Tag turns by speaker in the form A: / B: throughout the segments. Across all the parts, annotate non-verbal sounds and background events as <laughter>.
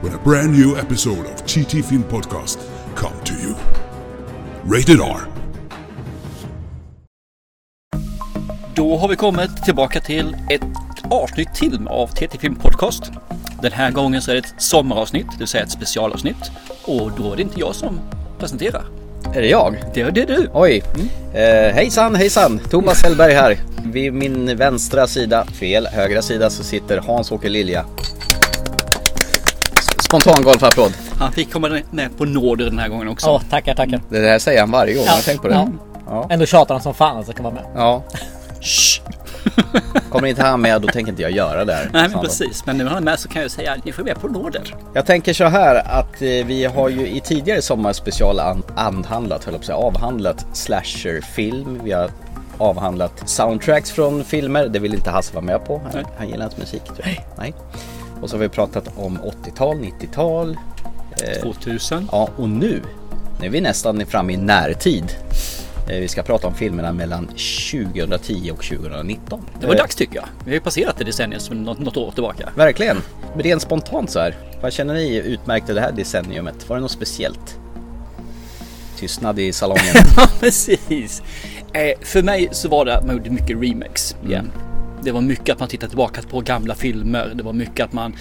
A: when a brand new episode of TT Film Podcast come to you. Rated R.
B: Då har vi kommit tillbaka till ett avsnitt till av TT Film Podcast. Den här gången så är det ett sommaravsnitt, det vill säga ett specialavsnitt. Och då är det inte jag som presenterar.
C: Är det jag?
B: Det är det är du.
C: Oj! Eh, hejsan hejsan! Thomas Hellberg här. Vid min vänstra sida, fel, högra sida så sitter Hans-Åke Lilja. S- Spontan golfapplåd.
B: Han fick komma med på nåder den här gången också.
D: Ja, tackar, tackar.
C: Det här säger han varje gång,
D: Ja.
C: jag har tänkt på det. Ja.
D: Ja. Ändå tjatar han som fan att jag ska vara med.
C: ja. Kommer inte han med då tänker inte jag göra det här.
B: Nej men
C: Sandra.
B: precis, men nu när han är med så kan jag säga att ni får med på nåder.
C: Jag tänker så här att eh, vi har ju i tidigare sommarspecial an- anhandlat, höll jag på att säga, avhandlat slasherfilm. Vi har avhandlat soundtracks från filmer. Det vill inte Hasse vara med på. Han,
B: Nej.
C: han gillar inte musik tror jag. Nej. Och så har vi pratat om 80-tal, 90-tal. Eh.
B: 2000.
C: Ja, och nu, nu är vi nästan framme i närtid. Eh, Vi ska prata om filmerna mellan 2010 och 2019.
B: Det var
C: Eh,
B: dags tycker jag. Vi har ju passerat det decenniet som något, något år tillbaka.
C: Verkligen. Men Rent spontant så här. Vad känner ni utmärkte det här decenniumet? Var det något speciellt? Tystnad i <laughs> salongen.
B: <laughs> Ja, precis. Eh, för mig så var det man gjorde mycket remakes igen. Det var mycket att man tittade tillbaka på gamla filmer. Det var mycket att man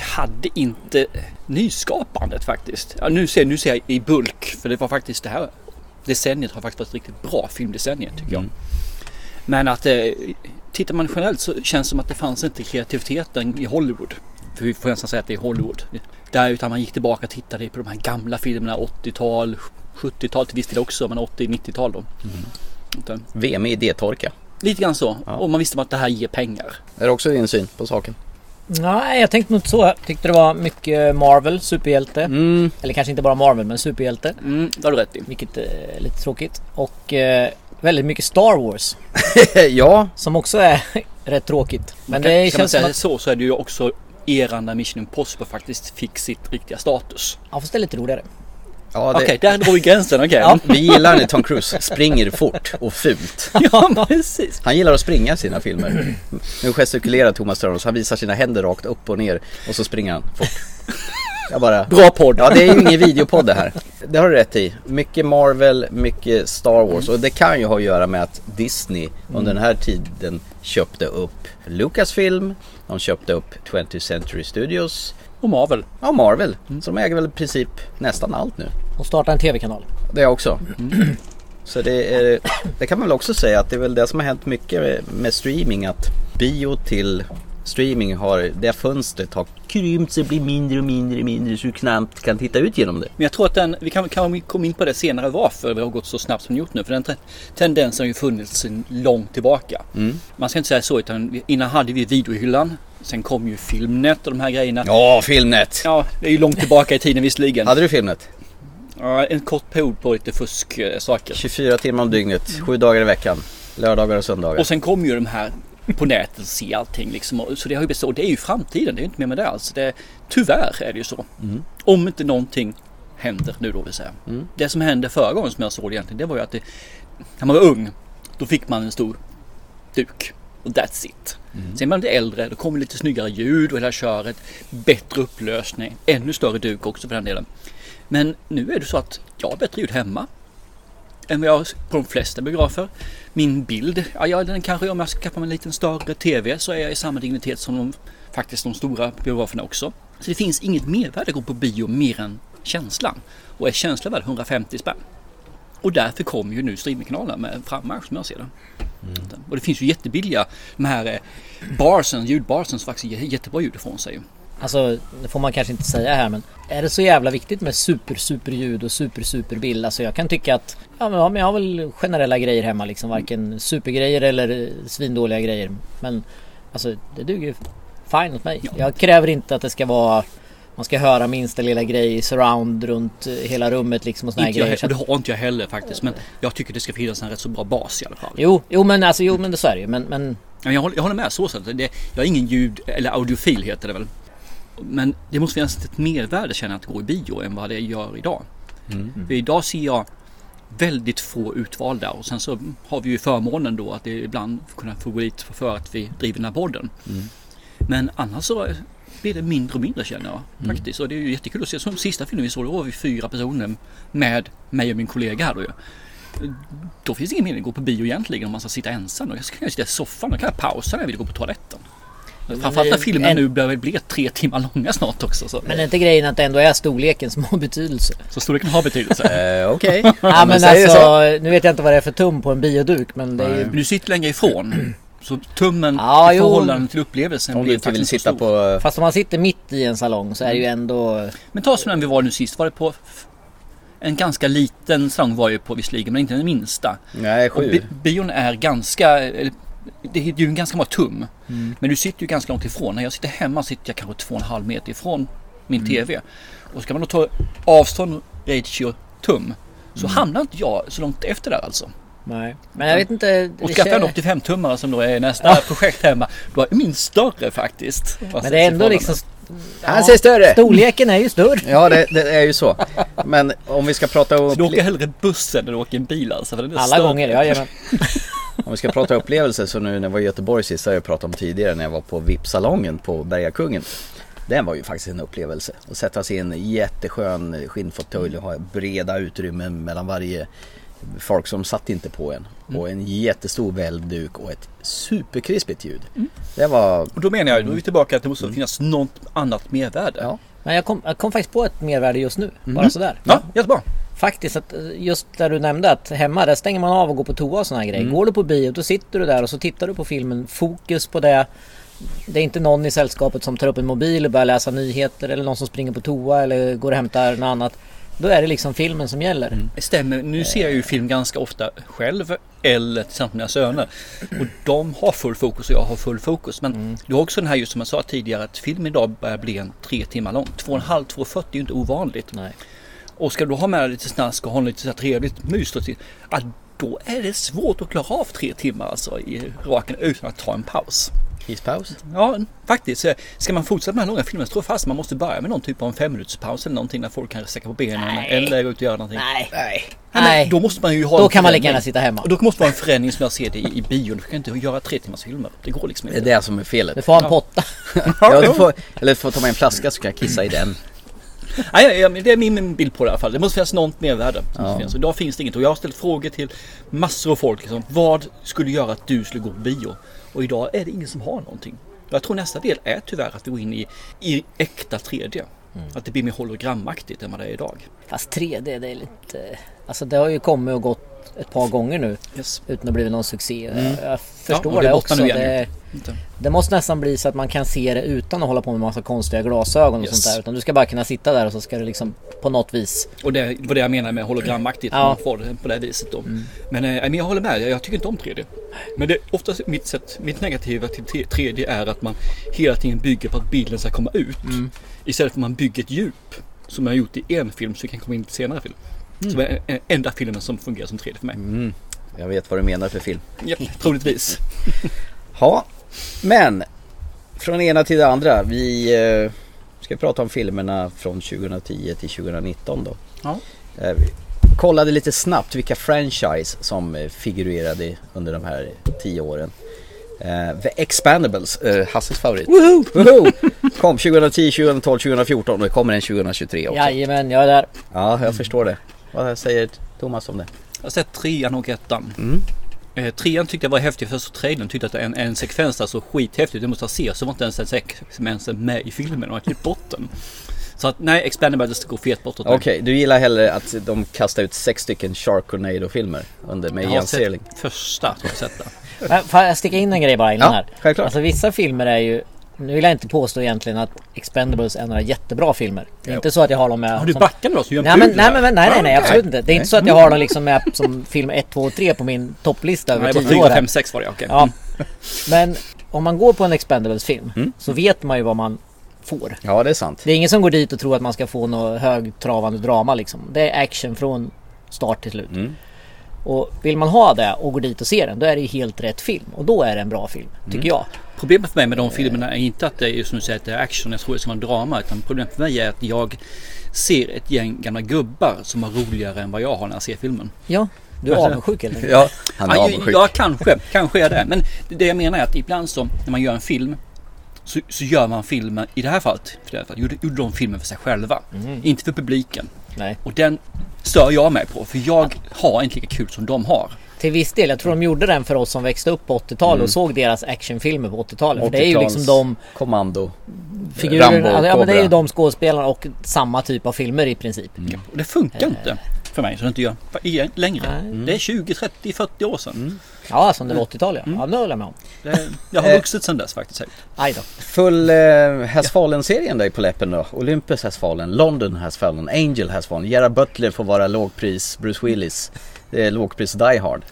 B: hade inte nyskapandet faktiskt. Ja, nu, ser, nu ser jag i bulk, för det var faktiskt det här decenniet har faktiskt varit ett riktigt bra filmdecennium tycker jag. Men att eh, tittar man generellt så känns det som att det fanns inte kreativiteten i Hollywood. För vi får nästan säga att det är Hollywood. Där utan man gick tillbaka och tittade på de här gamla filmerna 80-tal, 70-tal till viss del också men 80-90-tal då.
D: Mm.
B: Utan,
C: VM i idétorka.
B: lite grann så. Och man visste att det här ger pengar.
C: Är det också din syn på saken?
D: Nej, jag tänkte nog inte så. Jag tyckte det var mycket Marvel, superhjälte.
C: <laughs> Mm.
D: Eller kanske inte bara Marvel, men superhjälte.
B: Mm, det har du rätt i.
D: Vilket eh, är lite tråkigt. Och eh, väldigt mycket Star Wars.
C: ja.
D: Som också är <laughs> rätt tråkigt. Men det
B: Ska man
D: känns som
B: säga
D: att...
B: så så är det ju också eran där Mission Impossible faktiskt fick sitt riktiga status.
D: Ja, fast det är lite roligare.
C: ja det...
B: Okej, där drog vi gränsen. Okej.
C: Vi gillar när Tom Cruise springer fort och fult.
B: <laughs> ja, precis.
C: Han gillar att springa i sina filmer. Nu gestikulerar Thomas Törnros. Han visar sina händer rakt upp och ner och så springer han fort. Jag bara...
B: Bra podd.
C: Ja, det är ju ingen videopodd det här. Det har du rätt i. Mycket Marvel, mycket Star Wars och det kan ju ha att göra med att Disney under den här tiden köpte upp Lucasfilm, de köpte upp 20th Century Studios
B: Och Marvel.
C: ja Marvel.
B: Mm.
C: Så de äger väl i princip nästan allt nu.
D: Och starta en tv-kanal.
C: Det också.
B: Mm.
C: <clears throat> Så det, är, det kan man väl också säga att det är väl det som har hänt mycket med- med streaming att bio till streaming har, det fönstret har krympt så det blir mindre och mindre och mindre så du knappt kan titta ut genom det.
B: Men jag tror att den, vi kan, kan komma in på det senare varför det har gått så snabbt som det gjort nu. För den tre- tendensen har ju funnits sedan långt tillbaka. Man ska inte säga så utan vi- innan hade vi videohyllan. Sen kom ju Filmnet och de här grejerna. Ja.
C: Ja, Filmnet!
B: det är ju långt tillbaka i tiden visserligen.
C: Hade du Filmnet?
B: Ja, en kort period på lite eh, fusksaker.
C: 24 timmar om dygnet, 7 dagar i veckan. Lördagar och söndagar.
B: Mm. Och sen kom ju de här på nätet och se allting liksom. Och- Så det har ju bestått. Och det är ju framtiden. Det är ju inte mer med det alls. Det, tyvärr är det ju så. Om inte någonting händer nu då vill säga. Det som hände förra gången som jag såg det egentligen. Det var ju att det, när man var ung. Då fick man en stor duk. Och that's it. Sen när man blir äldre. Då kommer lite snyggare ljud och hela köret. Bättre upplösning. Ännu större duk också för den delen. Men nu är det så att jag har bättre ljud hemma än vad jag har på de flesta biografer. Min bild, ja, ja den kanske om jag skaffar mig en liten större TV så är jag i samma dignitet som de, faktiskt de stora biograferna också. Så det finns inget mervärde att gå på bio mer än känslan. Och är känslan värd 150 spänn. Och därför kommer ju nu streamingkanalen med en frammarsch som jag ser det.
D: Mm.
B: Och det finns ju jättebilliga, de här eh, barsen, ljudbarsen som faktiskt ger jättebra ljud ifrån sig.
D: Alltså, det får man kanske inte säga här men Är det så jävla viktigt med super super ljud och super super bild? Alltså jag kan tycka att Ja men ja, men jag har väl generella grejer hemma liksom Varken supergrejer eller eh, svindåliga grejer Men Alltså det duger ju fine åt mig Jag kräver inte att det ska vara Man ska höra minsta lilla grej i surround runt eh, hela rummet liksom och såna här
B: Inte jag,
D: grejer.
B: he-
D: Så
B: och
D: att-
B: det har inte jag heller faktiskt. Men jag tycker det ska finnas en rätt så bra bas i alla fall.
D: Jo, jo men alltså jo men det så är det ju. Men, men
B: Ja, Jag håller, jag håller med så sätt. Det, jag är ingen ljud eller audiofil heter det väl. Men det måste finnas ett mervärde känner jag att gå i bio än vad det gör idag. För idag ser jag väldigt få utvalda och sen så har vi ju förmånen då att det ibland kunna få gå dit för att vi driver den här podden. Men annars så blir det mindre och mindre känner jag faktiskt. Och det är ju jättekul att se. Som sista filmen vi såg då var vi fyra personer med mig och min kollega här då ju. Då finns det ingen mening att gå på bio egentligen om man ska sitta ensam. Då kan jag sitta i soffan. Då kan jag pausa när jag vill gå på toaletten. Framförallt när
D: det-
B: filmen
D: en-
B: nu börjar bli tre timmar långa snart också. Så,
D: Men är inte grejen att det ändå är storleken som har betydelse?
B: så storleken har
C: <laughs>
B: betydelse.
C: Eh, Okej.
D: Ja men
C: säger
D: alltså,
C: så.
D: nu vet jag inte vad det är för tum på en bioduk men det är ju...
B: Men du sitter längre ifrån. Så tummen
D: Ja,
B: i
D: jo.
B: förhållande till upplevelsen
C: Om du
B: blir
C: inte vill
B: faktiskt inte så
C: sitta
B: stor.
C: på...
D: Fast om man sitter mitt i en salong så är det ju
B: Mm.
D: ändå...
B: Men ta som den vi var nu sist. Var det på f- en ganska liten salong var ju på visserligen men inte den minsta.
C: Nej,
B: Och bi-
C: sju.
B: bion är ganska, eller, det är ju en ganska många tum.
C: Mm.
B: Men du sitter ju ganska långt ifrån. När jag sitter hemma sitter jag kanske två och en halv meter ifrån min
C: Mm.
B: TV. Och ska man då ta avstånd ratio tum så
C: Mm.
B: hamnar inte jag så långt efter där alltså.
D: Nej. Men jag vet inte... det
B: Och skaffar jag en
D: kän-
B: 85-tummare som då är nästa projekt hemma då är min större faktiskt.
D: Men det är ändå liksom...
C: Han ser större!
D: Storleken är ju större.
C: Ja, det, det är ju så. Men om vi ska prata
B: Så du
C: upp...
B: åker hellre bussen än du åker en bil alltså? För den är
D: Alla
B: större.
D: gånger, ja, jajamän.
C: Om vi ska prata upplevelser så nu när jag var i Göteborg sist, har jag pratat om tidigare när jag var på VIP-salongen på Bergakungen. Den var ju faktiskt en upplevelse. Att sätta sig i en jätteskön skinnfåtölj och ha breda utrymmen mellan varje folk som satt inte på en. Och en jättestor välvduk och ett superkrispigt ljud. Det var...
B: Och då menar jag,
D: Mm.
B: då är vi tillbaka att det måste finnas något annat mervärde.
C: Ja.
D: Men jag kom, jag kom faktiskt på ett mervärde just nu. Bara sådär.
B: Mm. ja jättebra.
D: Faktiskt att eh, just där du nämnde att hemma där stänger man av och går på toa och såna här grejer.
B: Mm.
D: Går du på bio då sitter du där och så tittar du på filmen. Fokus på det. Det är inte någon i sällskapet som tar upp en mobil och börjar läsa nyheter eller någon som springer på toa eller går och hämtar något annat. Då är det liksom filmen som gäller.
B: Mm. Stämmer, nu ser jag ju film ganska ofta själv eller tillsammans med mina söner. Och de har full fokus och jag har full fokus. Men
D: Mm.
B: du har också den här just som jag sa tidigare att film idag börjar bli en tre timmar lång. Två och en halv, två och fyrtio är ju inte ovanligt.
D: Nej.
B: Och ska du ha med dig lite snask och ha lite så här trevligt mys och till, ja, då är det svårt att klara av tre timmar alltså i raken utan att ta en paus.
C: Ispaus?
B: Ja, faktiskt. Eh, Ska man fortsätta med den här långa filmen så tror jag fast man måste börja med någon typ av en femminuterspaus eller någonting där folk kan sträcka på benen
D: Nej.
B: eller gå ut och göra någonting.
D: Nej.
C: Nej.
B: Nej, men
D: Nej.
B: Då måste man ju ha
D: Då
B: en
D: kan man lika
B: förändring.
D: gärna sitta hemma.
B: Och då måste man ha en förändring som jag ser det i, i bion. Du kan inte göra tre timmars filmer. Det går liksom
C: Det är
B: inte.
C: det som är felet.
D: Du får ha en potta.
C: <laughs> Ja, du får, eller du får ta med en flaska så kan jag kissa i den.
B: Nej, nej, nej, det är min, min bild på det i alla fall. Det måste finnas något mervärde. som måste
C: Ja.
B: finnas. Och Idag finns det inget. Och jag har ställt frågor till massor av folk. Liksom, vad skulle göra att du skulle gå på bio? Och idag är det ingen som har någonting. Jag tror nästa del är tyvärr att vi går in i, i äkta 3D. Att det blir mer hologrammaktigt än vad det är idag.
D: <laughs> Fast 3D det är lite... Alltså det har ju kommit och gått ett par gånger nu
B: Yes.
D: utan att blivit någon succé. Jag, jag förstår
B: Mm. och det
D: det,
B: är borta
D: också.
B: nu igen ju.
D: Det,
B: Inte.
D: det måste nästan bli så att man kan se det utan att hålla på med massa konstiga glasögon och
B: Yes.
D: sånt där. Utan du ska bara kunna sitta där och så ska du liksom på något vis...
B: Och det var det jag menar med hologrammaktigt.
D: Ja.
B: Man får det på det här viset då. Men, eh, men jag håller med, jag tycker inte om 3D. Men det är oftast mitt, sätt, mitt negativa till 3D är att man hela tiden bygger på att bilden ska komma ut. Istället för att man bygger ett djup. Som jag har gjort i en film så kan komma in i en senare film. Så det är eh, enda filmen som fungerar som 3D för mig.
C: Mm. Jag vet vad du menar för film.
B: Ja, troligtvis.
C: Ja, men från det ena till det andra. Vi eh, ska prata om filmerna från 2010 till 2019 då.
B: Ja.
C: Eh, vi kollade lite snabbt vilka franchise som eh, figurerade under de här tio åren. Eh, The Expandables, eh, Hasses favorit. Woho! Kom 2010, 2012, 2014 och det kommer en 2023 också. Ja,
D: Jajamän, jag är där.
C: jag förstår det. Vad säger Thomas om det?
B: Jag har sett trean och ettan.
C: Mm.
B: Eh, trean tyckte jag var häftig för så trailern tyckte att en, en sekvens där så skithäftig det måste jag se. Så var inte ens en sekvens med i filmen och jag klippt bort den. Så att nej, Expendables går fet bort åt mig.
C: Okej, du gillar hellre att de kastar ut sex stycken Sharknado-filmer under med
B: Jag har
C: Jens Serling?
B: sett första tror jag sett den.
D: Men Får jag sticka in en grej bara innan
C: Ja,
D: här?
C: självklart.
D: Alltså vissa filmer är ju... Nu vill jag inte påstå egentligen att Expendables är några jättebra filmer. Det är inte så att jag har dem med...
B: Har du
D: som-
B: backat då så gör en
D: Nej men,
B: pudel
D: nej,
B: här?
D: men, nej, nej, nej
B: Ja,
D: absolut inte. Det är inte så att jag har dem liksom med
B: <laughs>
D: som film 1, 2 och 3 på min topplista över
B: Nej, det var
D: 10 år.
B: fyra,
D: här.
B: fem, sex var det okej. Mm.
D: Ja. Men om man går på en Expendables film så vet man ju vad man får.
C: Ja, det är sant.
D: Det är ingen som går dit och tror att man ska få något högtravande drama liksom. Det är action från start till slut.
C: Mm.
D: Och vill man ha det och går dit och ser den, då är det ju helt rätt film. Och då är det en bra film, tycker
B: Mm.
D: jag.
B: Problemet för mig med de filmerna är inte att det är som du säger att det är action, jag tror det ska vara en drama. Utan problemet för mig är att jag ser ett gäng gamla gubbar som har roligare än vad jag har när jag ser filmen.
D: Ja, du
B: <laughs>
D: är
B: Alltså-
D: avundsjuk eller?
C: Ja, han är
B: Ja,
C: avundsjuk.
B: Ja, kanske. Kanske är det. Men det jag menar är att ibland så när man gör en film så, så gör man filmen, i det här fallet, för det här fallet gjorde, gjorde de filmen för sig själva.
C: Mm.
B: Inte för publiken.
D: Nej.
B: Och den stör jag mig på. För jag har inte lika kul som de har.
D: Till viss del. Jag tror de gjorde den för oss som växte upp på 80-talet och såg deras actionfilmer på 80-talet. För det är ju liksom de
C: 80-tals Kommando.
D: figurerna,
C: Rambo,
D: ja, men det är ju
C: Cobra.
D: de skådespelarna och samma typ av filmer i princip.
B: Och det funkar inte för mig som inte gör igen- längre.
C: Mm.
B: Det är 20, 30, 40 år sedan.
D: Ja, som det var 80-tal ja. Ja, det håller jag med om.
B: Det, jag har
C: Eh.
B: vuxit sedan dess faktiskt.
D: Aj då.
C: Full eh, Has Fallen-serien dig på läppen då? Olympus Has Fallen, London Has Fallen, Angel Has Fallen, Gerard Butler får vara lågpris, Bruce Willis, det är lågpris Die Hard.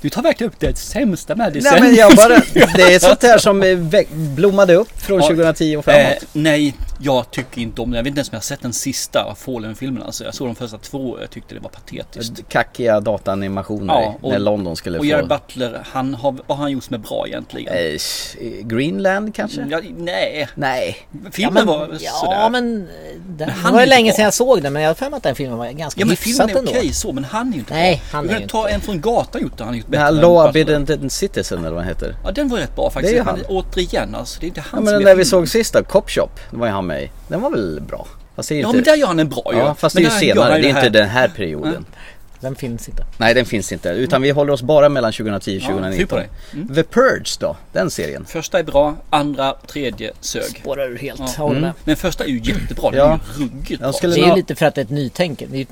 B: Du tar verkligen upp det sämsta med det
C: Nej men jag bara, det är sånt här som eh, vä- blommade upp från
B: Ja.
C: 2010 och
B: Eh,
C: framåt.
B: nej, jag tycker inte om den. Jag vet inte ens om jag har sett den sista av Fallen-filmen. Alltså, jag såg de första två och jag tyckte det var patetiskt.
C: Kackiga dataanimationer
B: Ja, och-
C: när London skulle
B: Och Gerard
C: få...
B: Butler, han har, vad har han gjort som är bra egentligen?
C: Eh, sh- Greenland kanske?
B: Ja, nej,
C: Nej.
D: Ja
B: filmen
D: men,
B: var
D: ja,
B: sådär.
D: men eh, den,
B: han
D: det
B: är
D: var ju
B: ju
D: länge
B: bra.
D: sedan jag såg den men jag har för mig att den filmen var ganska
B: ja, men
D: hyfsat
B: filmen är
D: ändå.
B: okej så, men han är ju inte
D: Nej,
B: bra.
D: han
B: Du
D: är
B: kan
D: ju
B: ta
D: inte.
B: en från gatan gjort han har gjort
C: Den
B: bättre.
C: här
B: än
C: Law
B: Butler.
C: Abident Citizen eller vad den heter.
B: Ja, den var rätt bra faktiskt.
C: Det är ju
B: Men
C: han.
B: återigen alltså, det är inte han
C: Ja men
B: som
C: den
B: är
C: där vi
B: filmen.
C: såg sist då, Cop Shop, den var ju han med i. Den var väl bra? Fast det är ju
B: Ja,
C: inte...
B: men där gör han en bra ju.
C: Ja, fast det
B: Men
C: är ju
B: där gör han
C: senare,
B: ju
C: det är
B: här-
C: inte den här perioden.
D: Den finns inte.
C: Nej den finns inte, utan vi håller oss bara mellan 2010 och
B: Ja, fy på
C: 2019.
B: dig. Mm.
C: The Purge då, den serien.
B: Första är bra, andra, tredje sög.
D: Spårar ur helt.
B: Ja. Mm.
D: Jag håller med.
B: Men första är ju jättebra. Den
C: Ja.
B: är ju ruggigt bra.
C: Jag skulle
D: Det är
C: nå-
D: ju lite för att det är ett nytänkande. Det är ju ett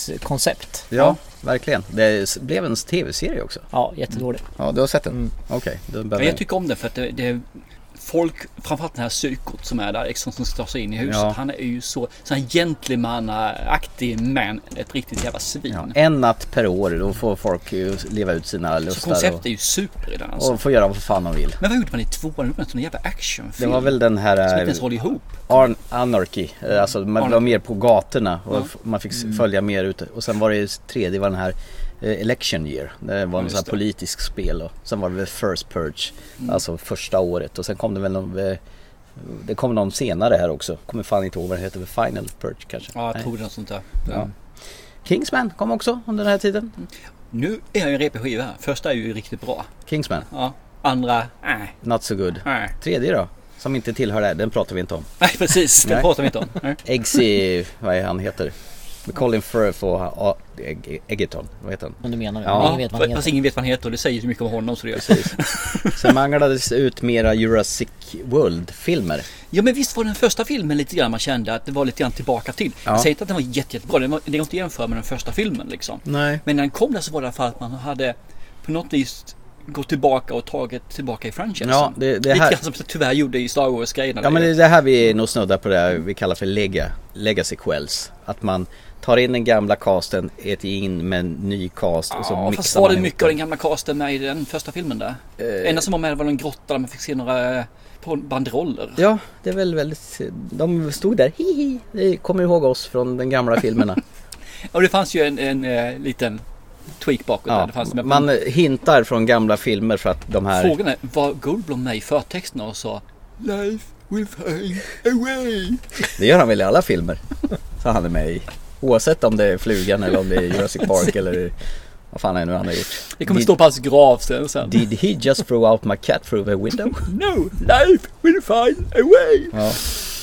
D: nytt koncept.
C: Ja, verkligen. Det s- blev en tv-serie också.
D: Ja, jättedålig.
B: Mm.
C: Ja, du har sett den? Okej, då behöver
B: Men jag tycker om den för att det, det är folk, framförallt den här psykot som är där, liksom, som tar sig in i huset.
C: Ja.
B: Han är ju så, så här gentlemannaaktig men ett riktigt jävla svin.
C: ja, En natt per år, då får folk ju leva ut sina
B: så
C: lustar
B: konceptet
C: och,
B: är ju super i den alltså.
C: och får göra vad fan de vill.
B: Men vad gjorde man i tvåan? Gjorde man en sån jävla
C: Det
B: actionfilm?
C: var väl den
B: Som
C: här...
B: inte ens
C: eh,
B: håller ihop.
C: Arn Anarchy, Eh, alltså man
B: Anarchy.
C: var mer på gatorna och
B: Ja. Mm.
C: f- man fick s- följa mer ute. Och sen var det ju s- tredje var den här eh, Election Year, det var en
B: just det. Mm.
C: sån här politisk spel och sen var det väl First Purge, alltså första året och sen kom det väl någon, eh, det kom någon senare här också, kommer fan inte ihåg vad den heter, Final Purge kanske?
B: Ja, jag
C: Nej.
B: tror det Mm. är något sånt där.
C: Ja. Kingsman kom också under den här tiden.
B: Nu är jag ju en repig skiva här. Första är ju riktigt bra.
C: Kingsman,
B: Ja. Andra, äh,
C: not so good.
B: äh.
C: Tredje då? Som inte tillhör det här, den pratar vi inte om.
B: Nej precis, det
C: Nej.
B: pratar vi inte om. Nej. <laughs>
C: Eggsy, vad är han heter? Med Colin Firth och ja, Egg- Eggerton, vad heter han?
D: Men du menar det?
C: Ja.
D: Ingen vet vad den
B: fast
D: heter.
B: ingen vet vad han heter och det säger så mycket om honom så det gör
C: Precis. Sen manglades ut mera Jurassic World-filmer.
B: Ja men visst var den första filmen lite grann man kände att det var lite grann tillbaka till.
C: Ja.
B: Jag säger inte att den var jätte, jättebra, den var, det går inte att jämföra med den första filmen liksom.
C: Nej.
B: Men när den kom där så var det i alla fall att man hade på något vis gått tillbaka och tagit tillbaka i franchisen.
C: Ja, det- det
B: Lite
C: här-
B: grann som tyvärr gjorde i Star Wars-grejerna.
C: Ja men det
B: där.
C: är det här vi nog snuddar på det här vi kallar för lega, legacy quells. Att man tar in den gamla casten, äter in med en ny cast och så
B: Ja, fast
C: mixar
B: var det
C: man ihop
B: mycket av den gamla casten med i den första filmen där? Eh. enda som var med var en grotta där man fick se några eh, på banderoller.
C: Ja, det är väl väldigt... De stod där, hihi, ni kommer ihåg oss från de
B: <laughs>
C: gamla filmerna.
B: Och det fanns ju en, en eh, liten tweak bakåt där.
C: ja,
B: Det fanns
C: man hintar från gamla filmer för att de här...
B: Frågan är, var Goldblum med i förtexterna och sa Life will find a way?
C: Det gör han väl i alla filmer som han är med i. Oavsett om det är Flugan eller om det är
B: <laughs>
C: Jurassic Park eller vad fan är det nu han har gjort.
B: Det kommer
C: did,
B: stå på hans grav sen. sen.
C: Did he just throw out my cat through the
B: <laughs>
C: window?
B: No, life will find a way.
C: Ja.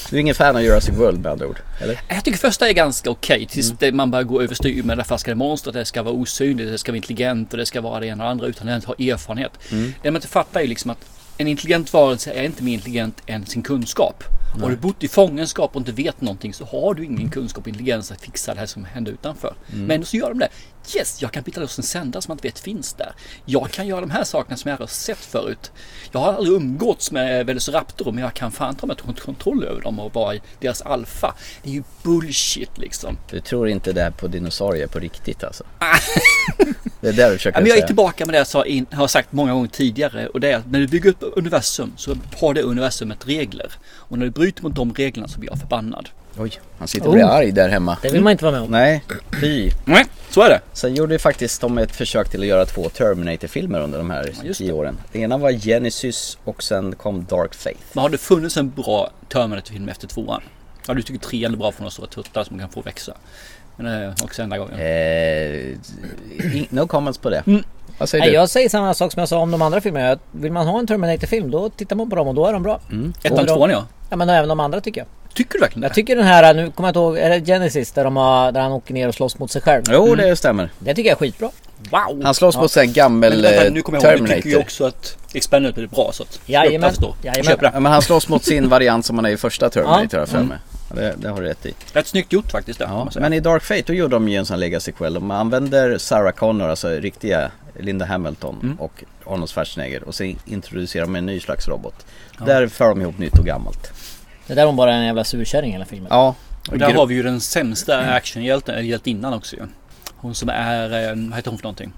C: Du är ingen fan av Jurassic World med andra ord? Eller?
B: Jag tycker första är ganska okej tills det, man börjar gå överstyr med det flaskade monstret. Det ska vara osynligt, det ska vara intelligent och det ska vara det ena och det andra utan att ha erfarenhet. Det man inte fattar är ju liksom att en intelligent varelse är inte mer intelligent än sin kunskap. Har du bott i fångenskap och inte vet någonting så har du ingen kunskap och intelligens att fixa det här som händer utanför. Men ändå så gör de det. Yes, jag kan byta loss en sändare som man inte vet finns där. Jag kan göra de här sakerna som jag aldrig har sett förut. Jag har aldrig umgåtts med Velociraptor men jag kan fan ta mig kont- kontroll över dem och vara i deras alfa. Det är ju bullshit liksom. <laughs>
C: Du tror inte det här på dinosaurier på riktigt alltså? Det är det du försöker
B: Ja, men jag är
C: säga.
B: tillbaka med det jag sa in, har sagt många gånger tidigare och det är att när du bygger upp universum så har det universumet regler. Och när du bryter mot de reglerna så blir jag förbannad.
C: Oj, han sitter och blir
D: Oh.
C: arg där hemma.
D: Det vill man inte vara med om.
C: Nej, fy.
B: Nej, så är det.
C: Sen gjorde ju faktiskt de ett försök till att göra två Terminator-filmer under de här
B: just
C: tio åren. Den ena var Genesis och sen kom Dark Faith.
B: Men har det funnits en bra Terminator-film efter tvåan? Ja, du tycker trean är bra för några stora tuttar som kan få växa. Men det är också enda gången.
C: Eh, in- no comments på det.
B: Mm.
C: Vad säger
D: Nej,
C: du?
D: jag säger samma sak som jag sa om de andra filmerna. Jag- Vill man ha en Terminator-film då tittar man på dem och då är de bra.
B: Ettan,
D: Och de-
B: tvåan ja.
D: Ja men även de andra tycker jag.
B: Tycker du verkligen det?
D: Jag tycker den här, nu kommer jag inte ihåg, är det Genesis där, de har, där han åker ner och slåss mot sig själv?
C: Jo, det stämmer.
D: Det tycker jag är skitbra.
B: Wow!
C: Han slåss mot en gammel
B: Mm. Men vänta,
C: men,
B: nu kommer jag ihåg, du
C: Terminator.
B: tycker ju också att Expendables är bra så att
D: Jajamän.
B: då.
D: Jajamän.
B: Köper det.
C: Ja, men han slåss mot sin variant som han är i första Terminator har jag för mig. Det, det har du rätt i.
B: Rätt snyggt gjort faktiskt det.
C: Ja,
B: Mm. Ja,
C: men i Dark Fate då gjorde de ju en sån Legacy-kväll. De använder Sarah Connor, alltså riktiga Linda Hamilton
B: Mm.
C: och Arnold Schwarzenegger och sen introducerar de en ny slags robot. Där för de ihop nytt och gammalt.
D: Det där var bara en jävla surkärring i hela filmen.
C: Ja,
B: och där
C: gru-
B: har vi ju den sämsta actionhjälten, eller hjältinnan också ju. Hon som är, eh, vad heter hon för någonting?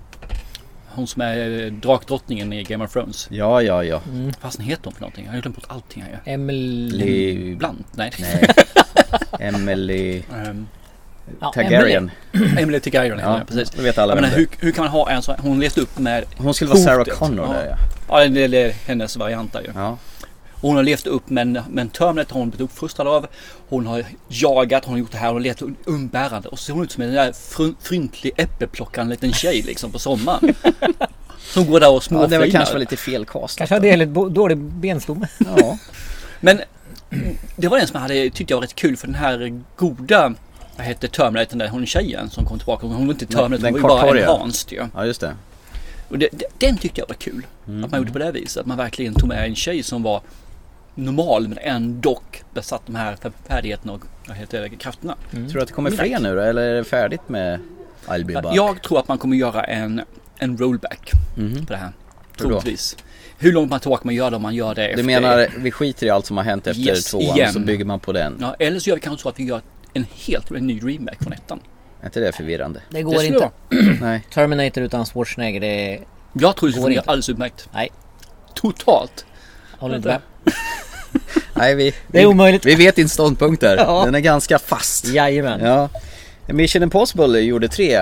B: Hon som är eh, drakdrottningen i Game of Thrones.
C: Ja, ja, ja.
B: Vad heter hon för någonting? Jag har ju glömt bort allting här ju.
D: Emily...
C: Emily...
B: Bland? Nej.
C: Nej.
B: <laughs>
C: Emily
B: Ehm,
D: Ja,
C: Targaryen.
B: Emily Tigarion heter
C: Ja,
B: hon, ja, precis.
C: det vet alla
B: Jag
C: vem
B: menar,
C: det är.
B: hur, hur kan man ha en sån? Hon läste upp med...
C: Hon skulle vara Sarah
B: hotet.
C: Connor där ja.
B: Ja, det är hennes variant där ju.
C: ja.
B: Hon har levt upp men, men Terminator har hon blivit uppfostrad av. Hon har jagat, hon har gjort det här, hon har levt umbärande. Och så ser hon ut som en där frun- fryntlig äppelplockande liten tjej liksom på
C: <laughs>
B: sommaren. Som går där och
C: ja, det var
B: småflinar.
C: kanske var lite fel cast.
D: Kanske hade jag dålig benstomme.
C: Ja.
B: Men det var den som jag hade, tyckte jag var rätt kul för den här goda, vad hette Terminator, där, hon tjejen som kom tillbaka. Hon var inte Terminator,
C: den
B: hon var ju bara
C: korthåriga.
B: enhanced ju.
C: <laughs> ja, just det.
B: Och det, det, den tyckte jag var kul.
C: Mm.
B: Att man gjorde på det viset. Att man verkligen tog med en tjej som var normal men ändå besatt de här färdigheterna och vad heter det, krafterna.
C: Tror du att det kommer fler nu då? Eller är det färdigt med I'll be back?
B: Jag tror att man kommer göra en, en rollback
C: Mhm.
B: på det här.
C: då?
B: Troligtvis. Hur långt man tror att man gör det om man gör det
C: Du
B: efter-
C: menar vi skiter i allt som har hänt efter
B: Yes,
C: tvåan
B: igen.
C: så bygger man på den?
B: Ja, eller så gör vi kanske så att vi gör en helt en ny remake från ettan.
C: Är inte det förvirrande?
D: Det
B: Det
D: går
B: skulle
D: inte.
B: vara-
C: Nej.
D: Terminator utan Schwarzenegger, det är-
B: Jag tror det skulle
D: Går
B: fungera
D: inte.
B: alldeles utmärkt.
D: Nej,
B: Totalt.
D: håller inte med.
C: Nej vi,
D: Det är omöjligt.
C: vi vet din ståndpunkt där.
D: Ja.
C: Den är ganska fast.
D: Jajamän.
C: Ja. Mission Impossible gjorde tre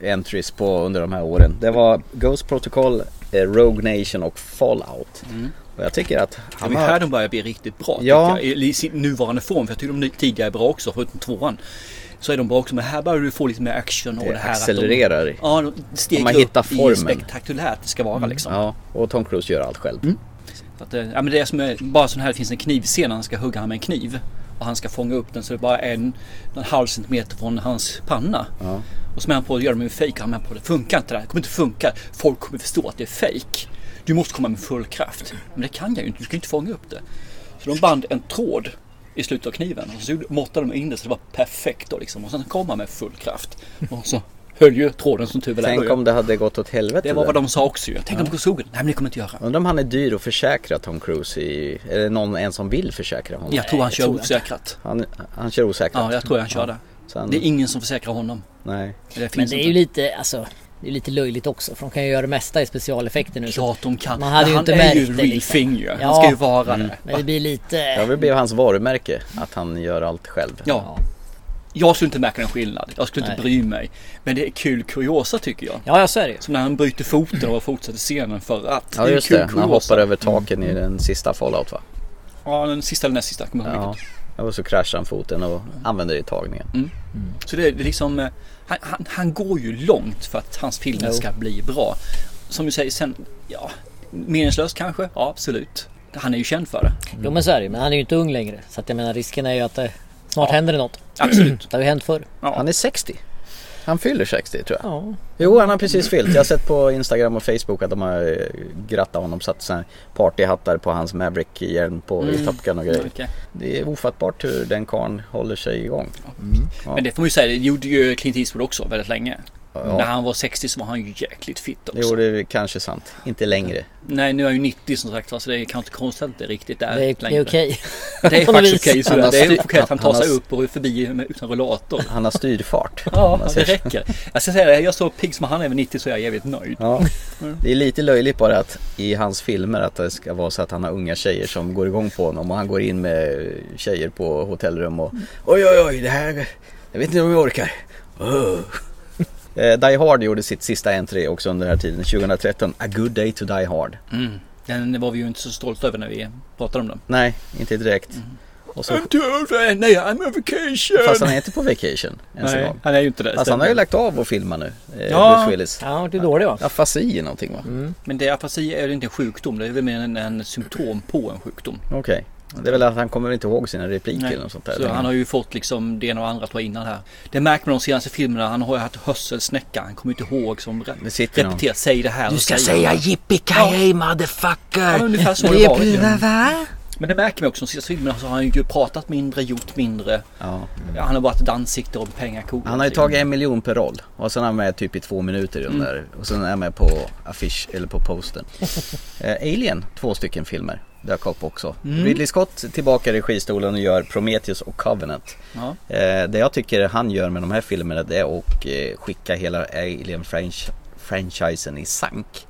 C: eh, entries på under de här åren. Det var Ghost Protocol, eh, Rogue Nation och Fallout. Och jag tycker att
B: Det
C: han
B: är här
C: har...
B: de börjar bli riktigt bra.
C: Ja.
B: Ja. Jag, I- i sin nuvarande form. För jag tycker de tidigare är bra också, förutom tvåan. Så är de bra också. Men här börjar du få lite mer action och
C: Det
B: det, här
C: accelererar i.
B: att de, Ja, de
C: Om
B: stegar
C: man
B: upp
C: hittar
B: i
C: formen. Mm.
B: hur spektakulärt det ska vara liksom.
C: Ja, och Tom Cruise gör allt själv.
B: Så att, eh, ja, men det är som är, bara sån här, det finns en knivscen när han ska hugga han med en kniv. Och han ska fånga upp den så det är bara en, en halv centimeter från hans panna. Och så menar han på att göra det med en fejk. och Han menar på det funkar inte det här. Det kommer inte funka. Folk kommer förstå att det är fejk. Du måste komma med full kraft. Men det kan jag ju inte. Du kan ju inte fånga upp det. Så de band en tråd i slutet av kniven. Och så gjorde- måttade de in det så det var perfekt. Då, liksom. Och sen kom han med full kraft. Och så höll ju tråden som tur väl
C: Tänk
B: är.
C: om det hade gått åt helvete
B: Det var vad
C: där.
B: de sa också ju. Tänk om det går så. Nej men det kommer inte göra.
C: Undrar om han är dyr att försäkra Tom Cruise i... Eller någon en som vill försäkra honom.
B: Jag tror han kör
D: tror inte.
B: osäkrat.
C: Han, han kör osäkert.
B: Ja, jag tror jag han kör det.
C: Så han,
B: Det är ingen som försäkrar honom.
C: Nej.
B: Det finns
D: Men det är ju
B: inte.
D: lite, alltså, det är lite löjligt också. För de kan ju göra det mesta i specialeffekter nu.
B: Klart de kan.
D: Man hade ju
B: han
D: inte
B: är ju
D: märkt det,
B: real
D: liksom.
B: thing ju. Han
D: Ja. Mm.
B: ska ju vara det.
D: Men det blir lite...
C: Jag vill bli hans varumärke, att han gör allt själv.
B: Ja. Jag skulle inte märka någon skillnad. Jag skulle inte
D: Nej.
B: bry mig. Men det är kul kuriosa tycker jag.
D: Ja, jag ser det ju.
B: Som när han bryter foten och fortsätter scenen för att.
C: Ja
B: är ju
C: just
B: kul
C: det, när han
B: kuriosa.
C: hoppar över taken i den sista Fallout va?
B: Ja, den sista eller näst sista. Kommer jag ihåg
C: Ja.
B: riktigt.
C: Och så kraschar han foten och använder det i tagningen.
B: Så det är liksom. eh, Han, han, han går ju långt för att hans filmer
D: Jo.
B: ska bli bra. Som du säger sen. Ja, meningslöst kanske. Ja, absolut. Han är ju känd för det.
D: Jo men så är det ju. Men han är ju inte ung längre. Så att jag menar risken är ju att det snart händer det något.
B: Absolut.
D: Det har ju hänt förr.
C: Han är 60. Han fyller 60 tror jag.
D: Ja.
C: Jo, han har precis fyllt. Jag har sett på Instagram och Facebook att de har eh, grattat honom. Satt såna här partyhattar på hans Maverick-hjälm på i Top Gun och
D: Mm.
C: grejer.
B: Okej.
C: Det är ofattbart hur den karln håller sig igång.
B: Men det får man ju säga, det gjorde ju Clint Eastwood också väldigt länge. När
C: Ja,
B: han var 60 så var han ju jäkligt fit också.
C: jo, det är kanske sant. Inte längre.
B: Nej, nu är jag ju 90 som sagt va, så alltså det är kanske inte konstigt att det inte riktigt är
D: Det är, det är
B: längre.
D: okej.
B: Det är
D: På något
B: faktiskt
D: vis.
B: okej. så
C: Han
B: det
C: har
B: det är
C: styr-
B: okej att han tar
C: han har
B: sig
C: s-
B: upp och förbi med, utan rullator.
C: Han har styrfart. om
B: Ja,
C: man
B: det
C: säger så.
B: räcker. Jag ska säga det, jag är så pigg som han är vid 90 så är jag jävligt nöjd. <laughs>
C: Ja. Det är lite löjligt bara att i hans filmer att det ska vara så att han har unga tjejer som går igång på honom och han går in med tjejer på hotellrum och oj oj oj det här, jag vet inte om jag orkar. Öh. Eh, Die Hard gjorde sitt sista entry också under den här tiden, 2013, A Good Day to Die Hard.
B: Mm. Den var vi ju inte så stolta över när vi pratade om den.
C: Nej, inte direkt. Och så,
B: I'm too, nej, I'm on vacation.
C: fast han är inte på vacation ens en
B: nej,
C: gång.
B: han är ju inte det.
C: Fast han har
B: stämmer.
C: ju lagt av att filma nu, eh,
B: <laughs> Ja.
C: Bruce Willis.
D: Ja, han vart ju dålig va?
C: Afasi någonting va?
B: Men det, afasi är ju inte en sjukdom, det är väl mer en, en symptom på en sjukdom.
C: Okej. Det är väl att han kommer inte ihåg sina repliker
B: Mm. Nej.
C: eller något sånt där.
B: Så han har ju fått liksom det ena och andra tror jag innan här. Det märker man de senaste filmerna, han har ju haft hörselsnäcka, han kommer inte ihåg som re-
C: Det sitter någon.
B: repeterar, säg det här och säg det här."
E: yippee-ki-yay,
B: Ja,
E: motherfucker!
B: men ungefär så har det varit. ju. Men det märker man också, de senaste filmerna så har han ju pratat mindre, gjort mindre.
C: Ja.
B: Ja, han har varit ett ansikte och pengakor.
C: Mm. Han har ju tagit en miljon per roll och sen är han med typ i två minuter i den där och sen är han med på affisch eller på posten. eh, Alien, två stycken filmer, dök upp också. Ridley Scott tillbaka i registolen och gör Prometheus och Covenant.
B: Ja.
C: Eh, det jag tycker han gör med de här filmerna det är att eh, skicka hela Alien-franchisen i sank.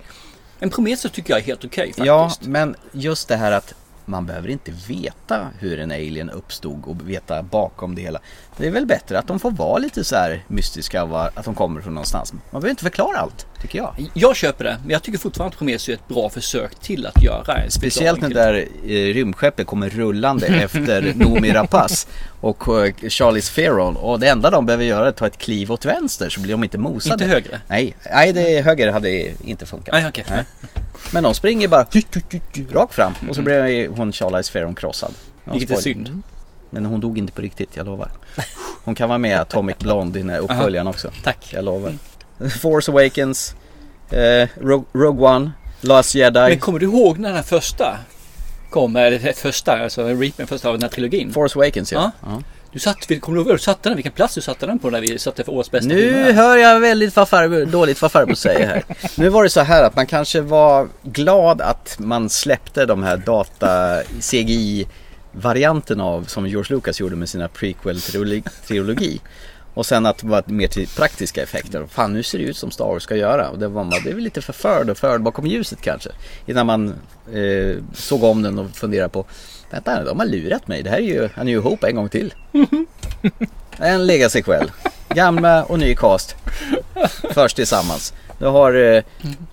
B: En Prometheus tycker jag är helt okej
C: Ja,
B: faktiskt.
C: men just det här att man behöver inte veta hur en alien uppstod och veta bakom det hela. Det är väl bättre att de får vara lite så här mystiska och va- att de kommer från någonstans. Man behöver inte förklara allt, tycker jag.
B: Jag köper det, men jag tycker fortfarande att Prometheus är ett bra försök till att göra en
C: Speciellt när
B: förklaring
C: det
B: till-
C: där eh, rymdskeppet kommer
B: <laughs>
C: rullande efter Noomi Rapace och eh, Charlize Theron. Och det enda de behöver göra är att ta ett kliv åt vänster så blir de inte mosade.
B: Inte högre?
C: Nej, nej det höger hade inte funkat.
B: Nej, okej.
C: Men de springer bara rakt fram och så blir hon Charlize Theron krossad. Ja,
B: Mm. Vilket är
C: spoiler. Mm.
B: synd.
C: Men hon dog inte på riktigt, jag lovar. Hon kan vara med i Atomic Blonde i den här uppföljaren också.
B: Tack.
C: Jag lovar. Force Awakens, eh, Rogue, Rogue One, Last Jedi,
B: Men kommer du ihåg när den här första kom? Eller det första, alltså reapen första av den här trilogin.
C: Force Awakens ja. ja.
B: Du satt, vi- kommer du ihåg var du satte den? Vilken plats du satte den på när vi satte för årets bästa filmer
C: Nu
B: här?
C: hör jag väldigt vad farbror, dåligt vad farbror säger här. <laughs> Nu var det så här att man kanske var glad att man släppte de här data CGI varianten av som George Lucas gjorde med sina prequel-trilogi. Och sen att det var mer till praktiska effekter. Fan nu ser det ut som Star Wars ska göra. Och det var man blev lite förförd och förd bakom ljuset kanske. Innan man eh, såg om den och funderade på Vänta de har lurat mig. Det här är ju A New Hope en gång till. En legacy-kväll. Gamla och ny cast. Först tillsammans. Du har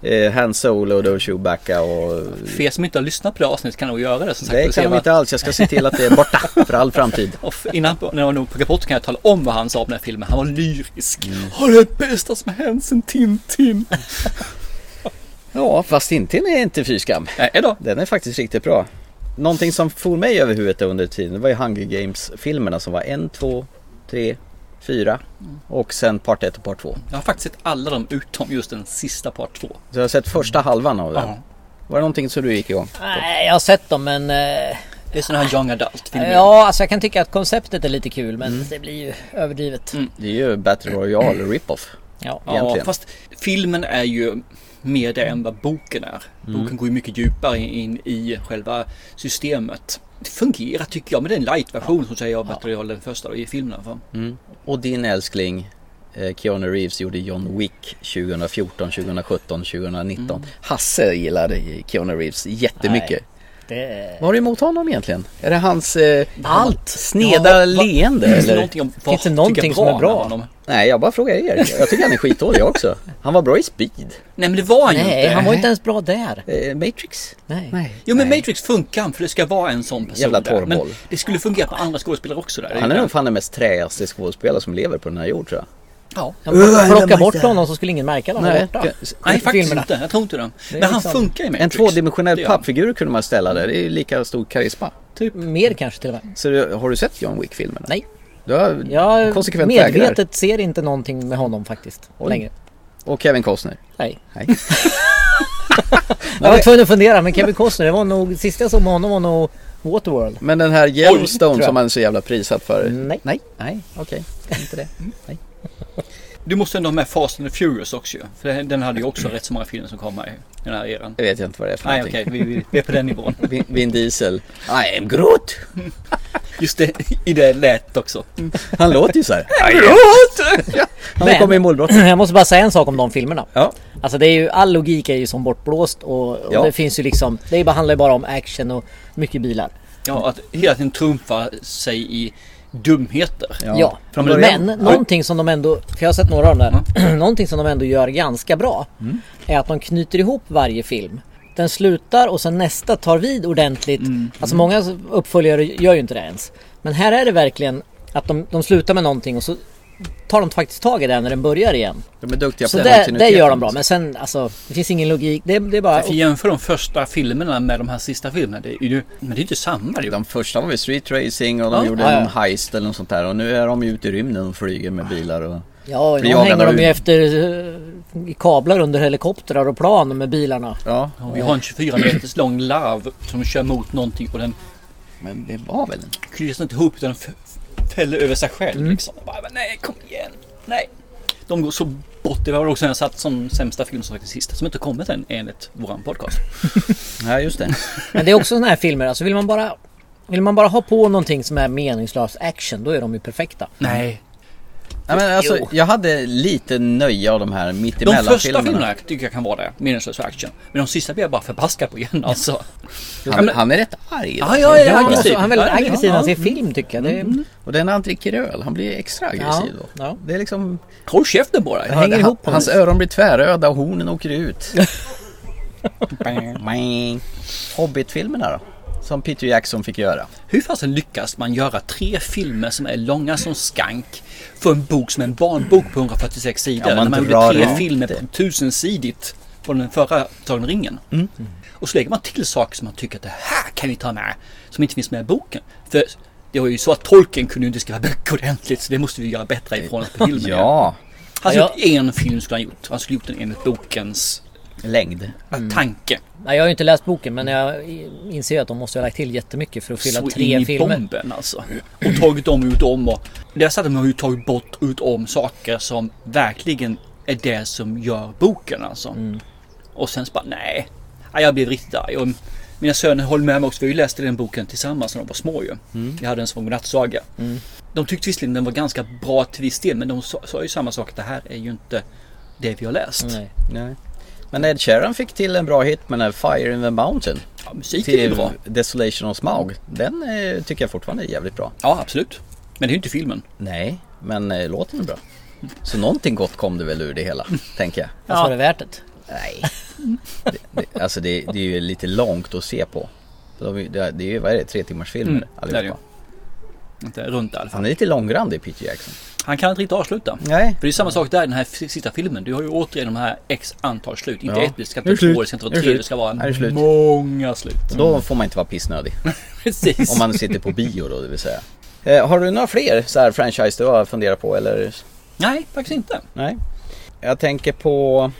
C: eh, eh, Han Solo och då Chewbacca och...
B: För er som inte har lyssnat på det avsnittet kan nog göra det som sagt.
C: Det
B: och se
C: kan de
B: vad-
C: inte alls. Jag ska se till att det är <laughs> borta för all framtid.
B: Och f- innan när jag nog pluggade bort kan jag tala om vad han sa om den här filmen. Han var lyrisk.
C: Mm.
B: Har det är det bästa som har hänt sen Tintin.
C: Ja, fast Tintin är inte fy skam.
B: Nej då.
C: Den är faktiskt riktigt bra. Någonting som for mig över huvudet under tiden det var ju Hunger Games-filmerna som var en, två, tre, fyra och sen part ett och part två.
B: Jag har faktiskt sett alla dem utom just den sista part två.
C: Så jag har sett första halvan av den.
B: Ja.
C: Var det någonting som du gick igång?
D: Nej, jag har sett dem men... eh,
B: Det är sådana här young adult filmer.
D: Ja, alltså jag kan tycka att konceptet är lite kul men
B: Mm.
D: det blir ju överdrivet.
C: Det är ju Battle Royale rip-off.
D: Ja.
B: Ja,
C: egentligen.
B: fast filmen är ju mer det än vad boken är.
D: Mm.
B: Boken går ju mycket djupare in i själva systemet. Det fungerar tycker jag, men det är en light-version som säger jag bättre ja. den första då, i filmen i alla fall.
C: Mm. Och din älskling eh, Keanu Reeves gjorde John Wick 2014, 2017, 2019.
B: Mm.
C: Hasse gillar Keanu Reeves jättemycket.
D: Det...
C: Vad har du emot honom egligen? Är det hans eh,
D: Allt.
C: sneda
B: Ja, va- <clears throat>
C: leende
B: Finns det
C: eller?
B: någonting, om, vad
D: Finns det
B: tycker
D: någonting
B: jag
D: som är bra?
B: med honom?
C: Nej, jag bara frågar er. Jag tycker han är skitdålig jag också. Han var bra i Speed.
B: Nej men det var han ju
D: Nej,
B: inte.
D: han var inte ens bra där.
C: Eh, Matrix?
D: Nej.
B: Jo men Matrix funkar han för det ska vara en sån person
C: Jävla
B: där. Men
C: torrboll.
B: det skulle fungera på andra skådespelare också där.
C: Han är nog fan den mest träigaste skådespelare som lever på den här jorden tror jag.
B: Ja.
D: Ja, men
C: Ugh, I
D: plocka
C: love
D: bort
C: that.
D: honom så skulle ingen märka att han var borta.
B: Nej faktiskt
D: filmerna.
B: inte, jag tror inte det. Men
D: är liksom
B: han
D: sant.
B: funkar i
C: eh, En
B: Matrix. Det
C: tvådimensionell
B: gör han.
C: pappfigur kunde man ställa där. Det är ju lika stor karisma.
D: Typ. Mer kanske till och med.
C: Så du- har du sett John Wick-filmerna?
D: Nej.
C: Du har
D: Jag
C: konsekvent
D: medvetet
C: vägrar.
D: ser inte någonting med honom faktiskt.
C: Oj.
D: Längre.
C: Och Kevin Costner.
D: Nej.
C: Nej.
D: Jag var tvungen att fundera men Kevin Costner, det var nog, sista jag såg med honom var nog Waterworld. <clears throat>
C: Men den här
D: tror
C: Yellowstone
D: jag.
C: som han är så jävla prisad för?
D: Nej.
C: Mm. Nej, nej, okej. Inte det. Nej.
B: Du måste ändå ha med Fast and the Furious också ju. För den- den hade ju
D: <clears throat>
B: också rätt så många filmer som kom här i den här eran.
C: Jag vet inte vad det är för
B: Nej okej,
C: någonting.
B: vi, vi, vi är på den nivån.
C: Vin, Vin Diesel. I am Groot.
B: <laughs> Just det, <laughs> i det lätet också.
C: Han låter ju så <laughs> här. Han
D: Men-
C: kommer i målbrott.
D: Jag måste bara säga en sak om de filmerna.
C: Ja.
D: Alltså det är ju, all logik är ju som bortblåst och, och
C: Ja.
D: det finns ju liksom, det bara- handlar ju bara om action och mycket bilar.
B: Ja, att hela tiden trumfa sig i dumheter.
D: Ja,
C: Från början.
D: men någonting som de ändå, för jag har sett några av dem där, <clears throat> någonting som de ändå gör ganska bra är att de knyter ihop varje film. Den slutar och sen nästa tar vid ordentligt. Alltså många uppföljare gör ju inte det ens. Men här är det verkligen att de, de slutar med någonting och så tar de faktiskt tag i det när den börjar igen.
C: De är duktiga på
D: så det, det
C: kontinuiteten.
D: gör de bra. Men sen alltså, det finns ingen logik. Det, det är bara...
B: För jämför de första filmerna med de här sista filmerna. Det är ju, men det är ju inte samma. Det är ju
C: De första var väl street racing och de
B: Ja.
C: gjorde
D: Ja, ja.
C: någon heist eller något sånt där och nu är de ju ute i rymden och flyger med bilar och...
D: Ja,
C: Blir
D: nu
C: jagade
D: hänger
C: av
D: de ju
C: djur.
D: efter eh, i kablar under helikoptrar och plan med bilarna.
C: Ja,
B: Ja, Vi har en 24 meters lång larv som kör mot någonting och den
C: men det var väl en...
B: kryssar inte ihop utan den f- f- fäller över sig själv. Liksom. Och Bara, men nej, kom igen. Nej. De går så bort. Det var också den jag satt som sämsta film som faktiskt sista som inte kommit än enligt våran podcast.
C: Ja, just det.
D: Men det är också såna här filmer, alltså vill man bara vill man bara ha på någonting som är meningslös action, då är de ju perfekta.
B: Nej.
C: Nej, men alltså,
B: Jo.
C: jag hade lite nöje av de här
B: De
C: mittemellan
B: första filmerna. tycker jag kan vara det. Meningslös action. Men de sista blir jag bara förbaskad på igen alltså.
C: Han, han är rätt arg.
B: Ja, ja, ja. alltså,
D: Han är också-
B: precis.
D: han är väldigt
B: Ja, ja,
D: aggressiv när han
B: ja. Mm.
D: ser film tycker jag. Det,
C: Och den Andrik Kröl, han blir extra aggressiv
D: Ja,
C: då.
D: ja.
C: Det är liksom...
B: Håll käften på dig.
D: Ja. hänger
C: han-
D: ihop på
C: Hans
D: något
C: öron blir tvärröda och hornen åker ut. Bang. Hobbit-filmerna då? Som Peter Jackson fick göra.
B: Hur fasen lyckas man göra tre filmer som är långa som skank för en bok som är en barnbok på 146 sidor?
C: Ja, man
B: när man
C: drar
B: gjorde tre
C: ut
B: filmer
C: det.
B: på tusensidigt på den förra Sagan om ringen. Och så lägger man till saker som man tycker att det här kan vi ta med som inte finns med i boken. För det var ju så att tolken kunde ju inte skriva böcker ordentligt så det måste vi göra bättre ifrån oss på filmen.
C: Ja,
B: Han skulle
D: Ja.
B: gjort Alltså, en film skulle han gjort. Han skulle gjort den enligt bokens
C: längd.
D: Mm.
B: tanke.
D: nej, jag har ju inte läst boken men jag inser ju att de måste ha lagt till jättemycket för att fylla
B: så in
D: tre
B: i
D: filmer.
B: bomben alltså. Och tagit om och gjort om och där satt de och ju tagit bort och gjort om saker som verkligen är det som gör boken alltså.
D: Mm.
B: Och sen så bara nej. Ja, Jag blev riktigt arg. Och mina söner håller med mig också. Vi läste den boken tillsammans när de var små ju.
D: Mm.
B: Jag hade en sån godnattsaga. De tyckte visserligen den var ganska bra till viss del men de sa, sa ju samma sak att det här är ju inte det vi har läst.
D: Nej.
C: Nej. Men Ed Sheeran fick till en bra hit med den här Fire in the Mountain.
B: Ja, musiken är
C: Till
B: ju bra.
C: Desolation of Smaug. Den eh, tycker jag fortfarande är jävligt bra.
B: Ja absolut. Men det är ju inte filmen.
C: Nej, men eh, låten är bra. Så någonting gott kom det väl ur det hela, tänker jag.
D: Alltså var det värt det?
B: Eh.
C: Nej. Det, det, alltså det, det är ju lite långt att se på. De, är- det, är- det är ju, vad är det, tre timmars filmer
B: Mm, det är det ju.
C: allihopa.
B: Inte runt i alla fall.
C: Han är lite långrandig Peter Jackson.
B: Han kan inte riktigt avsluta.
C: Nej.
B: För det är samma sak där i den här f- sista filmen. Du har ju återigen de här x antal slut. Inte
C: Ja.
B: ett, det ska
C: Nu
B: inte
C: är
B: vara två,
C: slut.
B: det ska inte
C: Nu
B: vara
C: är
B: tre,
C: slut.
B: det ska vara
C: Nu är det slut.
B: många
C: <laughs>
B: slut.
C: Då får man inte vara pissnödig.
B: Precis.
C: Om man sitter på bio då, det vill säga. Eh, har du några fler så här franchise du har funderat på eller?
B: Nej, faktiskt inte.
C: Nej. Jag tänker på...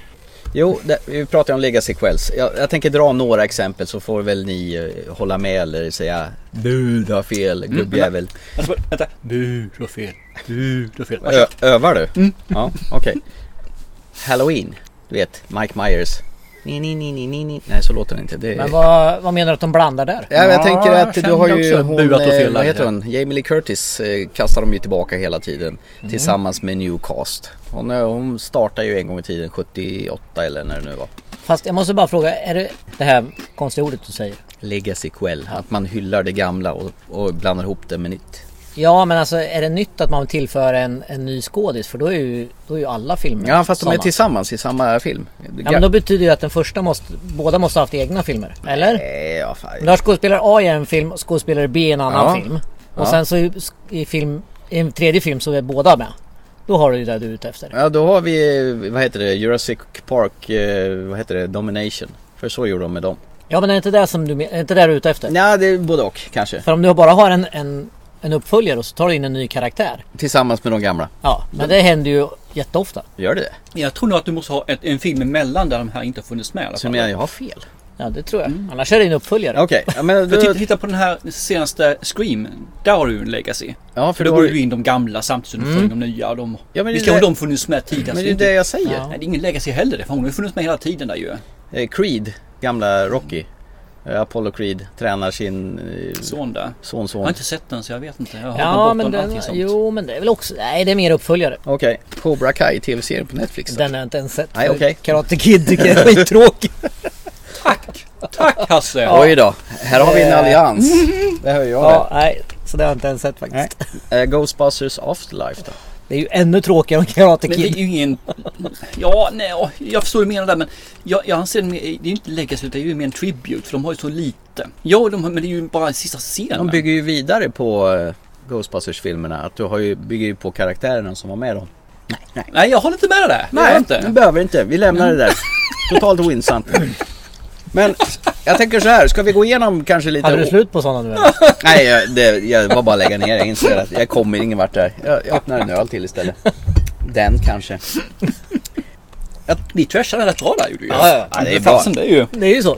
C: Jo, det, vi pratar om Legacy Quells. Jag, jag tänker dra några exempel så får väl ni eh, hålla med eller säga Du, du har fel
B: Mm,
C: gubbjävel.
B: Alltså, vänta. Bu, du har fel. Bu, du har fel.
C: Ö,
B: Varsågod.
C: övar du? Ja, okej. Halloween, du vet Mike Myers. Ni, ni, ni, ni, ni, ni. Nej, så låter det inte. Det...
D: Men vad, vad menar du att de blandar där?
C: Ja, jag
B: Ja,
C: tänker
B: jag
C: att du
B: kände
C: har ju
B: också
C: hon,
B: buat och
C: eh,
B: fel
C: vad
B: där.
C: heter hon? Jamie Lee Curtis eh, kastar de ju tillbaka hela tiden tillsammans med Newcast. Hon, eh, hon startar ju en gång i tiden 78 eller när det nu var.
D: Fast jag måste bara fråga, är det det här konstiga ordet du säger?
C: Legacy Quell, att man hyllar det gamla och, och blandar ihop det med nytt.
D: Ja men alltså är det nytt att man tillför en, en ny skådis? För då är ju, då är ju alla filmer
C: Ja fast de är
D: såna.
C: tillsammans i samma film.
D: Ja men då betyder det att den första måste, båda måste ha haft egna filmer. Eller?
C: Nej, ja, fan.
D: Men Du har skådespelare A i en film och skådespelare B i en annan
C: Ja.
D: film.
C: Ja.
D: Och sen så i, i, film, i en tredje film så är båda med. Då har du ju det du är ute efter.
C: Ja då har vi, eh, vad heter det, Jurassic Park, eh, vad heter det, Domination. För så gjorde de med dem.
D: Ja men är det inte det som du, men- är det inte det du är ute efter?
C: Nej det är både och kanske.
D: För om du bara har en, en, en uppföljare och så tar du in en ny karaktär.
C: Tillsammans med de gamla.
D: Ja, men det händer ju jätteofta.
C: Gör det det?
B: Jag tror nog att du måste ha ett, en film emellan där de här inte har funnits med i alla
C: Så
B: fall.
C: menar jag har fel.
D: Ja det tror jag. Mm. Annars är det en uppföljare.
C: Okej, ja, men
B: För
C: då-
B: titta, titta på den här senaste Scream. Där har du ju en legacy.
C: Ja,
B: För
C: för
B: då
C: då
B: går
C: har
B: du
C: du...
B: in de gamla samtidigt som du får in de nya. Och de,
C: Ja, Mm. men det är
B: visst har
C: det-
B: de funnits med tidigare.
C: Men
B: så
C: det är
B: inte-
C: det jag säger.
D: Ja.
B: Nej, det är ingen legacy heller. För hon har ju funnits med hela tiden där ju.
C: Eh, Creed, gamla Rocky. Eh, Apollo Creed tränar sin eh,
B: Son där. Jag har
C: sonson.
B: inte sett den så jag vet inte. Jag har
D: Ja
B: ja,
D: men
B: bortom
D: den,
B: allting sånt.
D: jo men det är väl också, nej det är mer uppföljare.
C: Okej, Cobra Kai, tv-serien på Netflix.
D: Den har jag inte ens sett.
C: Nej, okej.
D: Karate Kid tycker jag är skittråkig.
B: Tack! Tack Hasse!
C: Oj då, här har vi en
D: Eh.
C: allians.
B: <laughs>
C: Det hör jag
D: Ja, nej. Så det har jag inte ens sett faktiskt.
C: Nej. väl. Eh, Ghostbusters Afterlife då?
D: Det är ju ännu tråkigare än Karate
B: Men det är
D: Kid.
B: ju ingen... Ja, nej, ja, jag förstår vad du menar där men jag, jag anser det mer- det är ju inte legacy utan det är ju mer en tribute för de har ju så lite. Ja, de har, men det är ju bara sista
C: De
B: scenen.
C: bygger ju vidare på eh, Ghostbusters-filmerna. Att du har ju, bygger ju på karaktärerna som var med då.
B: Nej, jag håller inte med dig där. Det gör jag
C: den
B: inte.
C: behöver inte. Vi lämnar det där. Totalt ointressant. Men jag tänker så här, ska vi gå igenom kanske lite...
D: Hade du slut på sådana nu eller?
C: Nej, jag, det, jag var bara lägga ner. Jag inser att jag kommer ingen vart där. Jag, jag öppnar en öl till istället. Den kanske.
B: Ni trashade rätt bra där gjorde ju.
D: Ja, ja.
C: Ja, det är bra.
B: fasen det är ju.
D: Det är ju så.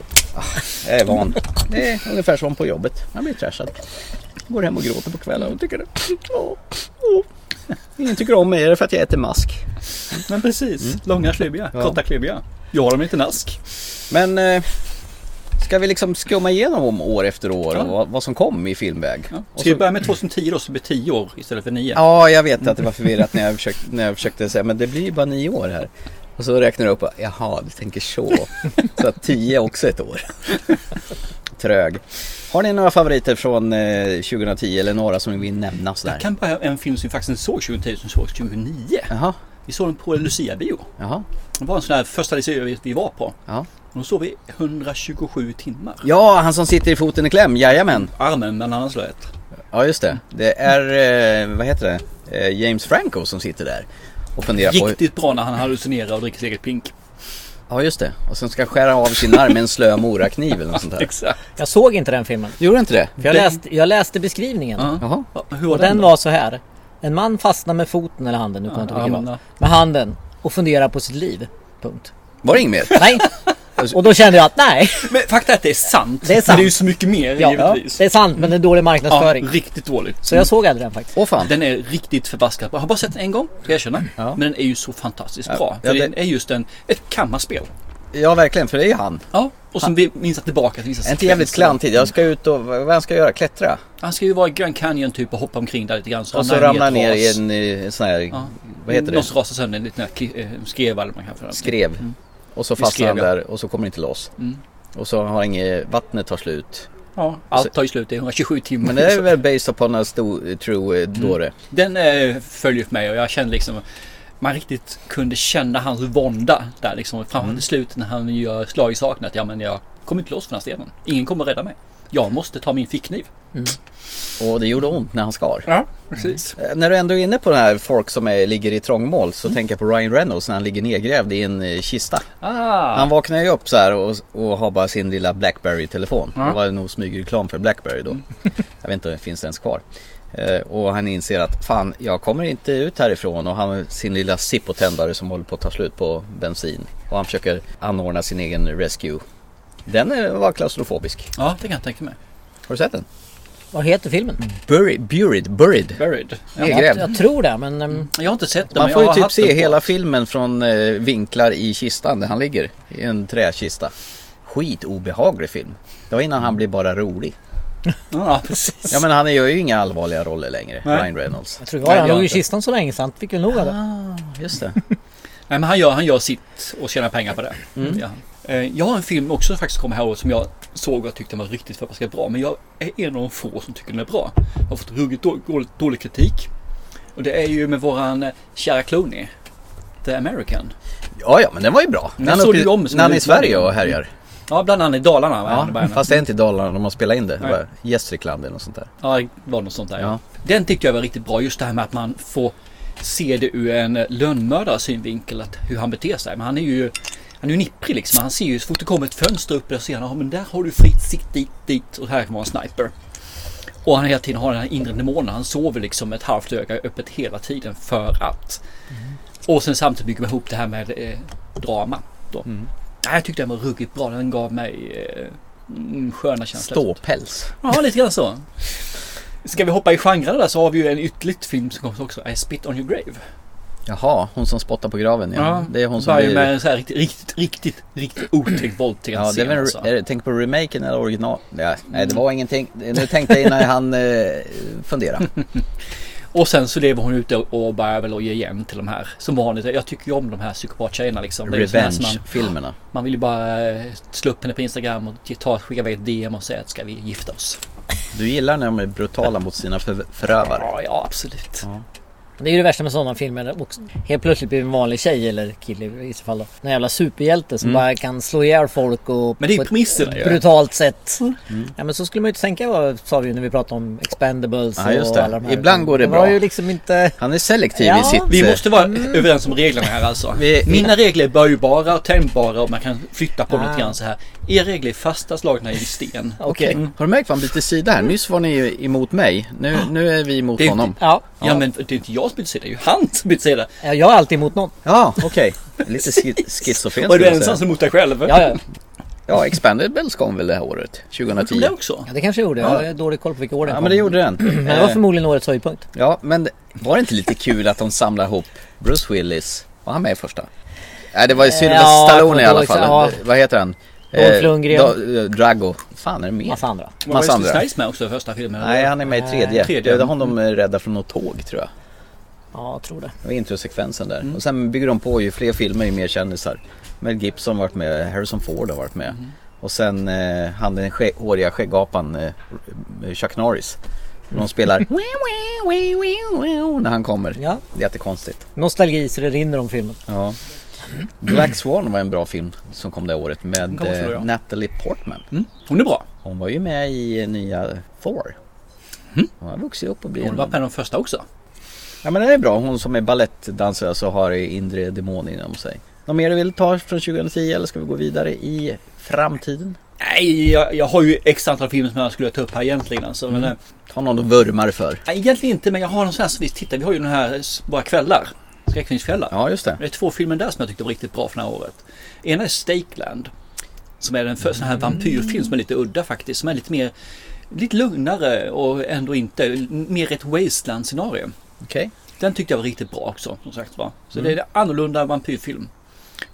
C: Jag är van. Det är ungefär som på jobbet. Man blir trashad. Går hem och gråter på kvällen och tycker det. Åh, åh. Ingen tycker om mig. Är det för att jag äter mask?
B: Men precis. Långa klibbiga,
C: Ja.
B: korta klibbiga. Jag har dem inte nask.
C: Men eh, ska vi liksom skumma igenom om år efter år
B: Ja.
C: och vad, vad som kom i filmväg?
B: Ja. Typ-
C: Och
B: Ska vi
C: så,
B: börja med 2010 då så blir det 10 år istället för 9?
C: ja, jag vet att det var förvirrat när jag försökte, när jag försökte säga men det blir ju bara nio år här. Och så räknar jag upp, jaha, du tänker så. Så att tio är också ett år. Trög. Har ni några favoriter från eh, 2010 eller några som ni vill nämna sådär?
B: Jag kan börja med en film som vi faktiskt inte såg 2010 som sågs 2009.
C: Jaha,
B: Vi såg den på Lucia-bio.
C: jaha,
B: Det var en sån här första Lucia vi var på.
C: ja.
B: Och då såg vi 127 timmar.
C: Ja, han som sitter i foten i kläm, jajamän.
B: Armen mellan hans slöet.
C: Ja, just det. Det är, eh, vad heter det, eh, James Franco som sitter där. Och funderar på
B: Riktigt bra när han hallucinerar och dricker sitt eget pink.
C: Ja just det. Och sen ska han skära av sin arm med en slö morakniv eller något sånt där.
B: Exakt.
D: Jag såg inte den filmen.
C: Gjorde inte det?
D: För jag, läste, jag läste beskrivningen.
B: Ja.
C: Jaha.
B: Ja, Hur var
D: Mm. Och den var så här. En man fastnar med foten eller handen, nu kommer jag inte ihåg vilken det var.
B: Ja,
D: Med handen och funderar på sitt liv. Punkt.
C: Var det inget mer?
B: <laughs>
D: Nej.
B: Alltså-
D: Och då kände jag att nej,
B: Men fakta är att det är sant.
D: Det är sant.
B: Men det är ju så mycket mer
D: ja,
B: givetvis.
D: det är sant men det är dålig
B: Ja,
D: marknadsföring.
B: riktigt dåligt. Mm.
D: Så jag såg aldrig den faktiskt.
C: Åh fan.
B: Den är riktigt förbaskat bra. Jag har bara sett den en gång, ska jag erkänna.
C: Ja.
B: Men den är ju så fantastiskt
C: Ja,
B: bra.
C: ja,
B: För
C: det-
B: den är just en, ett kammarspel.
C: Ja verkligen, för det är ju han.
B: Ja. Och som vi minns tillbaka till vissa
C: Är inte jävligt
B: sekvenser.
C: klantigt. Jag ska ut och, vad vad ska jag göra? Klättra?
B: Han ska ju vara i Grand Canyon typ och hoppa omkring där lite grann.
C: Och så ramlar jag ner i en, eh, sån här,
B: Ja.
C: vad heter
B: Någon
C: det?
B: som rasar sönder en liten kli- eh, skrev eller vad man kan för
C: Skrev. Och så
B: Vi
C: fastnar han
B: Mm. skrev, ja.
C: där och så kommer det inte loss.
B: Mm.
C: Och så har han inget, vattnet tar slut.
B: Ja, allt tar ju slut. Det är 127 timmar. liksom.
C: Men det är väl based upon a sto, true eh,
B: Mm.
C: dåre.
B: Den eh, följer för mig och jag kände liksom man riktigt kunde känna hans vånda där liksom fram
C: Mm.
B: till slutet när han gör slag i saken att ja men jag kommer inte loss från den här stenen. Ingen kommer rädda mig. Jag måste ta min fickkniv. Mm.
C: Och det gjorde ont när han skar.
B: Ja, precis.
C: Eh, När du ändå är inne på den här folk som är, ligger i trångmål
B: Mm.
C: så tänker jag på Ryan Reynolds när han ligger nedgrävd i en eh, kista.
B: Ah,
C: Han vaknar ju upp så här och, och har bara sin lilla Blackberry-telefon.
B: Ja.
C: Det var nog smygreklam för
B: <laughs>
C: Blackberry då. Jag vet inte, finns det ens kvar? Eh, och han inser att fan, jag kommer inte ut härifrån. Och han har sin lilla Zippo-tändare som håller på att ta slut på bensin. Och han försöker anordna sin egen rescue. Den är, var klaustrofobisk.
B: ja, det kan jag tänka mig.
C: Har du sett den?
D: Vad heter filmen?
B: Mm.
C: Buried. Buried. buried.
B: Buried. Ja.
C: Egen.
D: Jag,
C: Gräv.
D: jag tror det men... ehm,
B: Jag har inte sett den.
C: Man
B: men
C: får
B: jag
C: ju
B: har
C: typ
B: haft den
C: se
B: på-
C: hela filmen från eh, vinklar i kistan där han ligger. I en träkista. Skitobehaglig film. Det var innan han blev bara rolig.
B: Ja, precis.
C: Ja men han gör ju inga allvarliga roller längre,
B: Nej.
C: Ryan Reynolds.
D: Jag tror det
B: Nej,
D: var
B: det
D: det. Han
B: gör
D: låg i
B: inte. Ah.
D: kistan så länge så han fick väl nog av det.
C: Just det.
B: Nej, men han gör, han gör sitt och tjänar pengar på det. Ja. Eh, Jag har en film också som faktiskt kom här året som jag såg och tyckte var riktigt förbaskat bra. Men jag är en av de få som tycker den är bra. Jag har fått ruggigt då- dålig, dålig kritik. Och det är ju med våran eh, kära Clooney. The American.
C: Ja, ja men den var ju bra.
B: Den
C: När han,
B: såg
C: uppe,
B: du ju om som
C: när han
B: en
C: är i Sverige
B: utmaning.
C: och härjar.
B: Ja, bland annat i Dalarna. va?
C: Ja,
B: Det var en-
C: fast det är inte i Dalarna de har spelat in det. det
B: Nej.
C: var Gästrikland eller något sånt där.
B: Ja, det var något sånt där. Ja.
C: Ja.
B: Den tyckte jag var riktigt bra. Just det här med att man får se det ur en lönnmördares synvinkel. Att hur han beter sig. Men han är ju han är ju nipprig liksom. Han ser ju så fort det kommer ett fönster upp där ser han. Ja, men där har du fritt. Sitt dit, dit. Och här kan vara en sniper. Och han hela tiden har den här inre demonen. Han sover liksom med ett halvt öga öppet hela tiden för att. Och sen samtidigt bygger man ihop det här med eh, drama. Då. Nej, jag tyckte den var ruggigt bra. Den gav mig eh, mm, sköna känslor.
C: Ståpäls.
B: Ja, lite grann så. Ska vi hoppa i genrerna där så har vi ju en ytterligt film som kom också. I spit on your grave.
C: Jaha, hon som spottar på graven ja. det är hon som
B: börjar
C: blir...
B: med en så här riktigt, riktigt, riktigt, riktigt
C: <clears throat>
B: otäckt våldtäkt
C: Ja, det är väl,
B: alltså. Mm.
C: är det, tänk på remaken eller original? Nej, nej det var ingenting. Nu tänkte jag innan han eh,
B: <laughs>
C: fundera.
B: Och sen så lever hon ute och och börjar väl att ge igen till de här. Som vanligt, jag tycker ju om de här psykopattjejerna liksom. Det är ju sån här som man,
C: Revenge-filmerna.
B: man vill ju bara eh, slå upp henne på Instagram och ge- ta, skicka iväg ett DM och säga att ska vi gifta oss?
C: Du gillar när de är brutala mot sina för, förövare.
B: Ja, ja absolut.
D: Det är ju det värsta med sådana filmer. där Också. Helt plötsligt blir en vanlig tjej eller kille i så fall då. Någon jävla superhjälte som bara kan slå ihjäl folk och
B: Mm. Men det är ju
D: på ett
B: premissen där ju.
D: brutalt sätt. Ja men så skulle man ju inte tänka vad sa vi ju när vi pratade om expendables
C: Ja, just
D: och
C: det.
D: alla de här.
C: Ibland går det
D: var
C: bra.
D: ju liksom inte...
C: Han är selektiv i
D: Ja.
C: sitt...
B: Vi
C: eh,
B: måste vara överens om reglerna här alltså.
C: Vi-
B: Mina regler är böjbara och tänjbara och man kan flytta på dem
C: Ah.
B: lite grann så här. Er regler är fasta slagna i
C: <laughs>
B: sten.
D: Okej.
C: Mm. Har du märkt vad han byter sida här? Nyss var ni ju emot mig. Nu, nu är vi emot
B: Det är ju
C: honom.
B: inte-
D: Ja.
B: Ja men det är inte jag som byter sida, det är ju han som byter sida.
D: Ja, Jag är alltid emot någon.
C: Ja, okej. Lite <laughs> ski- schizofren
B: Och är du
C: skulle jag
B: ensam
C: säga.
B: som mot dig själv?
D: Ja, ja.
C: Ja, Expendables kom väl det här året? 2010?
B: Tror det också.
D: ja det kanske jag gjorde. Jag
C: Ja.
D: har dålig koll på vilka år den
C: Ja,
D: kom.
C: <clears throat> men det gjorde den.
D: Men det var
C: Eh,
D: förmodligen årets höjdpunkt.
C: Ja, men var det inte lite kul att de samlade ihop Bruce Willis? Var han med i första? Nej, det var ju Sylvester
D: Ja,
C: Stallone i
D: jag
C: alla
D: kommer
C: fall. Eh,
D: inte ihåg,
C: Vad heter han?
D: Dolph
C: Eh,
D: Lundgren.
C: Do- eh, Drago. Fan, är det mer?
D: Massa andra.
B: Men Var
C: Massa
B: Wesley
C: andra.
B: Snipes med också i första filmen?
C: Nej, han är med i tredje.
B: Tredje.
C: Det var honom de rädda från något tåg, tror jag.
D: Ja, jag tror det.
C: Det var introsekvensen där. Och sen bygger de på ju fler filmer, ju mer kändisar. Mel Gibson har varit med, Harrison Ford har varit med. Och sen eh, han den ske- håriga skäggapan eh, Chuck Norris. De spelar "Wee, wee, wee, wee, wee" när han kommer.
D: Ja.
C: Det är jättekonstigt.
D: Nostalgi så det rinner om filmen.
C: Ja. Black Swan var en bra film som kom det året med
B: kom också då,
C: eh,
B: ja.
C: Natalie Portman.
B: Mm, hon är bra.
C: Hon var ju med i eh, nya Thor. Hon har vuxit upp och blivit
B: Hon var med i de första också.
C: Ja men det är bra, hon som är balettdansös och har inre demon inom sig. Något mer du vill ta från 2010 eller ska vi gå vidare i framtiden?
B: Nej, jag, jag har ju x antal filmer som jag skulle ta upp här egentligen alltså.
C: Mm.
B: Men, eh,
C: Ta någon du vurmar för.
B: nej, egentligen inte, men jag har någon sån här som vi tittar. Vi har ju den här s- Våra kvällar. Skräckfilmskvällar.
C: Ja just det.
B: Det är två filmer där som jag tyckte var riktigt bra för det här året. Ena är Stakeland. Som är en för,
C: Mm.
B: sån här vampyrfilm som är lite udda faktiskt. Som är lite mer Lite lugnare och ändå inte mer ett wasteland scenario.
C: Okej.
B: Den tyckte jag var riktigt bra också som sagt var. Så det är en annorlunda vampyrfilm.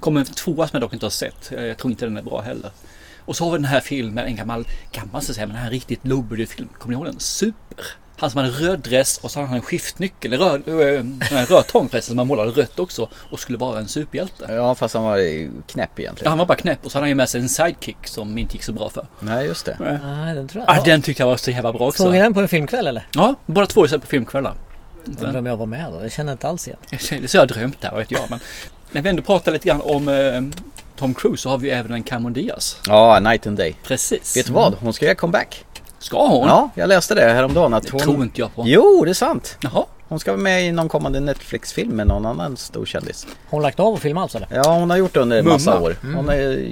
B: Kommer en tvåa som jag dock inte har sett. Eh, Jag tror inte den är bra heller. Och så har vi den här filmen, en gammal, gammal så att säga, men den här riktigt lowbudget-film. Kommer ni ihåg den? Super! Han som hade röd dress och så hade han en skiftnyckel, en röd, eh, en röd tång förresten som han målade rött också och skulle vara en superhjälte.
C: Ja fast han var eh, knäpp
B: Ja,
C: egentligen.
B: han var bara knäpp och så hade han ju med sig en sidekick som inte gick så bra för.
C: Nej just det.
D: Nej, den tror jag.
B: Ah, den tyckte jag var så jävla bra
D: Såg ni
B: också.
D: den på en filmkväll eller?
B: Ja, båda två är på filmkvällar.
D: Undrar om jag var med då? Jag känner inte alls igen.
B: Eller så har jag drömt det här, vad vet jag. Men när vi ändå pratar lite grann om eh, Tom Cruise så har vi ju även en Cameron Diaz.
C: Ja, Night and Day.
B: Precis.
C: Vet du vad? Hon ska göra comeback.
B: Ska hon?
C: Ja, jag läste det häromdagen att
B: Det tror
C: hon...
B: inte jag på.
C: Jo, det är sant.
B: Jaha.
C: Hon ska vara med i någon kommande Netflix-film med någon annan stor kändis.
D: Har Hon lagt av och filmat alls eller?
C: Ja, hon har gjort det under en massa
B: Mumma.
C: år. Hon är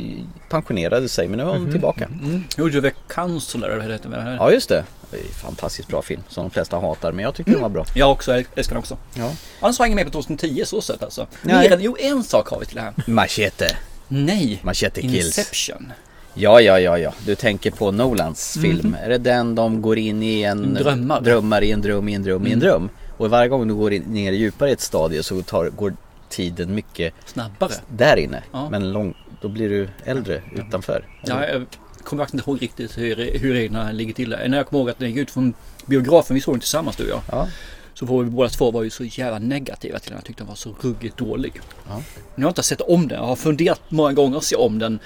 C: pensionerade sig men nu är hon tillbaka.
B: Mm. Gjorde väl Counselor eller vad heter det? Ja.
C: Ja just det. Det är en Fantastiskt bra film som de flesta hatar men jag tycker den var bra.
B: Jag också, jag älskar den också.
C: Ja.
B: Annars var jag ingen med på 2010 så sett alltså.
C: Nej.
B: Mer än, jo en sak har vi till det här.
C: Machete.
B: Nej.
C: Machete Kills.
B: Inception.
C: Ja, ja, ja, ja. Du tänker på Nolans film. Är det den de går in i en...
B: Mhm. Drömmar. Mm.
C: Drömmar i en dröm i en dröm i en dröm. Och varje gång du går in, ner djupare i ett stadie så tar, går tiden mycket
B: Snabbare.
C: där inne.
B: Ja.
C: Men lång, då blir du äldre utanför.
B: Ja, jag kommer faktiskt inte ihåg riktigt hur, hur reglerna ligger till där. När jag kommer ihåg att den gick ut från biografen, vi såg den tillsammans du och jag.
C: Ja.
B: Så var vi båda två var ju så jävla negativa till den. Jag tyckte den var så ruggigt dålig. Nu har jag inte sett om den. Jag har funderat många gånger att se om den.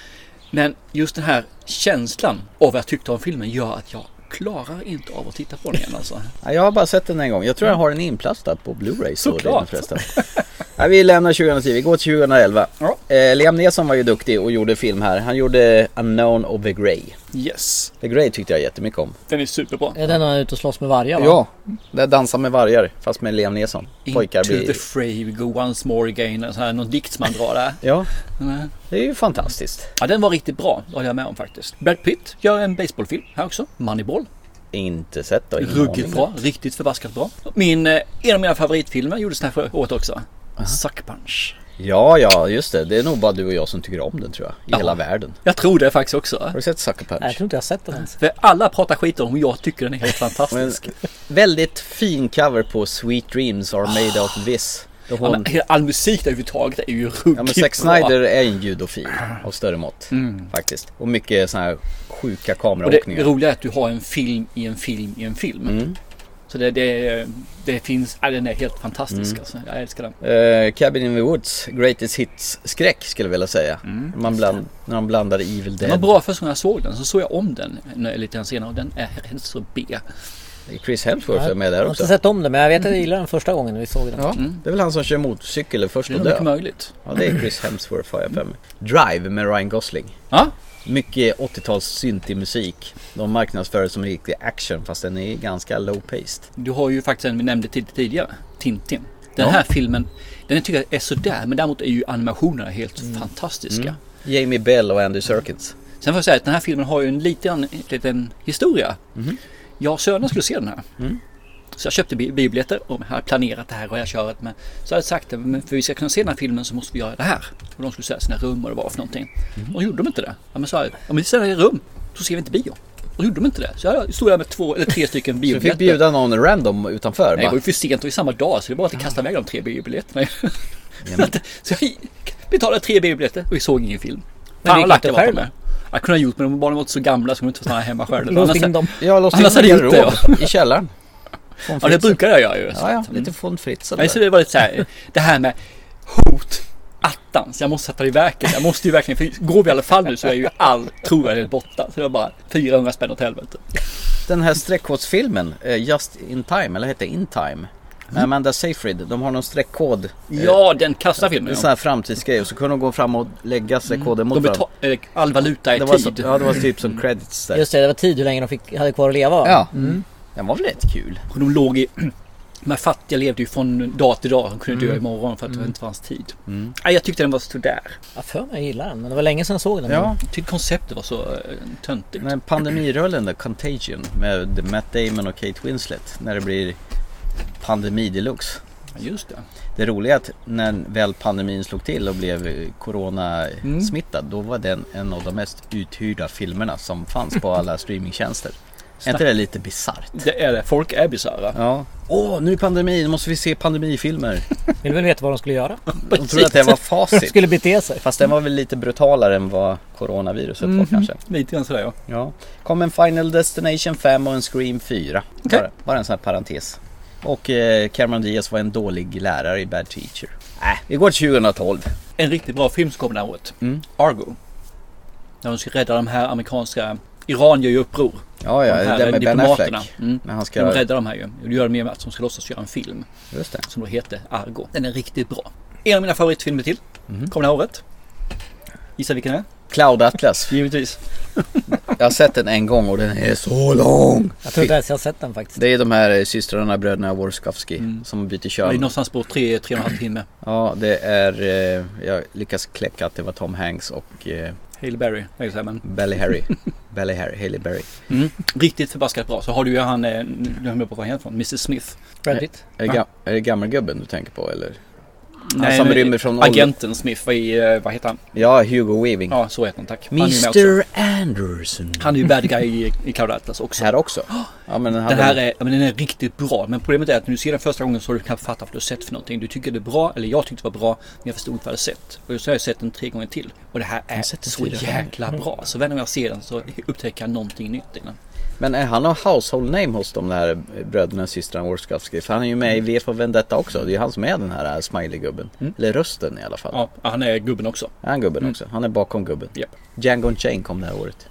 B: Men just den här känslan av vad jag tyckte om filmen gör att jag klarar inte av att titta på den igen alltså.
C: Ja, jag har bara sett den en gång. Jag tror jag har den inplastad på Blu-ray. står det
B: Såklart.
C: förresten. <laughs> Nej, vi lämnar 2010, vi går till 2011.
B: Ja.
C: Eh, Liam Neeson var ju duktig och gjorde film här. Han gjorde Unknown och The Grey.
B: Yes,
C: The Grey tyckte jag jättemycket om.
B: den är superbra.
D: Är den han är ute och slåss med vargar va?
C: där dansar med vargar fast med Liam Neeson. Pojkar
B: Into the
C: blir...
B: fray we go once more again. En sån här, någon dikt som han drar där.
C: Ja,
B: Mm.
C: det är ju fantastiskt.
B: Ja, den var riktigt bra. Det håller jag med om faktiskt. Brad Pitt gör en baseballfilm här också. Moneyball.
C: Inte sett då. ingen
B: Ruggigt
C: aning.
B: bra. Riktigt förbaskat bra. Min, eh, en av mina favoritfilmer gjordes det här för året också. Suck Punch.
C: Ja, ja, just det. Det är nog bara du och jag som tycker om den tror jag. I
B: Ja.
C: hela världen.
B: Jag tror det faktiskt också.
C: Har du sett Sucker Punch?
D: Nej, jag tror inte jag har sett den ens.
B: För alla pratar skit om den och jag tycker den är helt
C: Men,
B: fantastisk.
C: väldigt fin cover på Sweet Dreams Are Made Out of This. Då
B: Ja,
C: hon,
B: men, hela- all musik där överhuvudtaget är ju ruggigt
C: ja, men Zack
B: bra.
C: Snyder är en judofil av större mått faktiskt. Och mycket sådana här sjuka
B: Mm. Och det
C: kameraåkningar.
B: roliga är att du har en film i en film i en film.
C: Mm.
B: Så det, det, det finns, ja, den är helt fantastisk alltså. Jag älskar den.
C: Eh, Cabin in the Woods, Greatest Hits-skräck skulle jag vilja säga. Man bland, när de blandar Evil
B: Den var
C: Dead.
B: Mm. bra först när jag såg den, så såg jag om den när- lite senare och den är helt så B.
C: Chris Hemsworth är med
D: jag
C: där
D: har
C: också.
D: inte sett om den men jag vet att jag gillade den första gången vi såg den.
C: Ja, det är väl han som kör motorcykel först
B: Mm. Det är nog mycket
C: och dö.
B: möjligt.
C: Ja, det är Chris Hemsworth har jag för mig. Drive med Ryan Gosling.
B: Ja,
C: Mycket 80-tals syntig musik. De marknadsför det som riktig action fast den är ganska low-paced.
B: du har ju faktiskt en vi nämnde tid- tidigare, Tintin. Den
C: Ja.
B: här filmen, den tycker jag är sådär, men däremot är ju animationerna helt
C: Mm.
B: fantastiska.
C: Jamie Bell och Andy Serkis.
B: Sen får jag säga att den här filmen har ju en liten, liten historia.
C: Mhm.
B: Jag och sönerna skulle se den här.
C: Mm.
B: Så jag köpte bi- biobiljetter och hade planerat det här och jag körat med. Så hade jag sagt att men för vi ska kunna se den här filmen så måste vi göra det här. Och de skulle säga sina rum och det var för någonting.
C: Mhm.
B: Och gjorde de inte det. Ja men sa jag, ja men vi ser i rum. Så ser vi inte bio. Och gjorde de inte det. Så jag stod där med två eller tre stycken
C: Du fick
B: biobiljetter.
C: bjuda någon random utanför.
B: Nej, det var ju
C: Bara, Ah.
B: för sent och i samma dag så det var bara att kasta iväg de tre biobiljetterna. <laughs> Så att- så jag betalade tre biobiljetter och vi såg ingen film.
D: Men
B: Fan
D: vi
B: vad lack
D: gick
B: jag var
D: inte
B: på
D: själv.
B: mig. Jag kunde ha gjort men de barnen var inte så gamla så de kunde inte få stanna hemma själv.
D: Låste in dem.
C: jag låste
B: Annars
C: in
B: hade
C: min
B: jag gjort det,
C: garderob i källaren.
B: <laughs> Ja
C: Von
B: det
C: Fritzen.
B: brukar jag göra ju. så
C: Ja, ja,
B: att-
C: lite von Fritzen.
B: Nej,
C: där.
B: så det var lite så här, det här med hot, attans, jag måste sätta det i verket. Jag måste ju verkligen, för går vi i alla fall nu så är ju all trovärdighet borta. Så det var bara 400 spänn åt helvete.
C: Den här streckkodsfilmen, eh, Just In Time, eller heter In Time. Med Amanda Seyfried, de har någon streckkod. eh,
B: Mm. Ja, den kassa filmen.
C: En sån
B: Ja. Mm.
C: här framtidsgrej och så kunde de gå fram och lägga streckkoden
B: De
C: mot varandra.
B: betal, eh, all valuta i
C: Det var,
B: tid.
C: så, ja, det var typ som credits där.
D: Just det, det var tid hur länge de fick, hade kvar att leva va?
C: Ja.
B: Mm.
C: Den var väl rätt kul?
B: Och de låg i... <clears throat> De här fattiga levde ju från dag till dag. De kunde
C: Mm.
B: dö imorgon för att det inte fanns tid. Nej, jag tyckte den var sådär.
D: Jag för mig jag gillar den, men det var länge sedan jag såg den.
C: Ja.
B: Jag tyckte konceptet var så eh, töntigt.
C: Men pandemirullen då, Contagion med Matt Damon och Kate Winslet. När det blir pandemi deluxe.
B: Ja, Just det.
C: Det roliga är att när väl pandemin slog till och blev eh, coronasmittad då var den en av de mest uthyrda filmerna som fanns på alla streamingtjänster. Är inte det lite bisarrt?
B: Det är det. Folk är bisarra.
C: Ja. Åh, nu är pandemi, nu måste vi se pandemifilmer.
D: Vill väl veta vad de skulle göra?
C: De trodde att det var facit.
D: Skulle bete sig.
C: Fast den var väl lite brutalare än vad coronaviruset var kanske.
B: Lite grann sådär ja.
C: Ja. Kom en Final Destination 5 och en Scream 4.
B: Okej.
C: Bara, bara en sån här parentes. Och eh, Cameron Diaz var en dålig lärare i Bad Teacher. Äh, vi går till 2012.
B: En riktigt bra film som kom det här året.
C: Mm.
B: Argo. När de ska rädda de här amerikanska... Iran gör ju uppror.
C: Ja, ja,
B: de här eh,
C: den med Ben
B: diplomaterna.
C: Affleck.
B: Mm.
C: När han
B: De
C: ska...
B: räddar de här ju. Det gör de med att de ska låtsas göra en film.
C: Just det.
B: som då heter Argo. Den är riktigt bra. En av mina favoritfilmer till.
C: Mm.
B: Kom det här året. Gissa vilken det är?
C: Cloud Atlas.
B: Givetvis.
C: Jag har sett den en gång och den är så lång.
D: Jag tror inte ens jag har sett den faktiskt.
C: Det är de här eh, systrarna, bröderna Warskowski
B: Mm.
C: som byter
B: Det är
C: kön.
B: någonstans på tre, tre och en halv timme.
C: Ja, det är... Eh, jag lyckas kläcka att det var Tom Hanks och eh,
B: Hail Berry. jag vill säga, men-
C: Belly
B: <laughs>
C: Harry. Belly Harry, Haley Berry.
B: Mm. Riktigt förbaskat bra. Så har du ju han, eh, nu glömde jag på vad han heter från, Mr Smith.
D: Brad Pitt.
C: Är det, ga- är det gammelgubben du tänker på eller?
B: Nej,
C: som
B: nej,
C: rymmer från Mm.
B: Agenten Smith, vad, är, eh, vad heter han?
C: Ja, Hugo Weaving.
B: Ja, så heter han tack. Han är ju med också.
C: Mr Anderson.
B: Han är ju bad guy i, i Cloud Atlas också. <gasps>
C: Här också? Ja, men den,
B: Den här
C: är...
B: är, ja, men den är riktigt bra. Men problemet är att när du ser den första gången så har du knappt fattat vad du har sett för någonting. Du tycker det är bra, eller jag tyckte det var bra, men jag förstod inte vad jag hade sett. Och så har jag sett den tre gånger till. Och det här är
C: sett den
B: så
C: fyra
B: jäkla bra. Så varje gång jag ser den så upptäcker jag någonting nytt i den.
C: Men är han har household name hos de där eh, bröderna och systrarna Warskowski? För han är ju med i V för Vendetta också. Det är ju han som är den här eh, smiley-gubben. Eller rösten i alla fall.
B: Mm. Ja, han är gubben också.
C: Är han gubben också? Han är bakom gubben.
B: Japp.
C: Django and Chain kom det här
B: <clears throat>
C: året.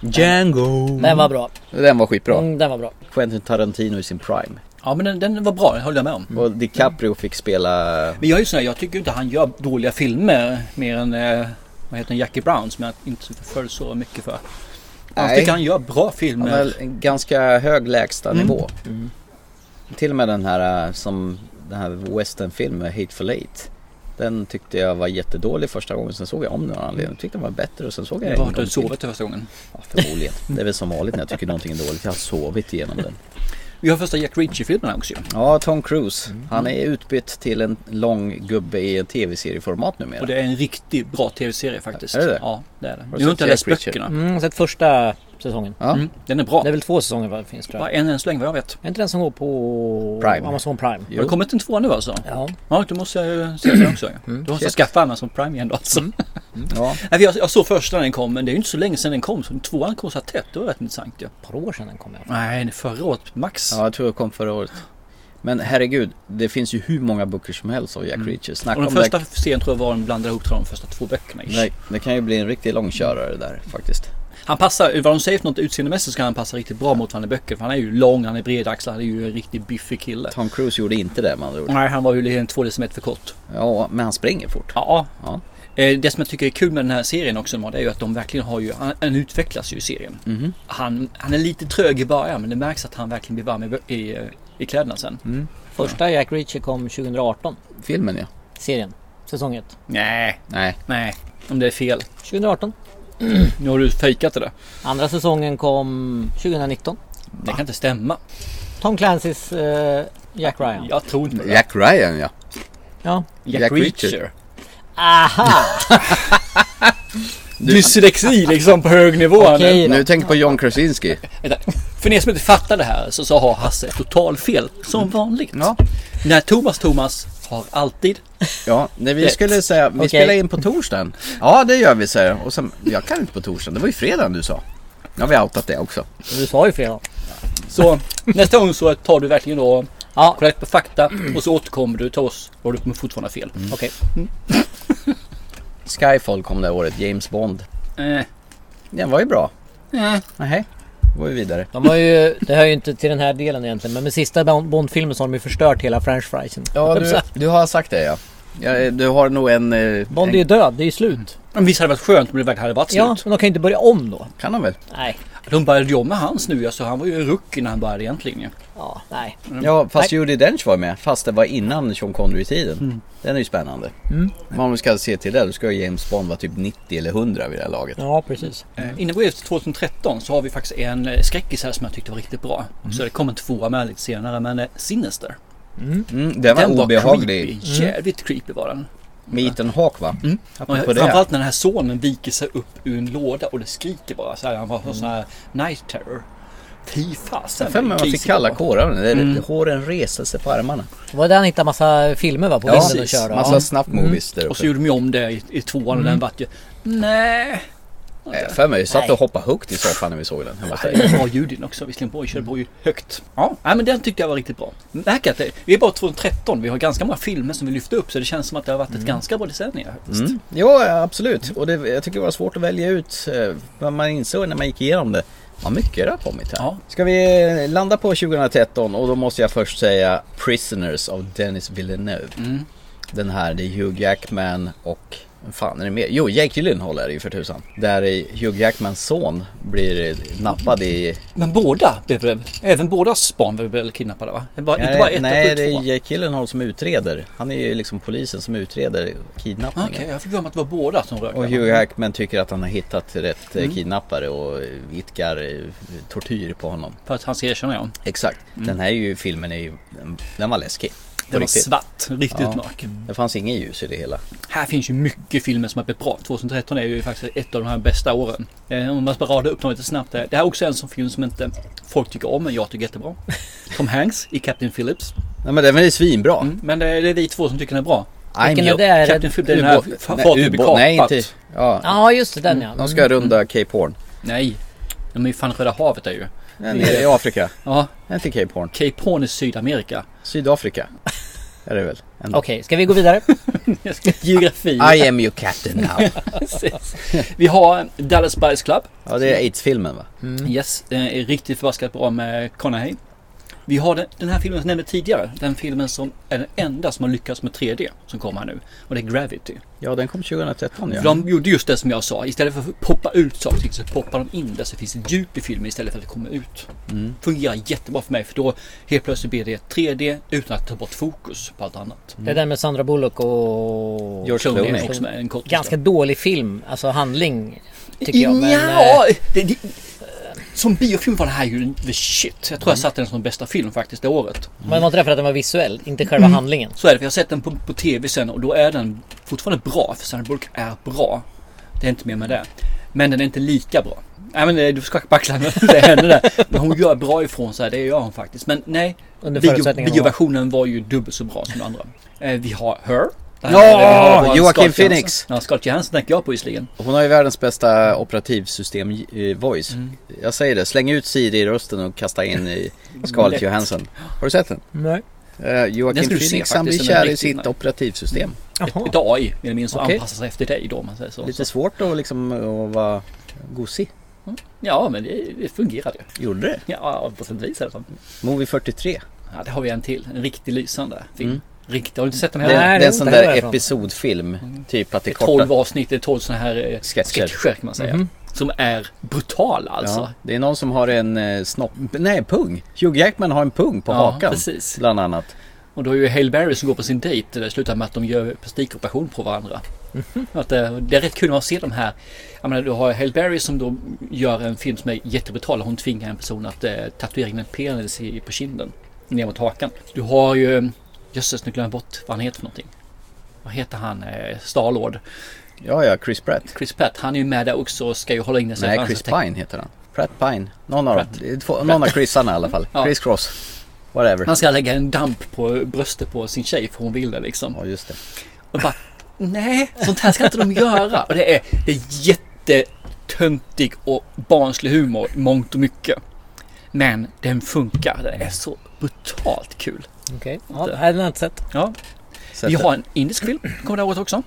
C: Django!
D: Den var bra.
C: Den var skitbra.
D: Mm, den var bra.
C: Quentin Tarantino i sin prime.
B: Ja, men den, den var bra, det håller jag med om.
C: Och DiCaprio fick spela...
B: Men jag är ju sån här, jag tycker ju inte han gör dåliga filmer mer än eh, vad heter den, Jackie Brown som jag inte föll så mycket för. Jag
C: Nej.
B: tycker han gör bra
C: Han
B: filmer.
C: har en ganska hög
B: Mm.
C: lägstanivå. Till och med den här eh, som den här westernfilmen Hateful Eight. Den tyckte jag var jättedålig första gången, sen såg jag om den av någon anledning. Tyckte den var bättre och sen såg jag
B: Jag
C: den
B: har
C: en gång
B: inte
C: till.
B: sovit första gången. Mm.
C: Ja, förmodligen. Det är väl som vanligt när jag tycker någonting är dåligt. Jag har sovit igenom den.
B: Vi har första Jack Reacher-filmen också ju.
C: Ja, Tom Cruise.
B: Mm.
C: Han är utbytt till en lång gubbe i en tv-serieformat numera.
B: Och det är en riktigt bra tv-serie faktiskt.
C: Är det det?
B: Ja, det är det.
C: du
B: Nu har inte
C: sett
B: jag läst
C: Jack Reacher?
B: böckerna.
D: Mm, sett första säsongen.
C: Ja.
B: Mm, den är bra.
D: Det är väl två säsonger vad det finns tror
B: Bara
D: jag.
B: en än så länge vad jag vet.
D: Är inte den som går på
C: Prime.
D: Amazon Prime?
B: Har det
C: Jo.
B: kommit en tvåa nu alltså?
D: Ja.
B: Ja, då måste jag ju se den också. ju. Du måste
C: Mm, shit. Mm.
B: skaffa Amazon Prime igen då alltså.
C: Ja.
B: Nej, för jag, jag såg första när den kom, men det är ju inte så länge sedan den kom. Så den tvåan kom så här tätt, det var rätt intressant ju.
D: Ett par år sedan den kom jag.
B: Nej, det är förra året max.
C: ja, jag tror jag kom förra året. Men herregud, det finns ju hur många böcker som helst av Jack Reacher. Snacka
B: Mm. och den
C: om
B: första
C: det.
B: serien tror jag var en blandade ihop de första två böckerna. ish.
C: Nej, det kan ju bli en riktig långkörare där faktiskt.
B: Han passar, vad de säger för något utseendemässigt ska han passa riktigt bra mot han i böcker. För han är ju lång, han är bredaxlad, han är ju en riktigt biffig kille.
C: Tom Cruise gjorde inte det med andra ord.
B: Nej, han var ju en två decimeter för kort.
C: Ja, men han springer fort.
B: Ja.
C: Ja.
B: Eh, Det som jag tycker är kul med den här serien också de har, det är ju att de verkligen har ju, han, han utvecklas ju i serien.
C: Mhm.
B: Han, han är lite trög i början men det märks att han verkligen blir varm i, bö- i, eh, i kläderna sen.
D: Första Jack Reacher kom 2018.
C: Filmen ja.
D: Serien. Säsong 1.
B: Nej,
C: Nej,
B: nej, om det är fel.
D: 2018.
B: Nu har du fejkat det där.
D: Andra säsongen kom 2019.
B: Det kan inte stämma.
D: Tom Clancys eh, Jack Ryan.
B: Jag tror inte på det.
C: Jack Ryan ja.
D: Ja.
B: Jack,
C: Jack
B: Reacher.
C: Reacher.
D: Aha!
B: Dyslexi liksom på hög nivå.
D: Okej.
C: Nu tänker jag på John Krasinski.
B: Vänta. För er som inte fattar det här så, så har Hasse total fel som vanligt.
C: Ja.
B: När Thomas Thomas har alltid
C: Ja, nej, vi
B: Rätt.
C: skulle säga, vi
D: Okej.
C: spelar in på torsdagen. <laughs> Ja, det gör vi säger jag. Och sen, jag kan inte på torsdagen, det var ju fredagen du sa. Nu har vi outat det också.
D: Du sa ju fredag.
B: Så nästa gång så tar du verkligen då
D: Ja,
B: korrekt på fakta och så återkommer du till oss och du kommer fortfarande ha fel.
D: okej.
C: Skyfall kom det året, James Bond.
B: Eh,
C: Den var ju bra.
B: eh.
C: Nej, då går vi vidare.
D: De har ju, det hör ju inte till den här delen egentligen, men med sista Bond- Bond-filmen så har de ju förstört hela french friesen.
C: Ja, du, du har sagt det ja. ja. Du har nog en... eh,
D: Bond är ju
C: en
D: död, det är ju slut.
B: Men visst hade det varit skönt om det verkligen hade varit slut.
D: Ja, men de kan ju inte börja om då.
C: kan han väl?
D: Nej.
B: De började ju om med hans nu alltså. Han var ju en rookie när han började egentligen ju.
D: Ja, nej.
C: Ja, fast Judi Dench var med. Fast det var innan Sean Connery-tiden. Den är ju spännande. Men om vi ska se till det, då ska ju James Bond vara typ 90 eller 100 vid det här laget.
D: Ja, precis.
B: Eh, Innan vi går över till 2013 så har vi faktiskt en eh, skräckis här som jag tyckte var riktigt bra. Så det kommer en tvåa med lite senare men eh, Sinister.
C: Mm, den Mm. var obehaglig.
B: creepy. Jävligt creepy var den.
C: Med Ethan Hawke va? Mm.
B: Och
C: Apropå det.
B: framförallt när den här sonen viker sig upp ur en låda och det skriker bara så här. Han
C: Mm.
B: var sån här night terror. Fy fasen.
C: Jag för mig man fick
B: Casey
C: kalla
B: var.
C: kårar. Det är Håren reser sig på armarna.
D: Det var där han hittade massa filmer va? På
C: Ja, Mm.
D: vinden och
C: precis.
D: köra.
C: Massa snabbmovies där
B: Och
C: uppe.
B: så gjorde de ju om det i, i tvåan och
C: Mm.
B: den vart ju... Nej.
C: Eh, För mig satt
D: Nej.
C: och hoppade högt i soffan när vi såg den. Alltså, Jag Mm. bara,
B: Det är bra ljud in också. Visserligen Borg körde på ju högt. Ja, nej, men den tyckte jag var riktigt bra. Märk att det, vi är bara 2013. Vi har ganska många filmer som vi lyfter upp. Så det känns som att det har varit ett ganska bra decennium. faktiskt.
C: Mm. Ja, absolut. Och det, jag tycker det var svårt att välja ut. eh, Vad man insåg när man gick igenom det. Vad mycket det har kommit här.
B: Ja.
C: Ska vi eh, landa på 2013 och då måste jag först säga Prisoners av Dennis Villeneuve.
B: Mm.
C: Den här, det är Hugh Jackman och vem fan är det mer? Jo, Jake Gyllenhaal är det ju för tusan. Där eh, Hugh Jackmans son blir eh, nappad i...
B: Men båda blev väl, även bådas barn blev väl kidnappade va? Det var, inte bara ett
C: nej,
B: och
C: det är
B: två.
C: Jake Gyllenhaal som utreder. Han är ju liksom polisen som utreder kidnappningen.
B: Ah, Okej, jag fick för mig att det var båda som rökte.
C: Och Hugh Jackman tycker att han har hittat rätt
B: Mm.
C: eh, kidnappare och eh, idkar eh, tortyr på honom.
B: För att han ska erkänna ja.
C: Exakt. Den här är ju, filmen är ju, den, den var läskig. På
B: Den var
C: riktigt.
B: svart, riktigt
C: Ja.
B: mörk.
C: Det fanns ingen ljus i det hela.
B: Här finns ju mycket filmer som har blivit bra. 2013 är ju faktiskt ett av de här bästa åren. Eh, om man ska rada upp dem lite snabbt. Här. Det här är också en sån film som inte folk tycker om, men jag tycker jättebra. Tom Hanks i Captain Phillips.
C: Nej men den är ju svinbra.
B: Mm, men det är, det är vi två som tycker den är bra.
C: I'm
D: Vilken
C: your-
D: är det? Är
B: Captain
D: det...
B: Phillips, det är den här
C: Ubåt-
B: fa-
C: nej,
B: fartyget blir
C: ubåt- Nej
B: kapat.
C: inte... Ja,
D: Ja, just det, den ja. Mm.
C: de ska runda Cape Horn.
B: Nej, de är ju fan Röda havet där ju.
C: Den
B: Mm.
C: är i Afrika.
B: Ja,
C: Inte Cape Horn.
B: Cape Horn i Sydamerika. <laughs>
C: Sydafrika. Är det väl?
D: Mm.
C: Ändå.
D: Okej, ska vi gå <laughs> vidare?
B: Geografi.
C: I am your captain now.
B: <laughs> Precis. Vi har Dallas Buyers Club. <laughs>
C: ja det är AIDS-filmen va?
D: Mm.
B: Yes, den är riktigt förbaskat bra med Conahay. Vi har den, den här filmen som jag nämnde tidigare. Den filmen som är den enda som har lyckats med 3D som kommer här nu. Och det är Gravity.
C: Ja den kom 2013
B: För
C: ja.
B: de gjorde just det som jag sa. Istället för att poppa ut saker och ting så poppar de in där så det finns ett djup i filmen istället för att det kommer ut.
C: Mm.
B: Fungerar jättebra för mig för då helt plötsligt blir det 3D utan att ta bort fokus på allt annat.
D: Det är den med Sandra Bullock och...
C: Mm. George
B: Clooney
C: Clooney.
B: är också med en kort
D: Ganska dålig film, alltså handling. Tycker
B: Ja,
D: jag. Men, eh,
B: det, det, som biofilm var det här ju the shit.
C: Mm.
B: Jag tror jag satte den som bästa film faktiskt det året.
D: Men var inte det för att den var visuell? Inte själva handlingen?
B: Så är det, för jag har sett den på, på tv sen och då är den fortfarande bra. För Sandra Bullock är bra. Det är inte mer med det. Men den är inte lika bra. Nej men eh, du skakar på axlarna, <laughs> det händer där. Men hon gör bra ifrån sig, det gör hon faktiskt. Men nej,
D: Under
B: bio-
D: förutsättningen var...
B: bioversionen var ju dubbelt så bra som den andra. Eh, vi har Her. Där
C: Ja,
B: har vi vår
C: Joaquin
B: Scarlett
C: Phoenix.
B: Johansson. Ja, Scarlett Johansson tänker jag på visserligen.
C: Hon har ju världens bästa operativsystem-voice.
B: Mm.
C: Jag säger det, släng ut Siri i rösten och kasta in i
B: <laughs>
C: Scarlett
B: Lätt.
C: Johansson. Har du sett den?
D: Nej.
C: Eh, Joakim
B: Den ska du se
C: Phoenix, han blir
B: faktiskt, den är
C: kär i
B: riktigt
C: sitt
B: nice. Mm.
C: operativsystem.
D: Jaha.
B: Ett AI, mer eller mindre, som
C: Okej.
B: anpassar sig efter dig då om man säger så.
C: Lite svårt att liksom att vara gosig.
B: Ja, men det, det fungerar ju.
C: Gjorde det?
B: Ja, på sätt och vis i alla fall.
C: Movie 43.
B: Ja, det har vi en till. En riktig lysande film.
C: Mm.
B: Riktigt, har du inte sett den
C: Det,
B: här?
D: Nej,
C: det är
D: det är
C: en sån
D: inte heller
C: där
D: därifrån.
C: episodfilm. Typ att det är korta
B: 12 avsnitt, Mm. det är 12 sådana här eh,
C: sketcher.
B: sketcher kan man säga.
D: Mhm.
B: Som är brutala alltså.
C: Ja, det är någon som har en eh, snopp... Nej, pung! Hugh Jackman har en pung på
B: Ja,
C: hakan.
B: precis.
C: Bland annat.
B: Och då är ju Hail Berry som går på sin dejt där det slutar med att de gör plastikoperation på varandra. Att eh, det, det är rätt kul att se de här. Jag menar, du har Hail Berry som då gör en film som är jättebetal. Hon tvingar en person att eh, tatuera in en penis i- på kinden. Ner mot hakan. Du har ju... eh, Jösses, nu glömmer jag bort vad han heter för någonting. Vad heter han? Eh, Starlord.
C: Ja, ja, Chris Pratt.
B: Chris Pratt, han är ju med där också och ska ju hålla inne sig.
C: Nej,
B: för
C: Chris
B: annars-
C: Pine heter han. Pratt Pine. Någon av, dem.
B: Pratt.
C: Det är två- någon av Chrisarna i alla fall.
B: <laughs> Ja.
C: Chris Cross. Whatever.
B: Han ska lägga en damp på bröstet på sin tjej för hon vill det liksom.
C: Ja, just det.
B: Och bara, nej, sånt här ska inte de göra. Och det är, det är jättetöntig och barnslig humor, i mångt och mycket. Men den funkar, det är så brutalt kul.
D: Okej. Ja, det hade jag inte sett.
B: Ja,
C: Så
B: vi
C: att-
B: har en indisk film, kommer det här året också.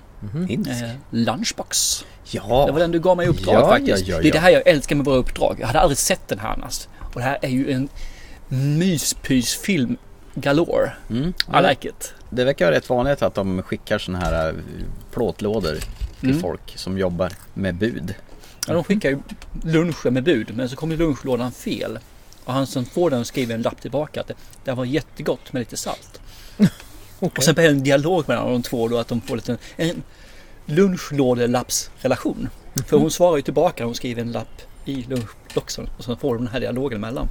C: Indisk.
B: Eh, Lunchbox. Det var
C: Ja,
B: den du gav mig i uppdrag
C: Ja,
B: faktiskt.
C: ja, ja,
B: Det är
C: ja.
B: det här jag älskar med våra uppdrag. Jag hade aldrig sett den här annars. Och det här är ju en myspysfilm galore.
C: Mm.
B: I like it.
C: det verkar vara rätt vanligt att de skickar sådana här eh, plåtlådor till
B: Mm.
C: folk som jobbar med bud.
B: Ja, de skickar ju lunchen med bud men så kommer lunchlådan fel. Och han som får den skriver en lapp tillbaka att det, det här var jättegott med lite salt. Och sen blir det en dialog mellan de två då att de får lite, en lunchlådelappsrelation. För hon svarar ju tillbaka, hon skriver en lapp i lunchboxen och sen får de den här dialogen emellan.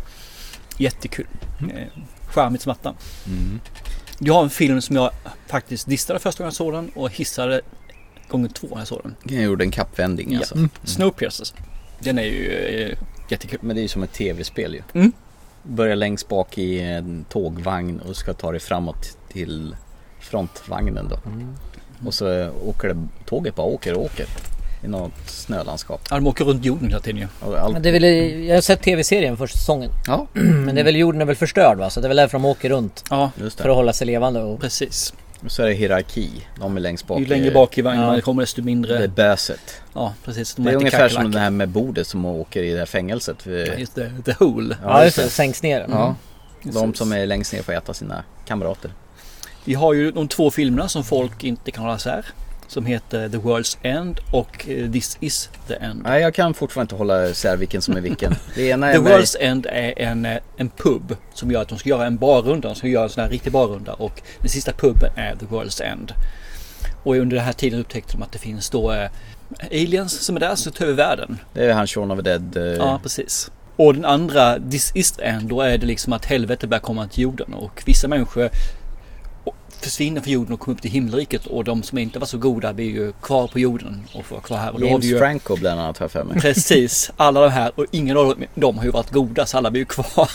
B: Jättekul. Eh, charmigt som attan. Mm. Jag har en film som jag faktiskt distade första gången jag såg den och hissade gånger två när jag såg den.
C: Jag gjorde en kappvändning
B: Ja.
C: alltså.
B: Snowpiercer. Den är ju eh, jättekul.
C: Men det är ju som ett tv-spel ju.
B: Mm.
C: Börjar längst bak i en tågvagn och ska ta dig framåt till frontvagnen då. Och så åker det, tåget bara åker och åker. I något snölandskap.
B: Ja, de åker runt jorden hela tiden ju.
C: Och allt-
D: Men det är väl, jag har sett tv-serien första säsongen. <clears throat>
C: Ja,
D: Men det är väl, jorden är väl förstörd va? Så det är väl därför de åker runt.
B: Ja,
C: just
D: För
C: det.
D: att hålla sig levande och...
B: precis.
C: Och så är det hierarki. De är längst bak.
B: Ju
C: i-
B: längre bak i vagnen
D: ja.
B: man kommer desto
C: Det är
B: mindre.
C: böset.
B: Ja, precis. De
C: Det är
B: äter
C: ungefär
B: kackerlackor.
C: som det här med bordet som åker i det här fängelset.
B: Ja, Just det, The Hole.
D: Ja just det, sänks ner. Mm.
C: Ja, de
B: Precis.
C: som är längst ner får äta sina kamrater.
B: Vi har ju de två filmerna som folk inte kan hålla isär. Som heter The World's End och eh, This Is The End.
C: Nej, jag kan fortfarande inte hålla isär vilken som
B: <laughs>
C: är vilken. Det ena är
B: The
C: med...
B: World's End är en, eh, en pub som gör att de ska göra en barrunda. De ska göra en sån här riktig barrunda och den sista puben är The World's End. Och under den här tiden upptäckte de att det finns då eh, aliens som är där som tar över världen.
C: Det är han Shaun of the Dead. eh,
B: Ja, precis. Och den andra, This is the end, då är det liksom att helvetet börjar komma till jorden och vissa människor försvinner från jorden och kommer upp till himmelriket och de som inte var så goda blir ju kvar på jorden och får vara kvar här. Och då har vi
C: James
B: ju
C: Franco bland annat har jag
B: <laughs>
C: för mig.
B: precis alla de här och ingen av dem har ju varit goda så alla blir ju kvar.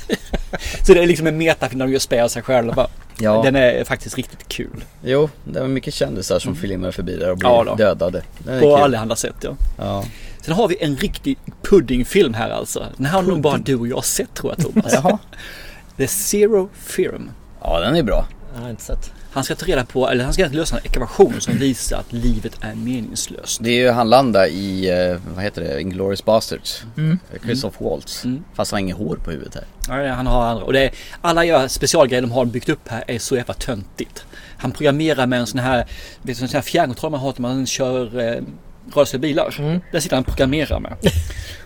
B: <laughs> så det är liksom en metafilm där de ju spär sig själva.
C: Ja,
B: Den är faktiskt riktigt kul.
C: jo, det var mycket kändisar som filmar förbi där och blir
B: Mm. Ja då.
C: dödade. Den är
B: På
C: kul.
B: allehanda sätt ja.
C: Ja.
B: Sen har vi en riktig puddingfilm här alltså. Den här har nog bara du och jag sett tror jag Thomas.
C: Jaha.
B: <laughs> The Zero Firm.
C: ja, den är bra.
D: Jag har inte sett.
B: Han ska ta reda på, eller han ska lösa en ekvation som visar att livet är meningslöst.
C: Det är ju han landar i, eh, vad heter det, Inglourious Basterds.
B: Mm.
C: Christoph Waltz. Fast han har inget hår på huvudet här.
B: Ja, han har andra. Och det är, alla gör specialgrejer de har byggt upp här är så jävla töntigt. Han programmerar med en sån här, vet du, en sån här fjärrkontroll man har när man kör eh, rörelsebilar. bilar. Där sitter han och programmerar med.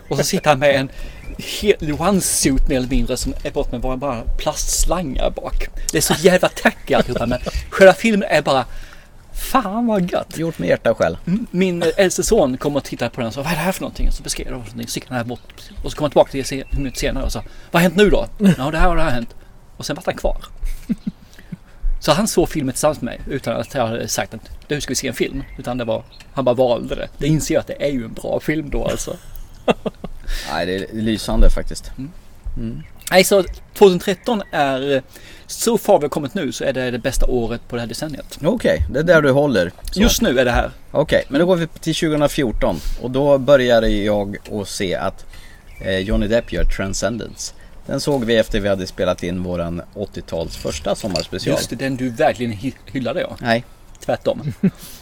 B: Och så sitter han med en hel one-suit mer eller mindre som är bort med bara, bara plastslangar bak. Det är så jävla tacky alltihopa men själva filmen är bara Fan vad gött!
C: Gjort med hjärta och själ.
B: Mm. Min äldste son kom och tittade på den och sa Vad är det här för någonting? Och så beskrev jag någonting. Så gick han här bort. Och så kom han tillbaka till en minut senare och sa Vad har hänt nu <laughs> då? Ja det här och det här har hänt. Och sen var han kvar. Så han såg filmen tillsammans med mig utan att jag hade sagt att nu ska vi se en film. Utan det var, han bara valde det. Det inser jag att det är ju en bra film då alltså.
C: Nej, det är lysande faktiskt.
B: Mm. Nej, så 2013 är, så far vi har kommit nu så är det det bästa året på det här decenniet.
C: Okej, det är där du håller. Så.
B: Just nu är det här.
C: Okej, men då går vi till 2014 och då började jag att se att eh, Johnny Depp gör Transcendence. Den såg vi efter vi hade spelat in våran 80-tals första sommarspecial.
B: Just det, den du verkligen hy- hyllade ja.
C: Nej,
B: Tvärtom.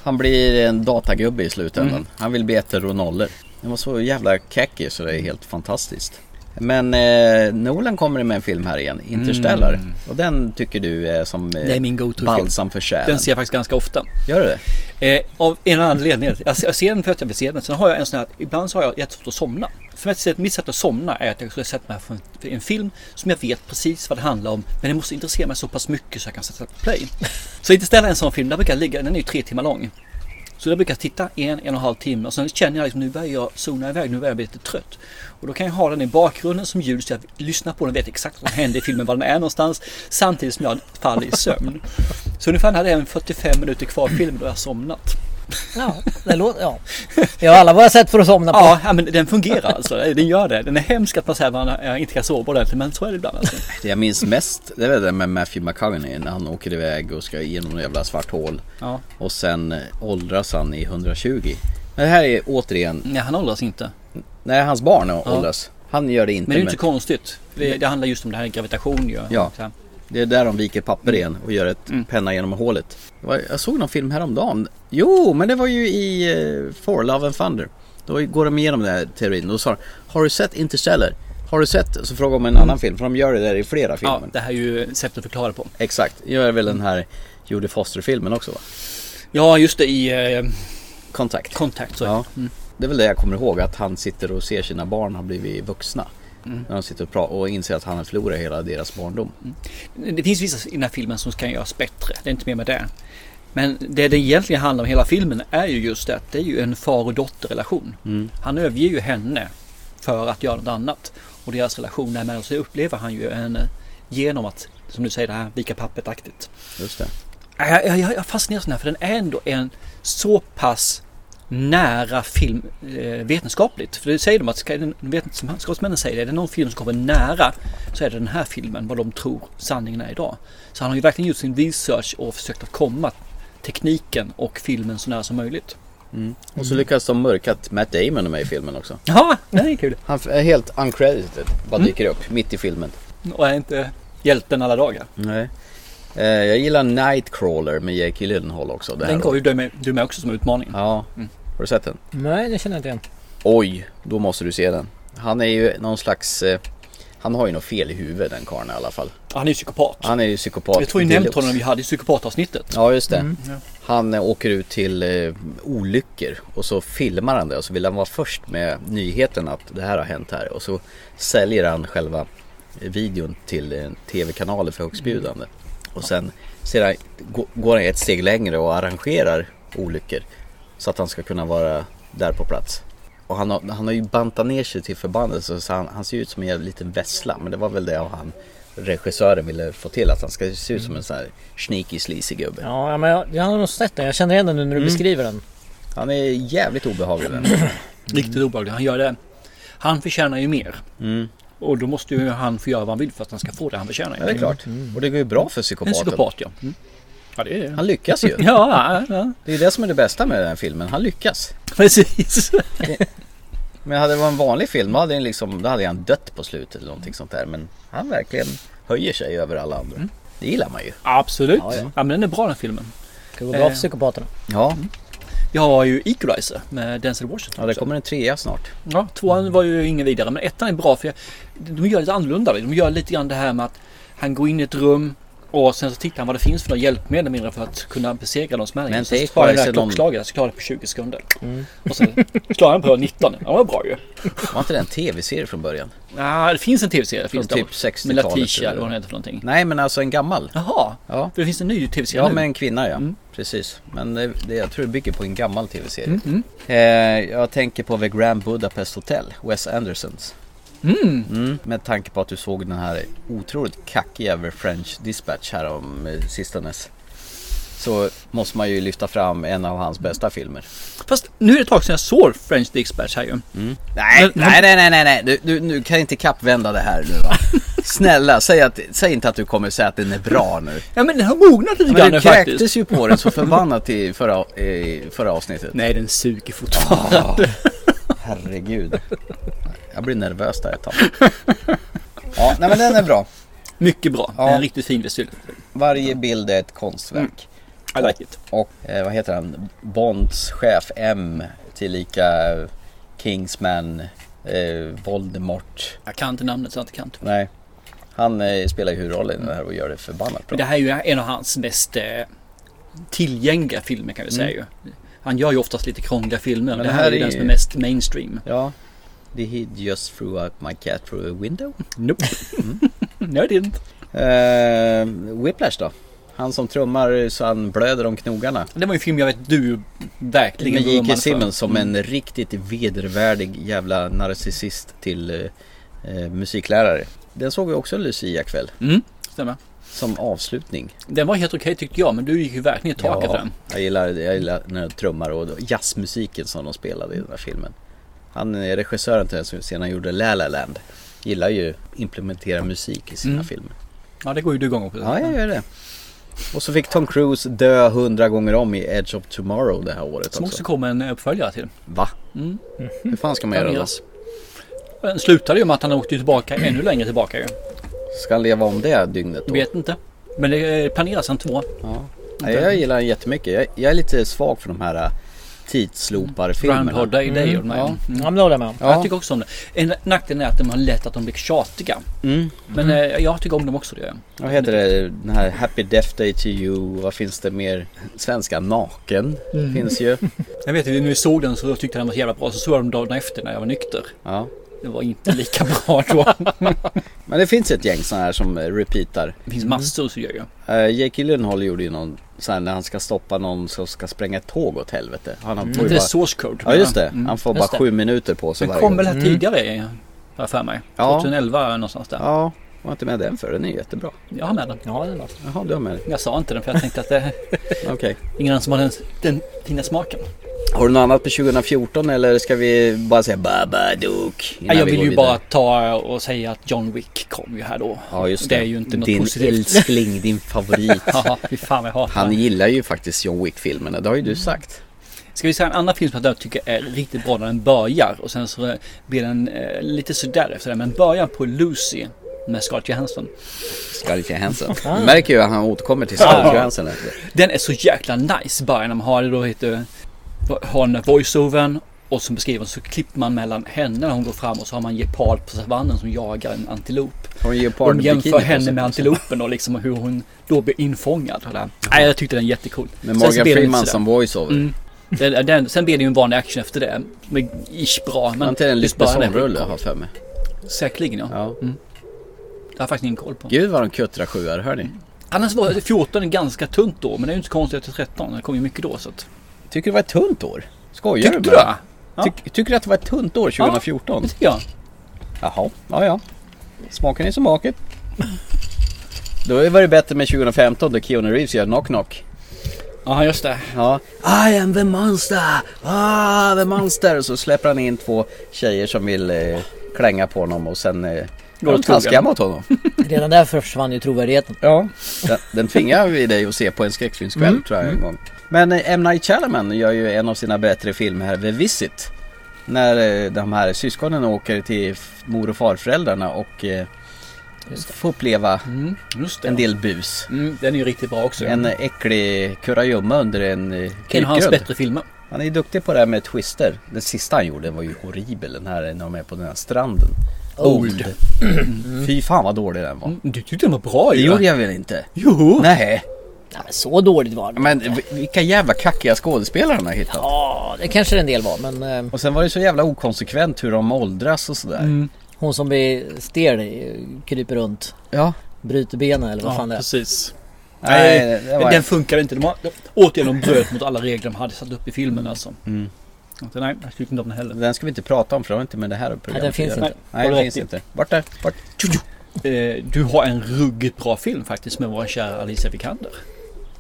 C: han blir en datagubbe i slutändan.
B: Mm.
C: Han vill bli ettor och nollor. Den var så jävla cacky så det är helt fantastiskt. Men eh, Nolan kommer med en film här igen, Interstellar. Och den tycker du är som eh,
B: Mm. Det är min go-to-film.
C: balsam för själen.
B: Den ser jag faktiskt ganska ofta.
C: Gör du det?
B: Eh, av en anledning. Jag ser, jag ser den för att jag vill se den. Sen har jag en sån här, ibland så har jag jättesvårt att somna. För mig, sätt- mitt sätt att somna är att jag skulle sätta mig för en, för en film som jag vet precis vad det handlar om. Men det måste intressera mig så pass mycket så jag kan sätta på play. Så inte ställa en sån film, där brukar jag ligga, den är ju tre timmar lång. Så där brukar jag titta en, en och en halv timme och sen känner jag liksom nu börjar jag zona iväg, nu börjar jag bli lite trött. Och då kan jag ha den i bakgrunden som ljud så jag lyssnar på den och vet exakt vad som händer i filmen, var den är någonstans. Samtidigt som jag faller i sömn. Så ungefär hade jag en 45 minuter kvar i filmen då jag har somnat.
D: Ja, det låter... <laughs> Ja. Vi har alla våra sätt för att somna på.
B: Ja, ja, men den fungerar alltså. Den gör det. Den är hemsk att man säger att man eh, inte kan sova ordentligt men så är det ibland alltså.
C: Det jag minns mest, det är väl det med Matthew McConaughey när han åker iväg och ska genom något jävla svart hål.
B: Ja.
C: Och sen eh, åldras han i 120. Men det här är återigen,
B: Nej, han åldras inte.
C: nej hans barn åldras. Han gör det inte.
B: Men det är ju inte så konstigt. Det, det handlar just om det här gravitation ju.
C: Ja.
B: Så här.
C: det är där de viker papper igen och gör ett penna genom hålet. Det var- Jag såg någon film häromdagen. Jo, men det var ju i eh, For Love and Thunder. Då går de igenom den här teorin. Då sa de, har du sett Interstellar? Har du sett? Så frågar de om en annan film, för de gör det där i flera filmer.
B: ja, det här är ju sättet att förklara på.
C: Exakt, gör väl den här Jodie Foster-filmen också va?
B: Ja, just det i eh, Mm.
C: Kontakt.
B: kontakt så.
C: Ja. Det är väl det jag kommer ihåg, att han sitter och ser sina barn ha blivit vuxna. När de sitter och, pra- och inser att han har förlorat hela deras barndom.
B: Det finns vissa i den här filmen som kan göras bättre. Det är inte mer med det. Men det det egentligen handlar om hela filmen är ju just det att det är ju en far och dotterrelation. Han överger ju henne för att göra något annat. Och deras relation däremellan så upplever han ju henne genom att, som du säger, det här vika pappet-aktigt.
C: Just det.
B: Jag, jag, jag fastnar sån här för den är ändå en så pass nära film eh, vetenskapligt. För det säger de att ska den- vetenskapsmännen säger det. Är det någon film som kommer nära så är det den här filmen vad de tror sanningen är idag. Så han har ju verkligen gjort sin research och försökt att komma tekniken och filmen så nära som möjligt.
C: Och så lyckas de mörka att Matt Damon är med i filmen också.
B: Ja, det är kul.
C: Han f- är helt uncredited, bara dyker upp mitt i filmen.
B: Och är inte hjälten alla dagar.
C: Nej. Eh, jag gillar Nightcrawler med Jake Gyllenhaal också. Det här
B: Den går ju Mm.
C: året.
B: du med, du med också som utmaning.
C: Ja, har du sett den?
D: Nej, det känner jag inte igen.
C: Oj, då måste du se den. Han är ju någon slags... Eh, han har ju något fel i huvudet den karln i alla fall.
B: Han är ju psykopat.
C: Han är ju psykopat.
B: Jag tror jag
C: deluxe.
B: nämnde honom när vi hade i Mm. psykopatavsnittet.
C: Ja just det.
B: Ja.
C: Han eh, åker ut till eh, olyckor och så filmar han det och så vill han vara först med nyheten att det här har hänt här och så säljer han själva videon till eh, tv-kanaler för högstbjudande. Och sen sedan gå- går han ett steg längre och arrangerar olyckor så att han ska kunna vara där på plats. Och han har, han har ju bantat ner sig till förbannelse så han, han ser ut som en jävla liten vessla men det var väl det han regissören ville få till att han ska se ut som en sån här sneaky sleazy gubbe.
D: Ja, ja, men jag, jag har nog sett den. Jag känner igen den nu när du beskriver den.
C: Han är jävligt obehaglig den.
B: Riktigt obehaglig. Han gör det. Han förtjänar ju mer. Och då måste ju han få göra vad han vill för att han ska få det han förtjänar.
C: Mm. Ja, det är klart. Och det går ju bra för
B: Mm. En
C: psykopaten.
B: psykopat ja. Mm. Ja det är det.
C: Han lyckas ju.
B: Ja, ja, ja.
C: Det är ju det som är det bästa med den här filmen. Han lyckas.
B: precis.
C: Men hade det varit en vanlig film då hade, den liksom, då hade han dött på slutet eller någonting sånt där. Men han verkligen höjer sig över alla andra.
B: Mm.
C: Det gillar man ju.
B: Absolut. Ja,
C: Ja, ja.
B: men den är bra den filmen.
D: Det går bra
B: Eh.
D: för psykopaterna.
C: Ja,
B: Vi har ju Equalizer med Denzel Washington.
C: ja det
B: också.
C: kommer en trea snart.
B: ja, tvåan var ju ingen vidare men ettan är bra för jag, de gör lite annorlunda. De gör lite grann det här med att han går in i ett rum Och sen så tittar han vad det finns för några hjälpmedel mindre för att kunna besegra de smärgen.
C: Men
B: så
C: tänk
B: sparar
C: bara
B: jag det här
C: sig de-
B: klockslaget, så klarar jag det på 20 sekunder. Och sen klarar han på 19. Ja, det var bra ju.
C: Var inte det en tv-serie från början?
B: <laughs> Ja, det finns en tv-serie. det finns
C: Från
B: det.
C: typ
B: Med
C: 60-talet
B: Latisha
C: eller-
B: eller vad hon heter för någonting.
C: Nej men alltså en gammal.
B: Jaha,
C: Ja.
B: för det finns en ny tv-serie
C: Ja
B: nu.
C: med en kvinna ja,
B: Mm.
C: precis. Men det, det, jag tror det bygger på en gammal
B: Mm,
C: tv-serie. Eh, jag tänker på The Grand Budapest Hotel, Wes Andersons. Mm, med tanke på att du såg den här otroligt kackiga The French Dispatch här om eh, sistanes. Så måste man ju lyfta fram en av hans bästa filmer.
B: Fast nu är det ett tag sedan jag såg French Dispatch här ju.
C: Nej,
B: Men-
C: nej, nej, nej, nej, nej. Du, du, nu kan inte kappvända det här
B: <laughs>
C: nu va. Snälla, säg, att, säg inte att du kommer säga att den är bra nu.
B: Ja men den har mognat lite grann
C: Men
B: nu
C: du
B: faktiskt.
C: kräktes ju på den så förbannat i förra, i förra avsnittet.
B: Nej den suger <laughs> fortfarande.
C: Herregud. Jag blir nervös där ett <laughs> tag. Ja, nej men den är bra.
B: Mycket bra.
C: Ja.
B: Det är En riktigt fin visyl.
C: Varje bild är ett konstverk.
B: I like it.
C: Och eh, vad heter han? Bonds chef M, tillika Kingsman, eh, Voldemort.
B: Jag kan inte namnet så jag inte kan. tyvärr.
C: Nej, han eh, spelar ju huvudrollen i den här och gör det förbannat
B: Men
C: bra.
B: det här är ju en av hans mest eh, tillgängliga filmer kan vi säga ju. Han gör ju oftast lite krångliga filmer. Mm. Men det här, är ju den som är mest mainstream.
C: Ja. Did he just threw out my cat through a window?
B: <laughs> Nope. Mm. no it didn't.
C: Eh, Whiplash då? Han som trummar så han blöder om knogarna.
B: Det var ju en film jag vet du verkligen
C: Med J.K.
B: vurmade för. Mm.
C: Simmons som en riktigt vedervärdig jävla narcissist till eh, eh, musiklärare. Den såg vi också Lucia kväll
B: Mm, stämmer.
C: som avslutning.
B: Den var helt okej tyckte jag men du gick ju verkligen i taket för den.
C: jag gillar, jag gillar när de trummar och jazzmusiken som de spelade i den här filmen. Han är regissören till den som senare gjorde La La Land. Gillar ju implementera musik i sina
B: Mm.
C: filmer.
B: Ja det går ju du igång på.
C: Ja, jag gör det. Och så fick Tom Cruise dö hundra gånger om i Edge of Tomorrow det här året
B: Som
C: också.
B: också kom en uppföljare till.
C: Va?
B: Mm.
C: Hur fan ska man göra då?
B: Andreas. Den slutade ju med att han åkte tillbaka ännu längre tillbaka ju.
C: Ska han leva om det dygnet då?
B: Vet inte. Men det eh, planeras en två.
C: Ja. Nej, jag gillar den jättemycket. Jag, jag är lite svag för de här äh, tidsloopar-filmerna.
B: Groundhog Day Day och de här.
C: Ja.
D: Ja men det håller jag med om.
B: Ja. Jag
C: Ja.
B: tycker också om det. En nackdel är att de har lätt att de blir tjatiga.
C: Mm.
B: Men eh, jag tycker om dem också det gör jag.
C: Vad heter det? Den här Happy Death Day to you. Vad finns det mer? Svenska Naken
B: Mm.
C: finns ju.
B: Jag vet ju när vi såg den så tyckte jag den var så jävla bra. Så såg jag den dagen efter när jag var nykter.
C: Ja.
B: Det var inte <laughs> lika bra då.
C: Men det finns ett gäng sådana här som eh, repeatar.
B: Det finns massor som gör ju.
C: Uh, Jake Gyllenhaal gjorde ju någon sån här när han ska stoppa någon som ska spränga ett tåg åt helvete. Han har får ju
B: Mm. Det är
C: bara,
B: source code.
C: ja just det.
B: Mm.
C: Han får
D: just
C: bara
D: det.
C: sju minuter på sig
B: Den
C: varje
B: kom
C: gång.
B: väl här tidigare har jag för mig.
C: Ja.
B: 2011 någonstans där.
C: Ja, var inte med den för Den är jättebra.
B: Jag har med den.
D: Ja, det är något.
C: Jaha, du har med den.
B: Jag sa inte den för jag tänkte att det
C: Okej.
B: ingen annan som har den, den fina smaken.
C: Har du något annat på 2014 eller ska vi bara säga Babadook? innan
B: Nej, jag
C: vi
B: vill
C: går
B: ju
C: vidare?
B: bara ta och säga att John Wick kom ju här då. <laughs>
C: Ja just det.
B: det är ju inte något
C: din
B: positivt.
C: älskling,
B: <laughs>
C: din favorit.
B: Haha, fy fan vad jag hatar
C: Han
B: den.
C: gillar ju faktiskt John Wick-filmerna, det har ju du sagt.
B: Ska vi säga en annan film som jag tycker är riktigt bra när den börjar och sen så eh, blir den eh, lite sådär efter det. Men början på Lucy med Scarlett Johansson.
C: Scarlett Johansson.
B: Ah.
C: Du märker ju att han återkommer till Scarlett Johansson. efter.
B: Den är så jäkla nice början när man har det då heter har den där voiceovern och som beskriver så klipper man mellan henne när hon går fram och så har man Gepard på savannen som jagar en antilop.
C: Har en
B: De
C: leopardbikini
B: jämför
C: på
B: henne
C: sig.
B: med antilopen och liksom hur hon då blir infångad. Och där. Nej, jag tyckte den är jättecool.
C: Med
B: Sen så
C: Morgan
B: blir den
C: Freeman
B: inte
C: som voiceover.
B: Mm. sådär. Den, den, sen blir det ju en vanlig action efter det. Med ish bra.
C: Var
B: Men
C: inte det en
B: just bara Mm. den-
C: Lyckbesson-rulle har jag för mig?
B: Säkerligen ja.
C: Ja.
B: Det har jag faktiskt ingen koll på.
C: Gud vad de kuttrar sjuar, hör ni?
B: Annars var 14 ganska tunt då. Men det är ju inte så konstigt efter 13. Det kom ju mycket då. Så att...
C: Tycker du det var ett tunt år? Skojar
B: Tyckte
C: du
B: du
C: med
B: det?
C: mig? Tyck- Tycker du att det var ett tunt år 2014?
B: Det tycker jag.
C: Jaha, ja ja. Smaken är som maken. <laughs> Då var det bättre med 2015 då Keanu Reeves gör Knock Knock.
B: Ja just det.
C: Ja. I am the monster! Ah, the monster! Och så släpper han in två tjejer som vill eh, klänga på honom och sen eh,
B: Går
C: går de
B: åt skogen.
C: taskiga mot honom.
D: Redan där försvann ju trovärdigheten.
C: Ja. Den, den tvingar vi dig att se på en skräckfilmskväll tror jag en gång. Men eh, M. Night Shyamalan gör ju en av sina bättre filmer här, The Visit. När eh, de här syskonen åker till f- mor och farföräldrarna och eh, får uppleva
B: Mm, just det.
C: en del bus.
B: Mm, den är ju riktigt bra också.
C: En äcklig kurragömma under en eh,
B: en av hans
C: krukgrund.
B: bättre filmer.
C: Han är ju duktig på det här med twister. Den sista han gjorde var ju horribel. Den här när de är på den här stranden. Old. <clears throat> Fy fan vad dålig den var.
B: Mm, Du tyckte den var bra
C: Det
B: ju.
C: gjorde
B: va?
C: jag väl inte?
B: Jo!
C: Nej,
D: Nej, men så dåligt var det
C: men vi- vilka jävla kackiga skådespelare de har hittat.
D: Ja, det kanske en del var. Men eh,
C: Och sen var det så jävla okonsekvent hur de åldras och sådär.
B: Mm.
D: hon som blir stel eh, kryper runt.
C: Ja.
D: Bryter benen eller vad
B: Ja,
D: fan det är.
B: precis.
C: Nej,
B: Nej,
C: det var-
B: den funkade inte. De har, de, återigen, de bröt mot alla regler de hade satt upp i filmen alltså.
C: Mm.
B: Att, Nej, jag tyckte inte om den heller.
C: Den ska vi inte prata om för det har inte med det här programmet
D: Nej, den finns
C: att göra.
D: inte.
C: Nej,
B: Har
C: den
B: du
C: finns
B: rätt i.
C: inte. Vart är, vart?
B: Eh, du har en ruggigt bra film faktiskt med vår kära Alicia Vikander.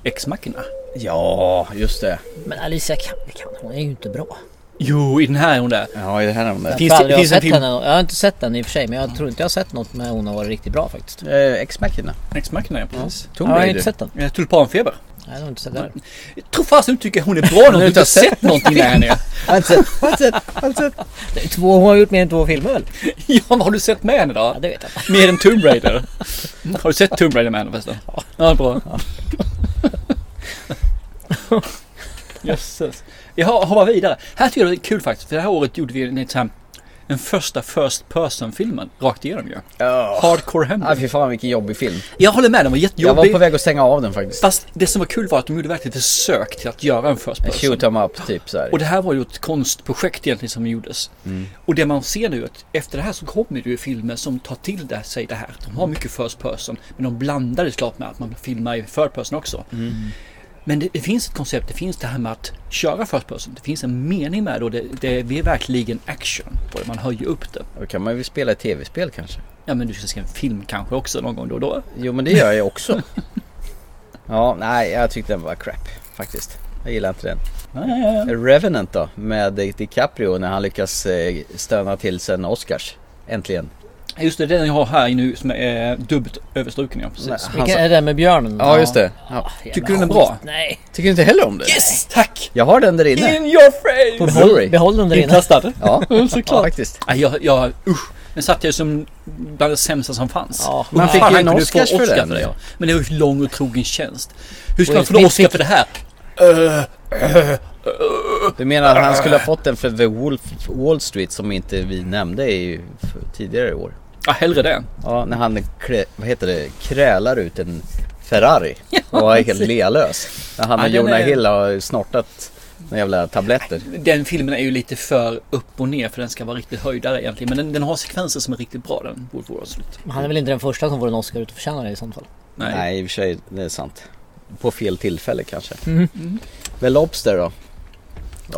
B: Ex-Machina.
C: Ja, just det.
D: Men Alicia kan, kan, hon är ju inte bra.
B: Jo, i den här är hon där.
C: Ja, det här är de där.
D: Jag,
B: Finns
D: tror
B: det-
D: aldrig jag,
B: finns
D: har
B: en
D: sett
B: film-
D: henne, jag har inte sett den i och för sig men jag tror inte jag har sett något med hon har varit riktigt bra faktiskt.
C: Eh, Ex-Machina.
B: Ex-Machina, ja precis.
C: Tomb
D: Ja, jag har
C: Raider.
D: inte sett den.
B: Eh, Tulpanfeber.
D: Nej, jag har inte sett den.
B: Jag tror fast du tycker hon är <laughs> bra när du inte har sett någonting med henne. <laughs>
C: Har inte sett, har inte sett, har inte sett.
D: Det är Två, hon har gjort mer än två filmer väl?
B: Ja, vad har du sett med henne då?
D: Ja, det vet jag inte.
B: Mer än Tomb <laughs> Raider. Har du sett Tomb Raider med henne förresten? Ja, bra. <laughs> Jösses. Jag har- hoppar vidare. Här tycker jag det är kul faktiskt. För det här året gjorde vi en, en, sån här- den första First Person-filmen rakt igenom ju.
C: Ja.
B: Hardcore
C: Nej,
B: Henry.
C: Ah, fy fan vilken jobbig film.
B: Jag håller med, den var
C: Jag var
B: jättejobbig.
C: på väg att stänga av den faktiskt.
B: Fast det som var kul var att de gjorde verkligen försök till att göra en First
C: En
B: Person.
C: Eh, shoot 'em up typ såhär.
B: Och det här var ju ett konstprojekt egentligen som gjordes.
C: Mm.
B: Och det man ser nu är att efter det här så kommer det ju filmer som tar till det, sig det här. De har mycket first person men de blandar det klart med att man filmar i third person också.
C: Mm.
B: Men det, det finns ett koncept, det finns det här med att köra first person. Det finns en mening med det och det, det, det är verkligen action på det. Man höjer upp det.
C: Då kan man ju spela ett tv-spel kanske.
B: Ja men du ska se en film kanske också någon gång då och då.
C: Jo men det gör jag <laughs> också. ja, nej jag tyckte den var crap faktiskt. Jag gillar inte den. Revenant då med DiCaprio när han lyckas eh, stöna till sen Oscars. Äntligen.
B: Just det, den jag har här nu som är eh, dubbelt överstruken ja, precis.
C: Nej.
D: Vilken är den med björnen?
C: Ja just det. Ja.
D: jävla
B: Tycker du den är
D: skit.
B: bra?
D: Nej.
C: Tycker du inte heller om det?
B: Yes! Tack!
C: Jag har den där inne.
B: In your face!
C: På Blu-ray.
D: Behåll den där inne.
B: Inkastad?
C: Ja, <laughs> ja
B: Såklart.
C: faktiskt.
B: Nej, jag, jag, usch. Den satt jag som bland det sämsta som fanns.
D: Ja,
B: Hur
C: man
B: fan
C: fick ju en
B: kunde
C: Oscars
B: få
C: för den.
B: ja. Men det var ju lång och trogen tjänst. Hur ska
D: Will
B: man få en Oscar
D: Smith fick-
B: för det här?
C: Du menar att han skulle ha fått den för The Wolf Wall Street som inte vi nämnde i, för, tidigare i år?
B: Ja, hellre det.
C: Ja, när han krä, vad heter det, krälar ut en Ferrari och
B: <laughs>
C: är helt lealös. När han
B: Ja,
C: och
B: den
C: Jonah
B: är-
C: Hill har snortat några jävla tabletter.
B: Den filmen är ju lite för upp och ner för den ska vara riktigt höjdare egentligen. Men den, den har sekvenser som är riktigt bra den. Wood Wall Street.
D: Han är väl inte den första som får en Oscar utan förtjänar det i sånt fall.
B: Nej.
C: Nej, i och för sig, det är sant. På fel tillfälle kanske.
B: Mm.
C: Väl Lobster då? Av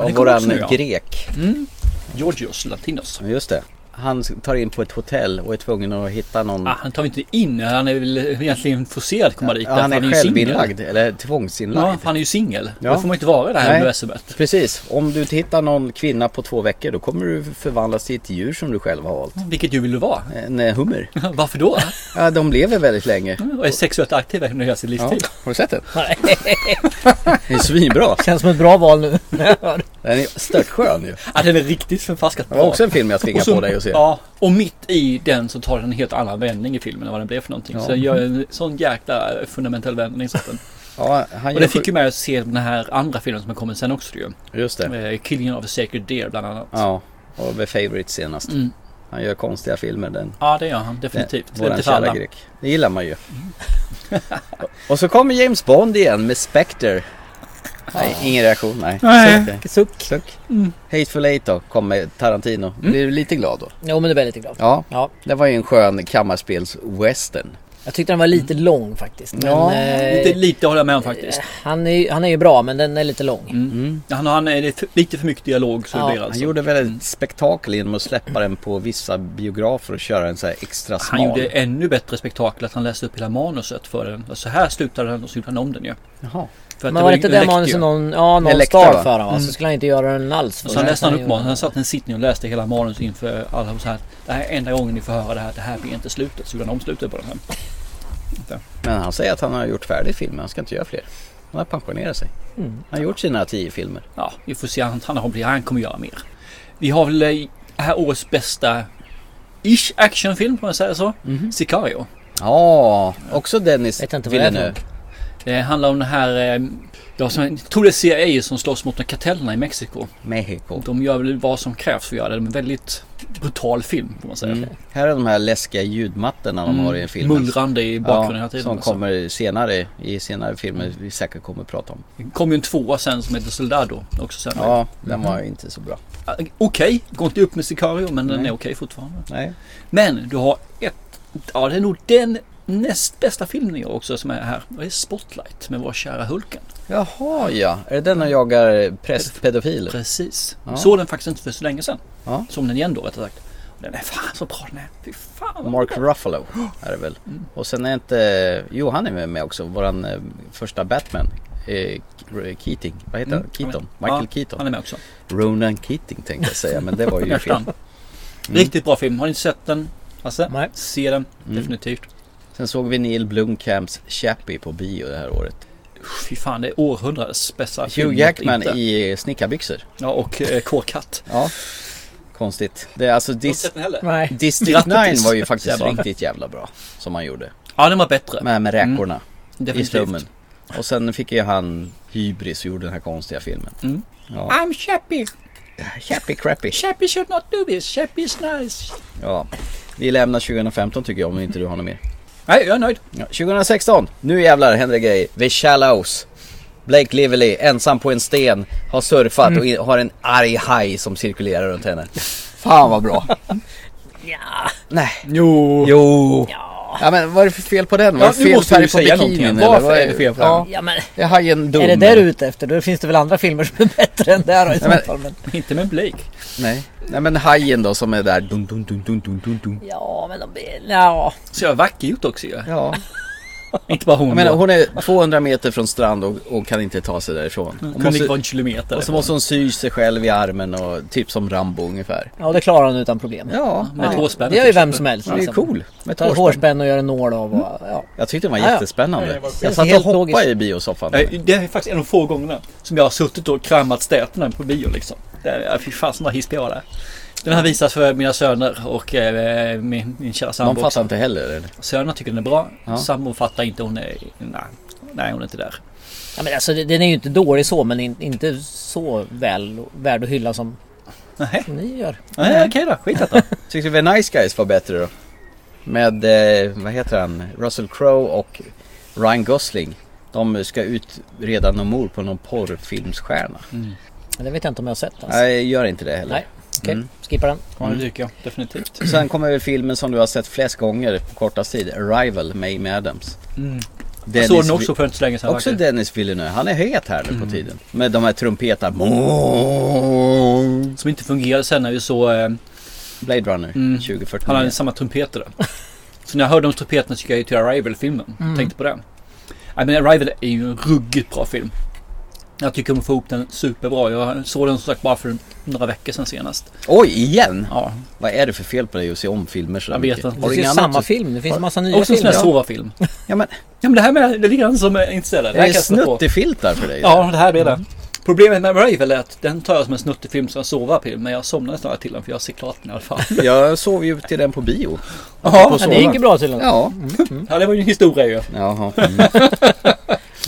B: kommer
C: våran
B: också nu, ja.
C: grek.
B: Mm. Georgios Latinos.
C: Ja, Just det. Han tar in på ett hotell och är tvungen att hitta någon...
B: Ah, han tar inte in. Han är väl egentligen forcerad att komma dit.
C: Mm. Ja,
B: därför
C: han är
B: ju singel.
C: självinlagd, eller tvångsinlagd.
B: Ja, för han är ju singel.
C: Ja.
B: Då får man ju inte vara i det här
C: Nej.
B: universumet.
C: Precis, om du inte hittar någon kvinna på två veckor då kommer du förvandlas till ett djur som du själv har valt.
B: Vilket du vill vara. <laughs>
C: En eh, hummer.
B: Varför då?
C: Ja, de lever väldigt länge.
B: Och är sexuellt aktiva under hela sin
C: Ja,
B: livstid.
C: har du sett den?
D: Nej.
C: <laughs> Den är svinbra.
D: Känns som ett bra val nu.
C: Den är störtskön ju.
B: Ja, den är riktigt förfaskat
C: Det
B: bra.
C: var också en film jag
B: Och
C: tvingade
B: så-
C: på dig att se.
B: Ja, och mitt i den så tar den en helt annan vändning i filmen än vad den blev för någonting.
C: Ja.
B: Så den gör en sån jäkla fundamentell vändning. Så att den.
C: Ja, han
B: Och
C: gör
B: det fick ju med att se den här andra filmen som har kommit sen också ju.
C: Just det.
B: Eh, Killing of a Sacred Deer bland annat. Ja,
C: Ja, och The Favourite senast.
B: Mm.
C: Han gör konstiga filmer den.
B: det gör han definitivt. Det är
C: Eh, Våran
B: inte för alla.
C: kära grek. Det gillar man ju. och så kommer James Bond igen med Spectre. Nej, ingen reaktion. Nej.
B: Nej.
C: Suck.
D: Suck.
C: Suck. Hateful Eight då, kommer Tarantino. Blir du lite glad då?
D: Jo men det blir jag lite glad.
C: Ja,
D: Ja.
C: det var ju en skön kammarspels-western.
D: Jag tyckte den var lite lång faktiskt. Men,
C: Ja,
D: eh,
B: Lite, lite håller jag med om
C: Eh.
B: faktiskt.
D: han, är, ju- han är ju bra men den är lite lång.
B: Han, han är det är för, lite för mycket dialog så
D: Ja,
B: det blir
C: Han
B: alltså.
C: gjorde väl ett spektakel genom att släppa den på vissa biografer och köra en så här extra smal.
B: Ah, Han gjorde ännu bättre spektakel att han läste upp hela manuset för den. Och Så här slutade den och så gjorde han om den ju.
C: Jaha.
B: För att
D: Men var det
B: ju-
D: inte
B: den
D: det
B: läckte
D: manuset
B: ju.
D: någon, ja, någon
C: Elektra,
D: star
C: va?
D: för honom va?
B: Mm.
D: Så skulle han inte göra den alls.
B: Och sen läste han upp
D: gjorde-
B: manus, han satt i en sittning och läste hela manus inför alla och så här. Det här är enda gången ni får höra det här, det här blir inte slutet. Så gjorde han om slutet på den här.
C: Men han säger att han har gjort färdig filmen, han ska inte göra fler. Han har pensionerat sig. Han har gjort sina tio filmer.
B: Ja, vi får se, han, han, har- han kommer göra mer. Vi har väl eh, det här årets bästa ish
D: Mhm.
B: actionfilm, får man säga så? Sicario.
C: Ja, också Dennis
D: Vet jag inte vad det är för
C: Villeneuve.
B: Det handlar om den här, eh, ja, som, tror det är CIA som slåss mot de kartellerna i Mexiko.
C: Mexiko.
B: De gör väl vad som krävs för att göra det. Det är en väldigt brutal film får man säga.
C: Mm. Här är de här läskiga ljudmattorna de har i filmen.
B: Mullrande i bakgrunden Mm. hela tiden.
C: Som
B: alltså.
C: kommer senare i senare filmer vi säkert kommer att prata om.
B: Det kom ju en tvåa sen som heter Soldado också sen.
C: Ja, den var ju inte så bra.
B: Ah, Okej, går inte upp med Sicario men den
C: Nej.
B: är okej fortfarande.
C: Nej.
B: Men du har ett, ja det är nog den näst bästa filmen jag också som är här. Och det är Spotlight med vår kära Hulken.
C: Jaha ja, är det den de jagar prästpedofiler?
B: Precis.
C: Ja.
B: Såg den faktiskt inte för så länge sedan.
C: Ja.
B: Som den igen då rättare sagt. Och den är fan så bra den är. Fy fan vad
C: Mark
B: bra. <gasps>
C: Ruffalo
B: Mm.
C: är det väl. Och sen är inte, jo han är med också, våran eh, första Batman. Eh, Keating, vad heter han? Keaton? Michael
B: Mm. ja, Han
C: Keaton?
B: är med också.
C: Ronan Keating tänkte jag säga men det
B: <laughs>
C: var ju fel.
B: Hjärtan. Riktigt bra film. Har ni inte sett den? Alltså,
D: Nej.
B: se den.
C: Mm.
B: Definitivt.
C: Sen såg vi Neil Blomkamps Chappie på bio det här året.
B: Fy fan, det är århundradets bästa
C: Hugh
B: mot
C: Jackman
B: inte.
C: i eh, snickarbyxor.
B: Ja, och eh, Kårkatt.
C: Ja, konstigt. Det är alltså dis-
B: den heller?
D: Nej.
C: District 9
B: Grattis.
C: var ju faktiskt
B: Jävlar.
C: riktigt jävla Mm, bra. Som han gjorde.
B: Ja, den var bättre.
C: Med, med räkorna i
B: Definitivt.
C: slummen. Och sen fick ju han hybris och gjorde den här konstiga filmen.
B: Mm.
C: Ja.
B: I'm Chappie.
C: Chappy crappy.
B: Chappie should not do this. Chappie is nice.
C: Ja. Vi lämnar 2015 tycker jag om inte du har något mer.
B: Nej, jag är nöjd.
C: Ja, 2016, nu jävlar händer det grejer. The Shallows. Blake Lively, ensam på en sten, har surfat och i- har en arg haj som cirkulerar runt henne. Fan vad bra.
D: Ja.
C: <laughs> Nej.
B: Jo.
C: Jo.
D: Ja.
C: Ja men vad är det för fel på den? Vad
B: Ja,
C: är det
B: nu
C: fel
B: måste du
C: färg på
B: säga någonting.
C: bikinin?
B: Varför
C: eller vad
B: är det fel på
C: Ja,
D: ja men
C: är hajen dum?
D: är det där
C: eller?
D: du är ute efter? Då finns det väl andra filmer som är bättre än det här då, i så
C: men-
D: fall. Men,
B: Inte med Blake.
C: Nej. Nej men hajen då som är där. Dun, dun, dun, dun, dun, dun, dun.
D: ja men de... Ja.
B: Så jag vacker ut också ju.
C: Ja.
B: Inte bara hon.
C: Jag menar hon är 200 meter från strand och, och kan inte ta sig därifrån. Hon
B: kunde inte vara
C: måste,
B: en kilometer.
C: och så måste hon sy sig själv i armen och typ som Rambo ungefär.
D: Ja det klarar han utan problem.
C: Ja.
B: med ett
C: ja.
B: hårspänne.
D: Det gör ju vem som helst.
C: Hon är ju
D: liksom.
C: cool. Med ett
D: Tar ett
C: hårspänne.
D: hårspänn och gör en nål av och... Ja.
C: Jag tyckte den var
D: Ja, ja.
C: jättespännande. Jag satt och
D: Helt logiskt.
C: hoppade i biosoffan.
B: Nej, Eh, Det är faktiskt en av de få gångerna som jag har suttit och kramat stäterna på bio liksom. Det är- Fy fan sådana hispiga jag var där. Den har visats för mina söner och eh, min, min kära
C: De
B: sambo.
C: fattar inte heller eller?
B: Sönerna tycker den är bra.
C: Ja.
B: Sambon fattar inte. Hon är... Nej, nej hon är inte där.
D: Ja, men alltså, det- den är ju inte dålig så men in, inte så väl värd att hylla som,
B: Nej,
D: som ni gör.
B: nej okej då. Skit i detta.
C: Tyckte vi Nice Guys var bättre då? Med, eh, vad heter han, Russell Crowe och Ryan Gosling. De ska utreda någon mord på någon porrfilmsstjärna.
D: Men Det vet jag inte om jag har sett. Alltså.
C: Nej, gör inte det heller.
D: Nej. Okej,
C: Mm.
D: skippa den.
B: Ja, det tycker jag definitivt.
C: Sen kommer väl filmen som du har sett flest gånger på kortast tid, Arrival med Amy Adams.
B: Mm. Jag såg den också Mm. för inte så länge sedan.
C: också
B: faktiskt.
C: Dennis Villeneuve, han är het här nu på tiden. Med de här trumpetarna.
B: Som inte fungerade sen när vi såg... Eh,
C: Blade Runner
B: Mm.
C: 2049.
B: han hade samma trumpeter där. Så när jag hörde om trumpeterna så gick jag ju till Arrival-filmen.
D: Mm.
B: Tänkte på den. Nej men Arrival är ju en ruggigt bra film. Jag tycker de får ihop den superbra. Jag såg den som sagt bara för några veckor sedan senast.
C: Oj, igen!
B: Ja,
C: Vad är det för fel på dig att se om filmer sådär
B: Jag vet
C: mycket?
B: inte.
C: du
D: Det finns ju
C: inga
D: samma
C: annat?
D: film. Det finns en massa nya
B: också en sån
D: filmer.
B: här sova-film. Ja
C: Ja, men
B: men det här med, det ligger han som eh, inte ställer.
C: Är det
B: kastar jag på.
C: snuttefiltar för dig?
B: Ja, det här blir det. Problemet med Arrival är att den tar jag som en snuttefilm som en sova-film. Men jag somnade snarare till den för jag ser klart den i alla fall.
C: Jag sov ju till den på bio.
B: Jaha,
D: Ja, det gick ju bra tydligen.
C: Ja.
B: ja, det var ju en historia ju.
C: Jaha. Mm.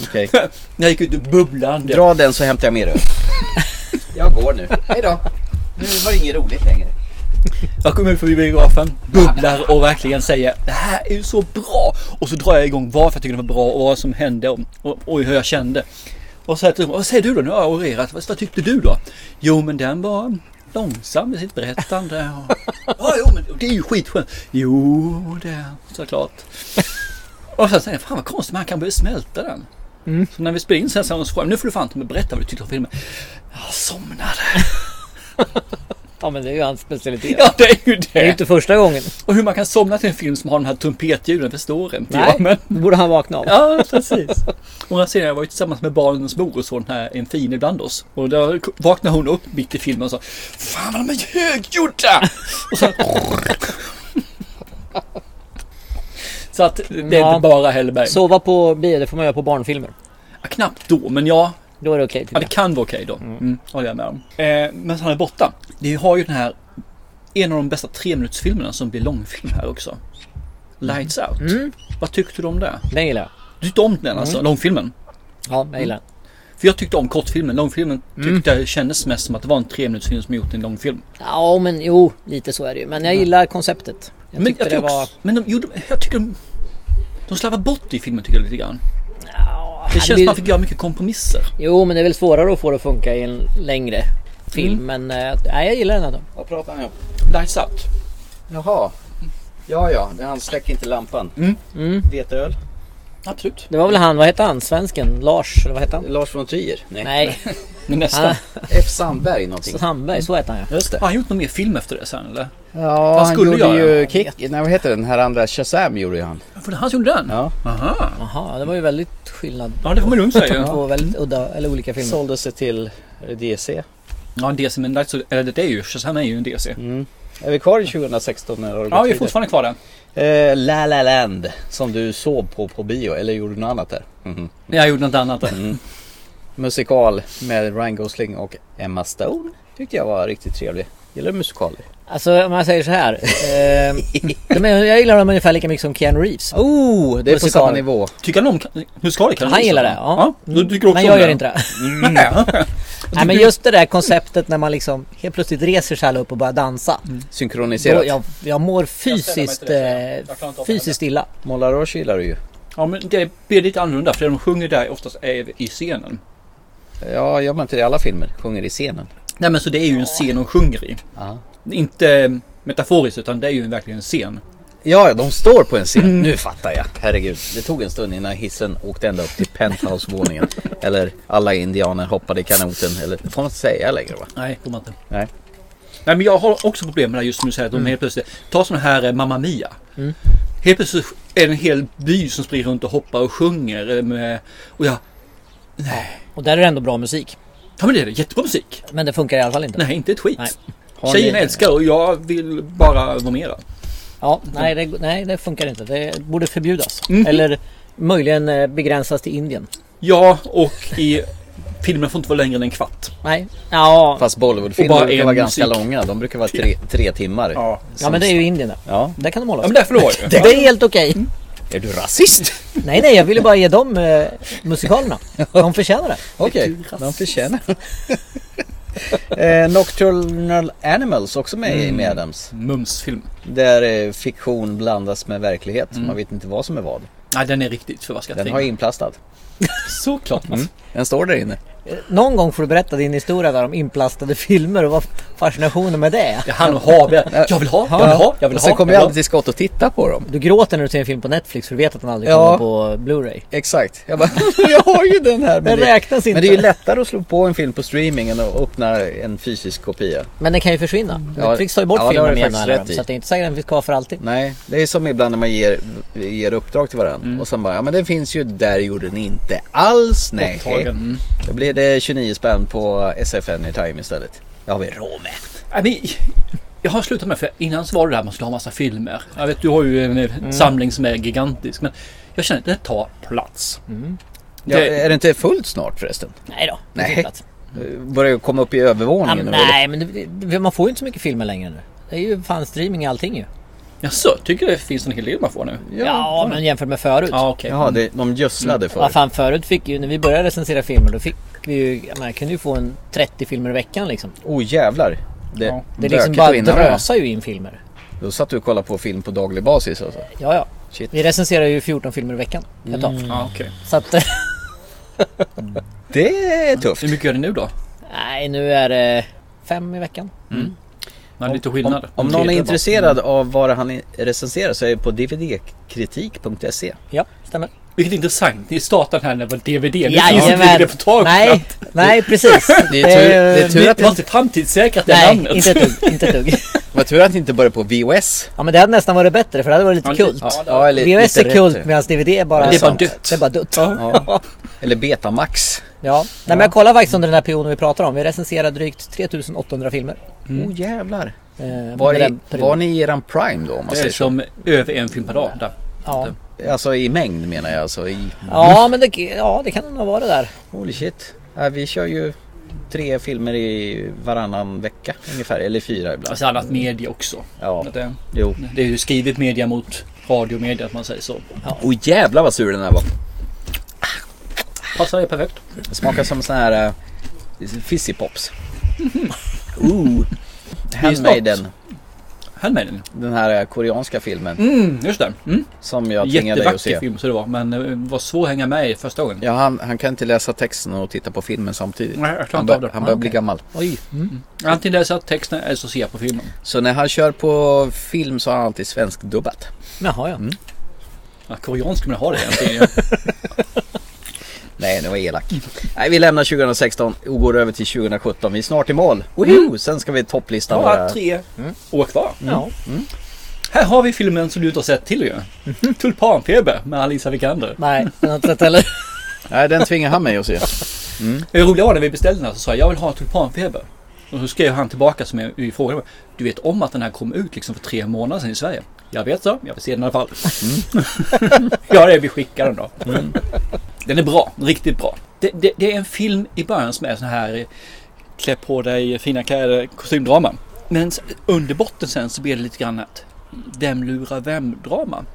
C: Okej.
B: Jag gick ut bubblande.
C: Dra den så hämtar jag mer öl. Jag går nu. Hej då. Nu var det inget roligt längre.
B: Jag kommer ut förbi biografen, bubblar och verkligen säger det här är ju så bra. Och så drar jag igång varför jag tycker det var bra och vad som hände och, och, och hur jag kände. Och så här till dem, vad säger du då? Nu har jag orerat. Vad, vad tyckte du då? Jo men den var långsam i sitt berättande. Och, ja jo men det är ju skitskönt. Jo det är såklart. Och sen säger jag, fan vad konstigt man kan börja smälta den.
D: Mm.
B: Så när vi spelar in sen så sa hon, nu får du fan inte berätta vad du tyckte om filmen. Jag somnade. <laughs>
D: Ja men det är ju hans specialitet.
B: Ja det är ju
D: Det är ju inte första gången.
B: Och hur man kan somna till en film som har de här trumpetljuden förstår inte
D: Nej,
B: jag.
D: <laughs>
B: Men,
D: det borde han vakna av.
B: ja, <laughs> precis. Och jag ser, jag var ju tillsammans med barnens mor och såg den här En fin ibland oss. Och då vaknade hon upp mitt i filmen och sa Fan vad de är högljudda! <laughs> Och så, så att det är
D: Ja.
B: inte bara Hellberg.
D: Sova på bio, det får man göra på barnfilmer.
B: Ja, knappt då, men ja,
D: Då är det okej.
B: ja
D: tycker
B: det kan vara okej då. Mm, håller jag med om. Eh, men han är borta. Vi har ju den här en av de bästa treminutersfilmerna som blir långfilm här också. Lights out.
D: jag. Mm,
B: Vad tyckte du om det?
D: den gillar jag. Mm.
B: tyckte om den alltså, långfilmen.
D: Ja, jag gillar den.
B: För jag tyckte om kortfilmen. Långfilmen
D: Mm.
B: tyckte jag kändes mest som att det var en treminutersfilm som gjort en långfilm.
D: Ja, men jo, lite så är det ju. Men jag gillar konceptet. Jag
B: men
D: tyckte
B: jag
D: det
B: tycker
D: var...
B: också, men de, gjorde, jag tycker de, de slarvar bort det i filmen tycker jag lite grann.
D: Ja,
B: Det känns som
D: blir-
B: att man fick göra mycket kompromisser.
D: Jo, men det är väl svårare att få det att funka i en längre film.
B: Mm.
D: Men eh, nej, jag gillar den ändå.
C: Vad pratar han om?
B: Lights out.
C: Jaha. Ja, ja. det- Han släcker inte lampan.
B: Mm.
C: Veteöl?
B: Absolut.
D: Det var väl han, vad hette han, svensken? Lars, eller vad hette han?
C: Lars von Trier?
B: <laughs>
C: Nej.
D: Nej,
B: Men nästan.
D: han,
B: Har
C: F. Sandberg någonting.
D: Sandberg, så hette han ja.
C: Just det.
B: han gjort någon mer film efter det sen eller?
C: Ja,
B: Vad
C: han
B: skulle
C: gjorde
B: jag
C: ju Kick... Nej, vad heter den här andra? Shazam gjorde ju han.
B: För han som gjorde den?
C: Ja.
B: Aha.
D: Jaha, det var ju väldigt skillnad.
B: Ja det får man lugnt säga.
D: Två väldigt udda, eller olika filmer.
C: Sålde sig till DC.
B: Ja en DC men Lights out, eller det är ju, Shazam är ju en DC.
C: Mm. Är vi kvar i 2016 eller har det
B: Ja
C: gått
B: vi är
C: vidare?
B: fortfarande kvar där.
C: Eh, La La Land som du såg på på bio eller gjorde du något annat där? Mhm. Mm.
B: Jag gjorde något annat där.
C: Musikal med Ryan Gosling och Emma Stone tyckte jag var riktigt trevlig. Gillar du musikaler?
D: Alltså om jag säger så här.
C: <laughs>
D: Eh, de är- jag gillar dem ungefär lika mycket som Keanu Reeves.
C: Oh, det är på
D: Musikal.
C: samma nivå.
B: Tycker han om musikalier kanske?
D: Han gillar det, ja. Mm.
B: ja du tycker också
D: Men
B: om
D: jag gör
B: det.
D: inte det.
C: Mm.
B: Nej.
D: Nej men just det där konceptet när man liksom helt plötsligt reser sig alla upp och börjar dansa.
B: Mm.
D: Då,
C: Synkroniserat.
D: jag, jag mår
B: ställer mig till
D: fysiskt,
B: det, känner jag.
D: eh,
B: Jag klarar inte av det
D: fysiskt illa.
C: Målar och gillar du ju.
B: Ja men det blir lite annorlunda för det de sjunger där oftast är i scenen.
C: Ja, gör man inte det i alla filmer? Sjunger i scenen.
B: Nej men så det är ju en scen de sjunger i.
C: Ja,
B: Inte eh, metaforiskt utan det är ju verkligen en scen.
C: ja de står på en scen. Nu fattar jag. Herregud, det tog en stund innan hissen åkte ända upp till penthouse-våningen. eller alla indianer hoppade i kanoten. Eller, det får man inte säga längre va?
B: Nej, får man inte.
C: Nej.
B: Nej men jag har också problem med det här just nu så här, att de helt plötsligt, ta sån här eh, Mamma Mia. Helt plötsligt är det en hel by som springer runt och hoppar och sjunger eh, med, och jag,
D: Och där är det ändå bra musik.
B: ja men det är det, jättebra musik.
D: Men det funkar i alla fall inte.
B: Nej inte ett skit.
D: Nej.
C: Har
B: Tjejen
C: ni-
B: älskar och jag vill bara vara mera.
D: Ja, nej, det, nej det funkar inte. Det borde förbjudas.
B: Mhm.
D: Eller möjligen eh, begränsas till Indien.
B: Ja och i filmen får inte vara längre än en kvart.
D: Nej, ja,
C: Fast
B: Och
C: Bollywoodfilmer
B: bara
C: brukar
B: en
C: vara ganska
B: musik.
C: långa. De brukar vara tre, tre timmar.
B: Ja.
D: ja men det är ju Indien där.
C: Ja.
D: Där kan de hålla
B: Ja men Mm.
D: sig.
B: där förlorar jag ju.
D: <laughs> Det är helt okej.
C: Är du rasist?
D: Nej, nej, jag ville bara ge dem eh,
B: <laughs>
D: musikalerna. De förtjänar det.
C: Okej, de förtjänar <laughs> eh, Nocturnal Animals, också med i Amy Adams.
B: Mumsfilm.
C: Där eh, fiktion blandas med verklighet. Man vet inte vad som är vad.
B: Nej den är riktigt förvaskad.
C: Den
B: film.
C: har Alltså. inplastad.
B: Såklart.
C: Mm. Den står där inne.
D: Någon gång får du berätta din historia där om inplastade filmer och vad fascinationen med det är.
B: Det handlar om hav. Jag vill ha, jag vill ha, jag vill
C: Och sen
B: ha.
C: kommer
B: jag vill ha.
C: jag aldrig till skott och titta på dem.
D: Du gråter när du ser en film på Netflix för du vet att den aldrig
C: Ja.
D: kommer på Blu-ray.
C: Exakt. Jag bara, <laughs> jag har ju den här.
D: Den
C: men det-
D: räknas inte.
C: Men det är ju lättare att slå på en film på streaming än att öppna en fysisk kopia.
D: Men den kan ju försvinna.
C: Mm. Ja,
D: Netflix tar ju bort
C: ja, det har
D: filmer
C: du
D: med
C: faktiskt
D: jämna
C: rätt i.
D: Så att det är inte säkert att den finns kvar för alltid.
C: Nej, det är som ibland när man ger, ger uppdrag till varandra. Och sen bara, ja men den finns ju, där gjorde den inte alls. Nej.
B: Borttagen. Mm.
C: Då blir det 29 spänn på SF Anytime istället. Det har vi råd med.
B: Nej, men Jag har slutat med för innan så var det där att man skulle ha massa filmer. Jag vet du har ju en eh, samling som är gigantisk men jag känner att det tar plats.
C: Ja,
B: Det-
C: är det inte fullt snart förresten?
D: Nej då. det
C: Nej.
D: finns plats.
C: Eh, Börjar ju komma upp i
D: Ja,
C: övervåningen. nu, eller?
D: Ah, nej men det, det, man får ju inte så mycket filmer längre nu. Det är ju fan streaming i allting ju.
B: Jaså, tycker det finns en hel del man får nu?
D: Ja, men jämfört med förut.
B: Ja okej.
C: Jaha, det, de gödslade
D: Vad
C: förut.
D: fan förut fick ju, när vi började recensera filmer då fick vi ju, jag menar, kunde ju få en 30 filmer i veckan liksom.
C: Oh jävlar. Det,
B: Ja.
D: Det
C: det
D: är liksom bara drösar ju in filmer.
C: Då satt du och kollade på film på daglig basis alltså.
D: Ja, ja.
C: Shit.
D: Vi recenserar ju 14 filmer i veckan ett tag.
B: Ja, okej.
D: Så att, <laughs>
C: Det är tufft.
B: Hur mycket gör det nu då?
D: nej nu är det fem i veckan.
B: Nej, lite skillnad. Mm.
C: Om
B: En
C: någon är
B: tredjedel bara.
C: intresserad av vad han i- recenserar så är det på dvdkritik.se.
D: Ja, stämmer.
B: Vilket är intressant. Ni startade här när det var DVD. Det finns inte
D: Jajamän.
B: DVD på tag.
D: Nej, nej precis.
C: Det är tur- det är tur att
B: Det var inte framtidssäkrat det
D: Nej,
B: namnet.
D: inte ett dugg. Inte ett dugg.
C: Vad tur att ni inte började på VOS.
D: Ja men det hade nästan varit bättre för det hade varit
B: Ja,
D: lite
B: lite-
D: kult.
B: ja,
C: Ja, eller
D: VHS
C: lite
D: är kult
C: rätt.
D: medan DVD är bara...
B: Ja, det är bara
D: sånt.
B: dött.
D: Det är bara dött.
B: Ja.
C: Ja.
D: <laughs>
C: Eller Betamax.
D: Ja. Nej, men jag kollade faktiskt under den här perioden vi pratar om. Vi recenserade drygt 3800 filmer.
C: Oh jävlar.
D: Eh,
C: Var,
D: under
C: i,
D: Mm. den perioden.
C: var ni i eran prime då om
B: Det
C: man
B: är
C: säger så?
B: som över en film per dag. Där.
D: Ja.
C: Alltså i mängd menar jag alltså. I...
D: ja, men det, ja, det kan nog vara det där.
C: Holy shit. Ja, vi kör ju tre filmer i varannan vecka ungefär. Eller fyra ibland.
B: Alltså annat media också.
C: Ja,
B: Att det-
C: jo.
B: Det är ju skrivet media mot radiomedia att man säger så.
C: Och jävla vad Oh, sur den här var.
D: Passar ju perfekt.
C: Det smakar som sån här uh, fizzy
D: <laughs>
C: pops. Ooh. Handmaiden.
B: Handmaiden.
C: Den här eh, koreanska filmen
B: Mm, just det. Mm.
C: som jag tvingade dig att
B: Jättevacker
C: se.
B: film så det var. Men eh, var svår att hänga med i första gången.
C: Ja, han, han kan inte läsa texten och titta på filmen samtidigt.
B: Nej, jag klarar
C: Han,
B: inte av
C: bör,
B: det.
C: han börjar bli
D: Okej.
C: gammal.
D: Oj. Mm.
B: Antingen läsa texten eller så ser jag på filmen.
C: Så när han kör på film så har han alltid svenskdubbat.
D: Jaha ja.
B: Ja, koreansk men jag har det
C: <laughs>
B: egentligen.
C: Nej, det var elak.
B: Mm.
C: Nej, vi lämnar 2016 och går över till 2017. Vi är snart i mål. Woho!
B: Mm.
C: Sen ska vi topplista
B: Jag
C: våra...
B: har tre
C: Mm.
B: år kvar.
D: ja.
B: Här har vi filmen som du inte har sett till ju. Tulpanfeber med Alicia Vikander.
D: Nej, den har inte sett heller. <laughs>
C: Nej, den tvingar han mig
B: <laughs>
C: att se.
B: Det roliga var när vi beställde den här så sa jag jag vill ha tulpanfeber. Och så skrev han tillbaka som jag ju frågade mig. Du vet om att den här kom ut liksom för tre månader sedan i Sverige? Jag vet så, jag vill se den i alla fall. <laughs> ja, det är vi skickar den då. Den är bra, riktigt bra. Det, det, det är en film i början som är sån här eh, klä på dig fina kläder kostymdrama. Men s- under botten sen så blir det lite grann att vem lurar vem drama.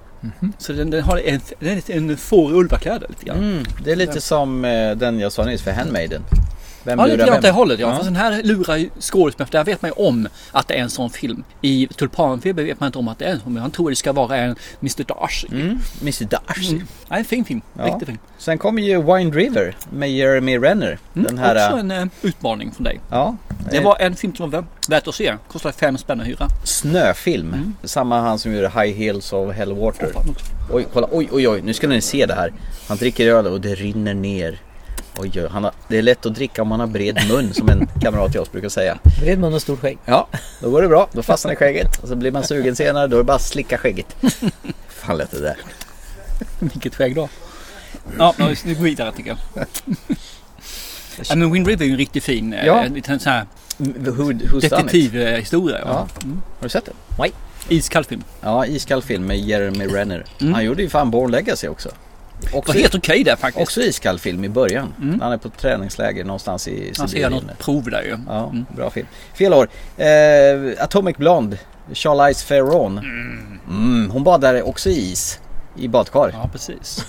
B: Så den, den har en, den är lite en får i ulvakläder lite grann.
C: Mm, det är lite som eh, den jag sa nyss för Handmaiden. Vem
B: Ja, lite grann åt det
C: vem?
B: hållet. Ja.
C: Ja.
B: Fast den här lurar ju skådespelaren, för där vet man ju om att det är en sån film. I Tulpanfeber vet man inte om att det är en sån, men han tror det ska vara en Mr Darcy.
C: Mm, Mr Darcy.
B: Mm. Ja, en fin film,
C: Ja.
B: riktigt fin.
C: Sen kommer ju Wine River med Jeremy Renner.
B: Mm.
C: Den här...
B: Också
C: eh,
B: en eh, utmaning från dig.
C: Ja,
B: Det
C: eh,
B: var en film som var värt att se. Kostade fem spänn att hyra.
C: Snöfilm.
B: Mm.
C: Samma han som gjorde High Heels of Hellwater. Oj, kolla. Oj, oj, oj. Nu ska ni se det här. Han dricker öl och det rinner ner. Oj, oj. Han har, det är lätt att dricka om man har bred mun
B: <laughs>
C: som en kamrat till oss brukar säga.
D: Bred mun och stort skägg.
C: Ja, då går det bra. Då fastnar skägget. Och så blir man sugen senare. Då är det bara att slicka skägget. Fan lät det där.
B: Vilket skägg då. Ja, men vi går vidare tycker
C: <laughs>
B: jag. Ja, men Wind River är ju en riktigt fin eh,
C: Ja.
B: liten sån här
C: Who, who's Detektiv.
B: detektivhistoria. Ja.
C: Ja. Har du sett den?
B: Iskall film.
C: Ja, iskall film med Jeremy Renner.
B: Mm.
C: Han gjorde ju fan Born Legacy också.
B: Det var
C: Också,
B: helt okej där faktiskt.
C: också iskall film i början. När han är på träningsläger någonstans i
B: Mm. Han ska göra
C: Sibirien.
B: något prov där ju.
C: Ja,
B: Mm.
C: bra film. Fel år. Eh, Atomic Blonde, Charlize Theron. Mm, hon badade också i is i badkar.
B: Ja, precis.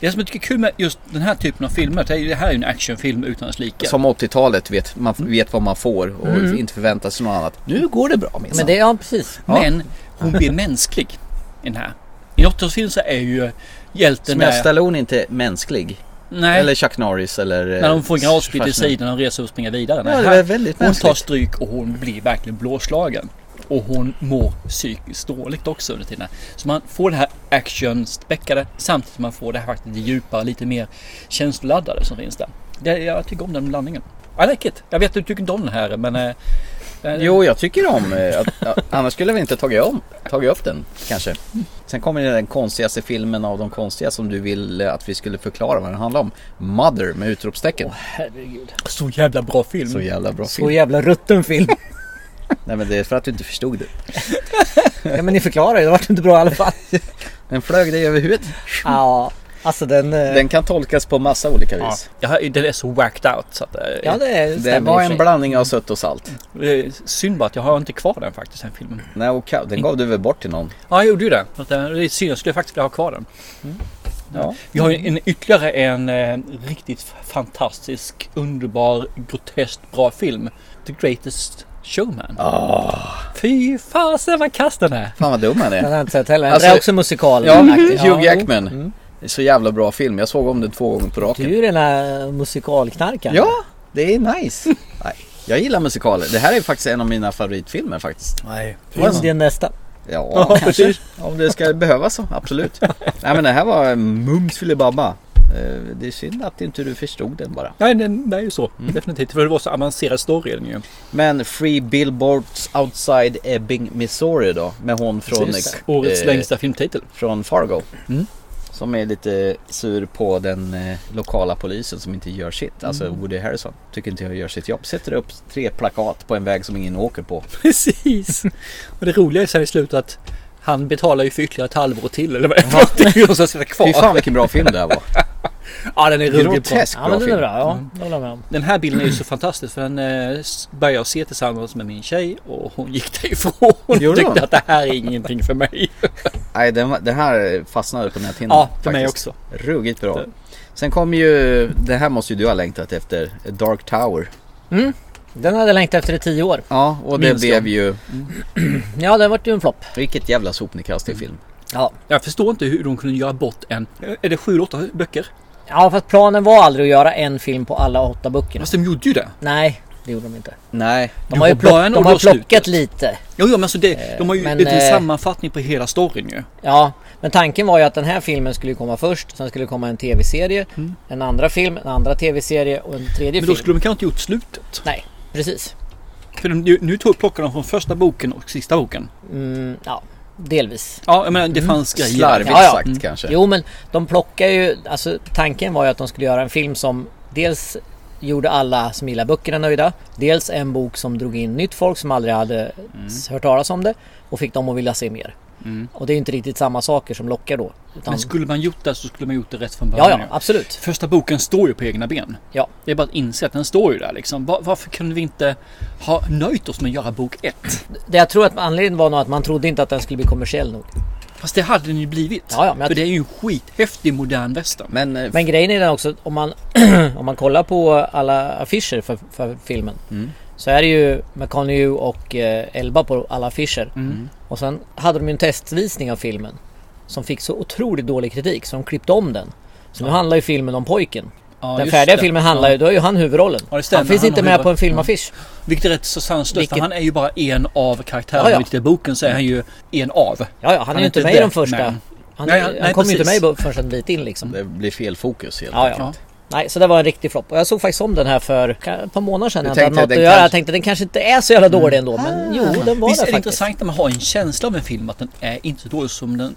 B: Det som jag tycker är kul med just den här typen av filmer, det, är, ju- det här är ju en actionfilm utan dess like.
C: Som 80-talet vet, man
B: Mm.
C: vet vad man får och inte förväntar sig något annat. Nu går det bra minsann.
D: Men det, ja precis.
B: Men hon blir mänsklig i den här. I 80-årsfilm så är ju hjälten
C: Sylvester
B: där.
C: Stallone inte mänsklig.
B: Nej,
C: Eller Chuck Norris eller... eh,
B: när de får granatspyd i
C: Schwarzenegger.
B: sidan och reser och springer vidare.
C: Ja,
B: Nej,
C: det
B: här-
C: var väldigt
B: hon tar
C: mänskligt.
B: stryk och hon blir verkligen blåslagen. Och hon mår psykiskt dåligt också under tiden. Så man får det här actionspäckade samtidigt som man får det här faktiskt djupare, lite mer känsloladdade som finns där. Det, jag tycker om den blandningen. I like it. Jag vet att du tycker inte om den här men... eh, eh,
C: Jo, jag tycker om... eh, Att, ja, annars skulle vi inte tagit, om, tagit upp den kanske. Sen kommer den konstigaste filmen av de konstiga som du ville att vi skulle förklara vad den handlar om. Mother med utropstecken.
D: Herregud.
B: Så jävla bra film.
C: Så jävla bra
D: Så
C: film.
D: jävla
C: <laughs>
D: rutten film.
C: Nej men det är för att du inte förstod det.
D: ja men ni förklarar ju, det vart inte bra i alla fall.
C: Den flög dig över huvudet.
D: Ja, alltså den... eh,
C: Den kan tolkas på massa olika
B: ja.
C: vis.
B: jag, har- den är så whacked out så att, eh,
D: ja det
C: Det
D: stämmer
C: var
D: i och för
C: en
D: sig.
C: blandning av sött och salt.
B: det är synd bara att jag har inte kvar den faktiskt, den filmen.
C: Nej, och ka- den gav du väl bort till någon?
B: Ja, jag gjorde ju det. Så att, eh, Det är synd, jag skulle faktiskt vilja ha kvar den.
C: Ja.
B: Vi har ju en, ytterligare en eh, riktigt fantastisk, underbar, groteskt bra film. The Greatest Showman.
C: Ah.
B: Fy fasen vad kass den är!
C: Fan vad dum han
D: Den
C: är.
D: har jag inte sett heller.
C: Alltså-
D: det är också musikal. Mm-hmm.
C: Ja,
D: aktig.
C: Hugh
D: jo.
C: Jackman. Så jävla bra film. Jag såg om den två gånger på
D: Du
C: raken.
D: är ju den här musikalknarkaren.
C: Ja, det är nice. Nej, jag gillar musikaler. Det här är faktiskt en av mina favoritfilmer faktiskt.
B: Nej.
C: alltså.
D: In det är nästa.
C: Ja, kanske. Om det ska behövas så, absolut. Nej men det här var mums filibabba. Eh, Det är synd att inte du förstod den bara.
B: Nej, den den är ju så.
C: Mm.
B: Definitivt. För det var så avancerad story i den ju.
C: Men Free Billboards Outside Ebbing, Missouri då med hon från,
D: Precis.
B: Årets
C: eh,
B: längsta filmtitel. <laughs>
C: från Fargo.
B: Mm.
C: Som är lite sur på den eh, lokala polisen som inte gör sitt. Alltså Woody Harrison. Tycker inte jag gör sitt jobb. Sätter upp tre plakat på en väg som ingen åker på.
B: Precis. Och det roliga är sen i slutet att han betalar ju för ytterligare ett halvår till eller vad det är för någonting. Och så sitter kvar.
C: Fy fan vilken bra film det här var.
B: Ja, den är ruggigt bra.
C: Grotesk
D: Ja
C: bra
D: men den är
C: film. Mm.
D: bra, ja. Det håller jag med om.
B: Den här bilden är ju så fantastisk för den eh, s- började jag se tillsammans med min tjej och hon gick därifrån. Hon
C: Gjorde
B: tyckte
C: hon?
B: att det här är ingenting för mig.
D: Mm,
C: Nej, den, var- den här fastnade på näthinnan.
B: Ja, för mig
C: faktiskt. Ruggigt bra. Sen kom ju, det här måste ju du ha längtat efter, Dark Tower.
D: Mm. Den hade jag längtat efter i tio år.
C: Ja, och det
B: Minns
C: blev
B: jag.
C: ju,
D: Ja, den vart ju en flopp.
C: vilket jävla sopnedkast i film.
D: Ja.
B: Jag förstår inte hur de kunde göra bort en... Är det sju eller åtta böcker?
D: ja, fast planen var aldrig att göra en film på alla åtta böckerna.
B: Fast de gjorde ju det.
D: Nej, det gjorde de inte.
C: Nej,
D: De
B: Jo,
D: har ju
B: på början
D: plock, de
B: och då
D: har plockat
B: slutet.
D: lite.
B: Jo, jo men alltså det, de har ju
D: men,
B: en liten
D: eh,
B: sammanfattning på hela storyn ju.
D: Ja, men tanken var ju att den här filmen skulle ju komma först. Sen skulle det komma en tv-serie, en andra film, en andra tv-serie och en tredje
B: Mm. Men då
D: film.
B: skulle de kanske inte gjort slutet.
D: Nej, precis.
B: För de, nu- nu tog, plockar de från första boken och sista boken.
D: Mm, ja, delvis.
B: Ja, jag menar det
D: Mm.
B: fanns grejer.
C: slarvigt
D: Ja, ja.
C: sagt
B: Mm.
C: kanske.
D: Jo, men de plockar ju... Alltså, tanken var ju att de skulle göra en film som dels gjorde alla som gillar böckerna nöjda. Dels en bok som drog in nytt folk som aldrig hade s- hört talas om det och fick dem att vilja se mer.
B: Mm.
D: Och det är ju inte riktigt samma saker som lockar då. Utan,
B: Men skulle man gjort det så skulle man gjort det rätt från
D: ja,
B: början.
D: ja,
B: ju.
D: absolut.
B: Första boken står ju på egna ben.
D: Ja.
B: Det är bara att inse att den står ju där liksom. Var, varför kunde vi inte ha nöjt oss med att göra bok ett?
D: Det jag tror att anledningen var nog att man trodde inte att den skulle bli kommersiell nog.
B: Fast det hade den ju blivit.
D: Ja, ja, men jag-
B: För det är ju en skithäftig modern western.
C: Men, eh,
D: Men grejen är den också om man, <clears throat> om man kollar på alla affischer för, för filmen.
B: Mm.
D: Så är det ju McConaughey och eh, Elba på alla affischer.
B: Mm.
D: Och sen hade de ju en testvisning av filmen. Som fick så otroligt dålig kritik så de klippte om den. Så nu handlar ju filmen om pojken.
B: Ja,
D: den
B: just
D: färdiga
B: det.
D: filmen handlar ju, då är ju han huvudrollen.
B: Ja, det stämmer.
D: han finns
B: Han
D: inte
B: har
D: med
B: huvud-
D: på en filmaffisch.
B: Vilket är rätt så sanslöst
D: Vilket-
B: för han är ju bara en av karaktärerna.
D: Ja, ja.
B: Vilket i boken så är han ju en av.
D: Ja, ja, han, är ju inte med i
B: det,
D: den första.
B: men-
D: Han,
B: Nej,
D: han
B: nej,
D: kom ju inte med
B: precis.
D: i- förrän en bit in liksom.
C: det blir fel fokus helt
D: Ja, ja.
B: Ja.
D: Nej, så det var en riktig flopp. Och jag såg faktiskt om den här för ett par månader sedan.
C: Du
D: Jag, hade
C: tänkte
D: något att
C: den
D: göra.
C: kanske-
D: jag tänkte den kanske inte är så jävla dålig ändå. Men jo, den var
B: Visst är
D: det
B: det
D: faktiskt.
B: intressant när man har en känsla av en film att den är inte så dålig som den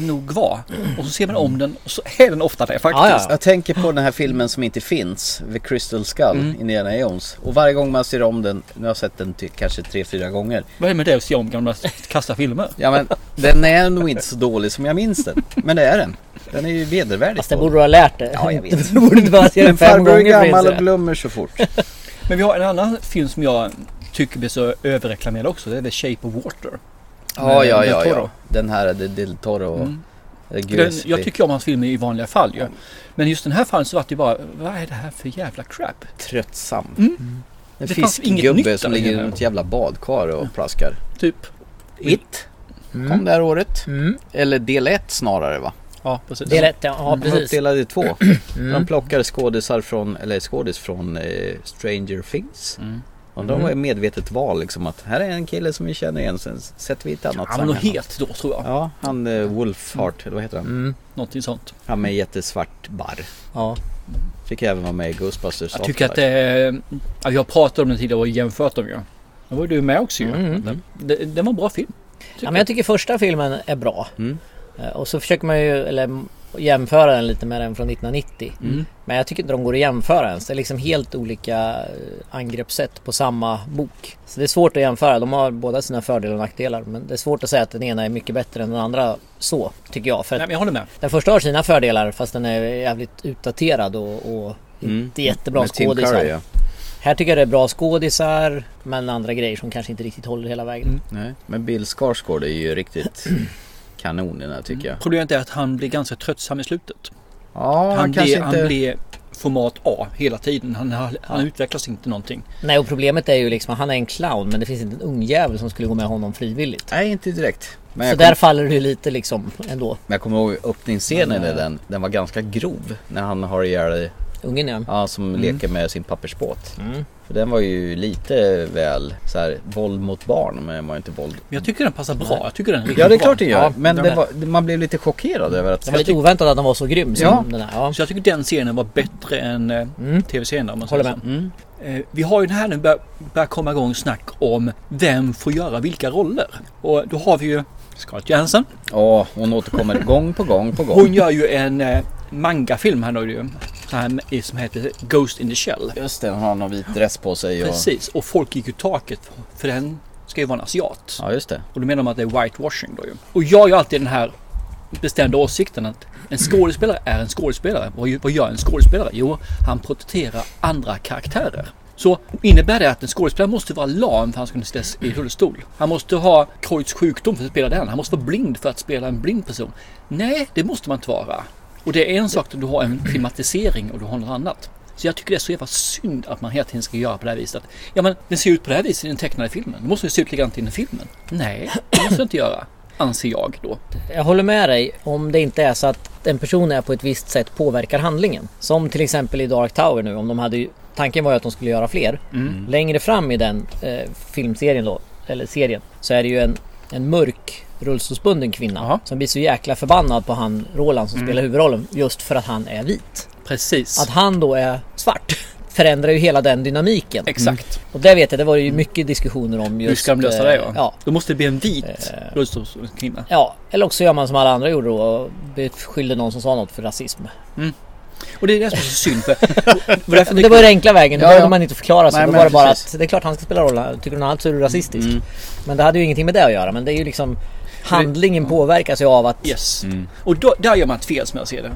B: nog var. Och så ser man om den och så är den ofta det faktiskt.
D: Ja, ja.
C: Jag tänker på den här filmen som inte finns, The Crystal Skull, Indiana Jones. Och varje gång man ser om den, nu har jag sett den ty- kanske tre, fyra gånger.
B: Vad är det med det att se om gamla kassa filmer?
C: Ja men <laughs> den är nog inte så dålig som jag minns den. Men det är den. Den är ju vedervärdigt
D: Fast det
C: dålig.
D: borde du ha lärt dig. <laughs>
C: Ja, jag vet.
D: Du borde inte bara se den
C: Men
D: fem
C: farbror är
D: gånger för att
C: gammal
D: inse
C: och
D: det.
C: glömmer så <laughs> fort.
B: Men vi har en annan film som jag tycker blir så överreklamerad också. Det är The Shape of Water.
C: Ja,
B: Med
C: ja,
B: Del
C: ja, ja.
B: Toro.
C: Den här är Del Toro och
B: Mm.
C: eh,
B: Den,
C: Gillespie.
B: jag tycker om hans filmer i vanliga fall ju. Men just den här fallet så var det ju bara, vad är det här för jävla crap?
C: tröttsam.
B: Mm.
C: En
B: Det fanns inget
C: fiskgubbe
B: nytt
C: som
B: där
C: ligger i
B: inne.
C: något jävla badkar och plaskar.
B: Typ.
C: It kom det här året.
D: Mm.
C: Eller del 1 snarare va?
B: Ja, precis.
D: Det är lätt, ja,
C: De var
D: precis. Mm.
C: uppdelade i två.
B: <clears throat>
C: De plockade skådisar från, eller skådis från eh, Stranger Things.
B: Mm.
C: Och de var ett medvetet val liksom att här är en kille som vi känner igen sen sätter vi ett annat
B: Han var nog
C: sammanhang.
B: het då tror jag.
C: Ja, han eh, Wolfhart, eller vad heter han?
D: Mm.
B: Någonting sånt.
C: Han med jättesvart barr.
D: Ja.
C: Fick även vara med i Ghostbusters.
B: Jag tycker att
C: Afterlife.
B: det, ja, jag pratade om den tidigare och jämfört dem ju. Då var ju du med också ju.
D: Mm.
B: Den, det- den var en bra film. tycker
D: ja, men jag tycker första filmen är bra.
C: Mm.
D: Eh, Och så försöker man ju eller, m- jämföra den lite med den från 1990.
B: Mm.
D: Men jag tycker inte de går att jämföra ens. Det är liksom helt olika eh, angreppssätt på samma bok. Så det är svårt att jämföra. De har båda sina fördelar och nackdelar. Men det är svårt att säga att den ena är mycket bättre än den andra så, tycker jag. För
B: Nej,
D: att
B: men jag håller med.
D: den första har sina fördelar fast den är jävligt utdaterad och, och
C: Mm.
D: inte jättebra
C: Med Tim
D: skådisar.
C: Curry, ja.
D: Här tycker jag det är bra skådisar men andra grejer som kanske inte riktigt håller hela vägen.
C: Nej, men Bill Skarsgård är ju riktigt <clears throat> kanon i den här tycker
D: Mm.
C: jag.
B: Problemet är att han blir ganska tröttsam i slutet.
C: Ja, han,
B: han,
C: kanske
B: blir,
C: inte...
B: han blir format A hela tiden. Han, har- han utvecklas inte någonting.
D: Nej och problemet är ju liksom att han är en clown men det finns inte en ung jävel som skulle gå med honom frivilligt.
C: Nej, inte direkt. Men
D: Så
C: jag,
D: där
C: kom,
D: faller det ju lite liksom ändå.
C: men jag kommer ihåg öppningsscenen i den. Den var ganska grov. När han har ihjäl,
D: Ungen igen.
C: ja, som
B: Mm.
C: leker med sin pappersbåt. För den var ju lite väl så här, våld mot barn. Men den var ju inte våld.
B: Men jag tycker den passar bra. Jag tycker den är riktigt
C: Ja, det är
B: bra.
C: klart det gör.
D: Ja,
C: men
D: den
C: det
D: är-
C: var, man blev lite chockerad över att...
D: Det var lite oväntat att den var så grym som
C: Ja.
D: den här. Ja. Mm.
B: Så jag tycker den scenen var bättre än eh, tv-serien. om man säger
D: Håller med.
B: så.
C: Mm.
B: Eh, vi har ju den här nu bör, börjar komma igång snack om vem får göra vilka roller. Och då har vi ju Scarlett Johansson.
C: Ja, hon återkommer gång på gång på gång.
B: Hon gör ju en eh, mangafilm här nu ju. Så här med- som heter Ghost in the Shell.
C: Just det, hon har någon vit dress på sig. Och...
B: Precis, och folk gick ju taket för den ska ju vara en asiat.
C: Ja, just det.
B: Och då menar de att det är whitewashing då ju. Och jag har ju alltid den här bestämda åsikten att en skådespelare är en skådespelare. Vad ju- vad gör en skådespelare? Jo, han porträtterar andra karaktärer. Så innebär det att en skådespelare måste vara lam för att han ska kunna ställas i rullstol? Han måste ha Croix sjukdom för att spela den. Han måste vara blind för att spela en blind person. Nej, det måste man inte vara. Och det är en sak att du har en klimatisering och du har något annat. Så jag tycker det är så jävla synd att man hela tiden ska göra på det här viset. Att, ja men den ser ut på det här viset i den tecknade filmen. Då måste den se ut likadant i den filmen. Nej, det måste den inte göra. Anser jag då.
D: Jag håller med dig om det inte är så att en person är på ett visst sätt påverkar handlingen. Som till exempel i Dark Tower nu, om de hade ju, tanken var ju att de skulle göra fler.
B: Mm.
D: Längre fram i den eh, filmserien då, eller serien, så är det ju en, en mörk rullstolsbunden kvinna
B: Jaha. Mm.
D: som blir så jäkla förbannad på han Roland som spelar huvudrollen just för att han är vit.
B: Precis.
D: Att han då är svart <laughs> förändrar ju hela den dynamiken.
B: Exakt.
D: Och det vet jag, det var ju mycket diskussioner om just...
B: Hur ska de lösa
D: eh,
B: det? Ja.
D: Ja,
B: Då måste det bli en vit
D: Eh.
B: rullstolskvinna.
D: Ja, eller också gör man som alla andra gjorde då och beskyllde någon som sa något för rasism.
B: Och det är det som är så synd.
D: <laughs>
B: För, och därför
D: Men det var ju den enkla vägen, då
B: Ja, ja.
D: behövde man inte förklara sig.
C: Nej,
D: då
C: men
D: var det bara
C: precis.
D: att det är klart han ska spela roll, tycker du något annat så är du rasistisk. Men det hade ju ingenting med det att göra, men det är ju liksom Handlingen påverkas ju av att...
B: Yes. Mm. Och då, där gör man ett fel som jag ser det.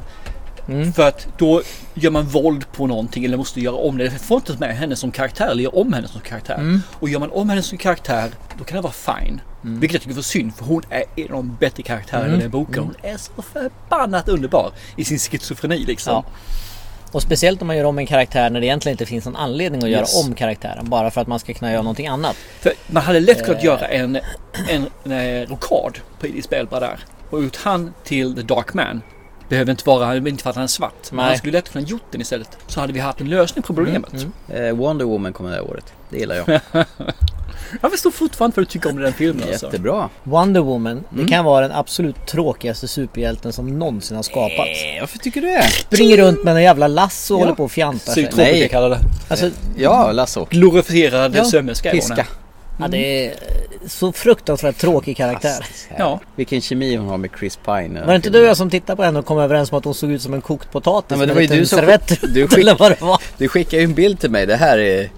D: Mm.
B: För att då gör man våld på någonting eller måste göra om det. Jag får inte med henne som karaktär eller gör om henne som karaktär.
D: Mm.
B: Och gör man om henne som karaktär då kan det vara fine. Vilket jag tycker var synd för hon är en av de bättre karaktärerna
D: Mm.
B: i den boken. Hon är så förbannat underbar i sin schizofreni liksom.
D: Ja. Och speciellt om man gör om en karaktär när det egentligen inte finns någon anledning att
B: Yes.
D: göra om karaktären. Bara för att man ska kunna göra någonting annat.
B: För man hade lätt
D: Eh.
B: kunnat göra en, en, en rockad på Idis Belba där. Och ut han till The Dark Man. Behöver inte vara, inte för att han är svart. Men
D: Nej. Mm,
B: han skulle lätt kunnat gjort den istället. Så hade vi haft en lösning på problemet.
C: Eh, Wonder Woman kommer det här året. Det gillar <laughs> jag.
B: Jag förstår fortfarande vad du tycker om den här
D: <laughs>
B: filmen alltså.
C: Jättebra.
D: Wonder Woman, det kan vara den absolut tråkigaste superhjälten som någonsin har skapats.
C: Eh, varför tycker du det?
D: Springer runt med en jävla lasso och håller på och fjantar sig.
B: Psyktropiker
C: Nej.
B: kallar det.
D: Alltså,
C: Eh, Ja, Lasso.
B: Glorifierad
C: Ja,
B: sömmerska är hon
C: Piska.
B: här.
D: Ja,
C: Mm.
D: det är eh, så fruktansvärt tråkig
C: Alltså,
D: karaktär.
B: Ja,
C: Vilken kemi hon har med Chris Pine.
D: Var det inte du och jag som tittade på henne och kom överens om att hon såg ut som en kokt potatis?
C: Nej, men det
D: med
C: var ju
D: lite
C: du som-
D: servetter
C: du
D: ut, eller vad det var.
C: Du skickar ju en bild till mig. Det här är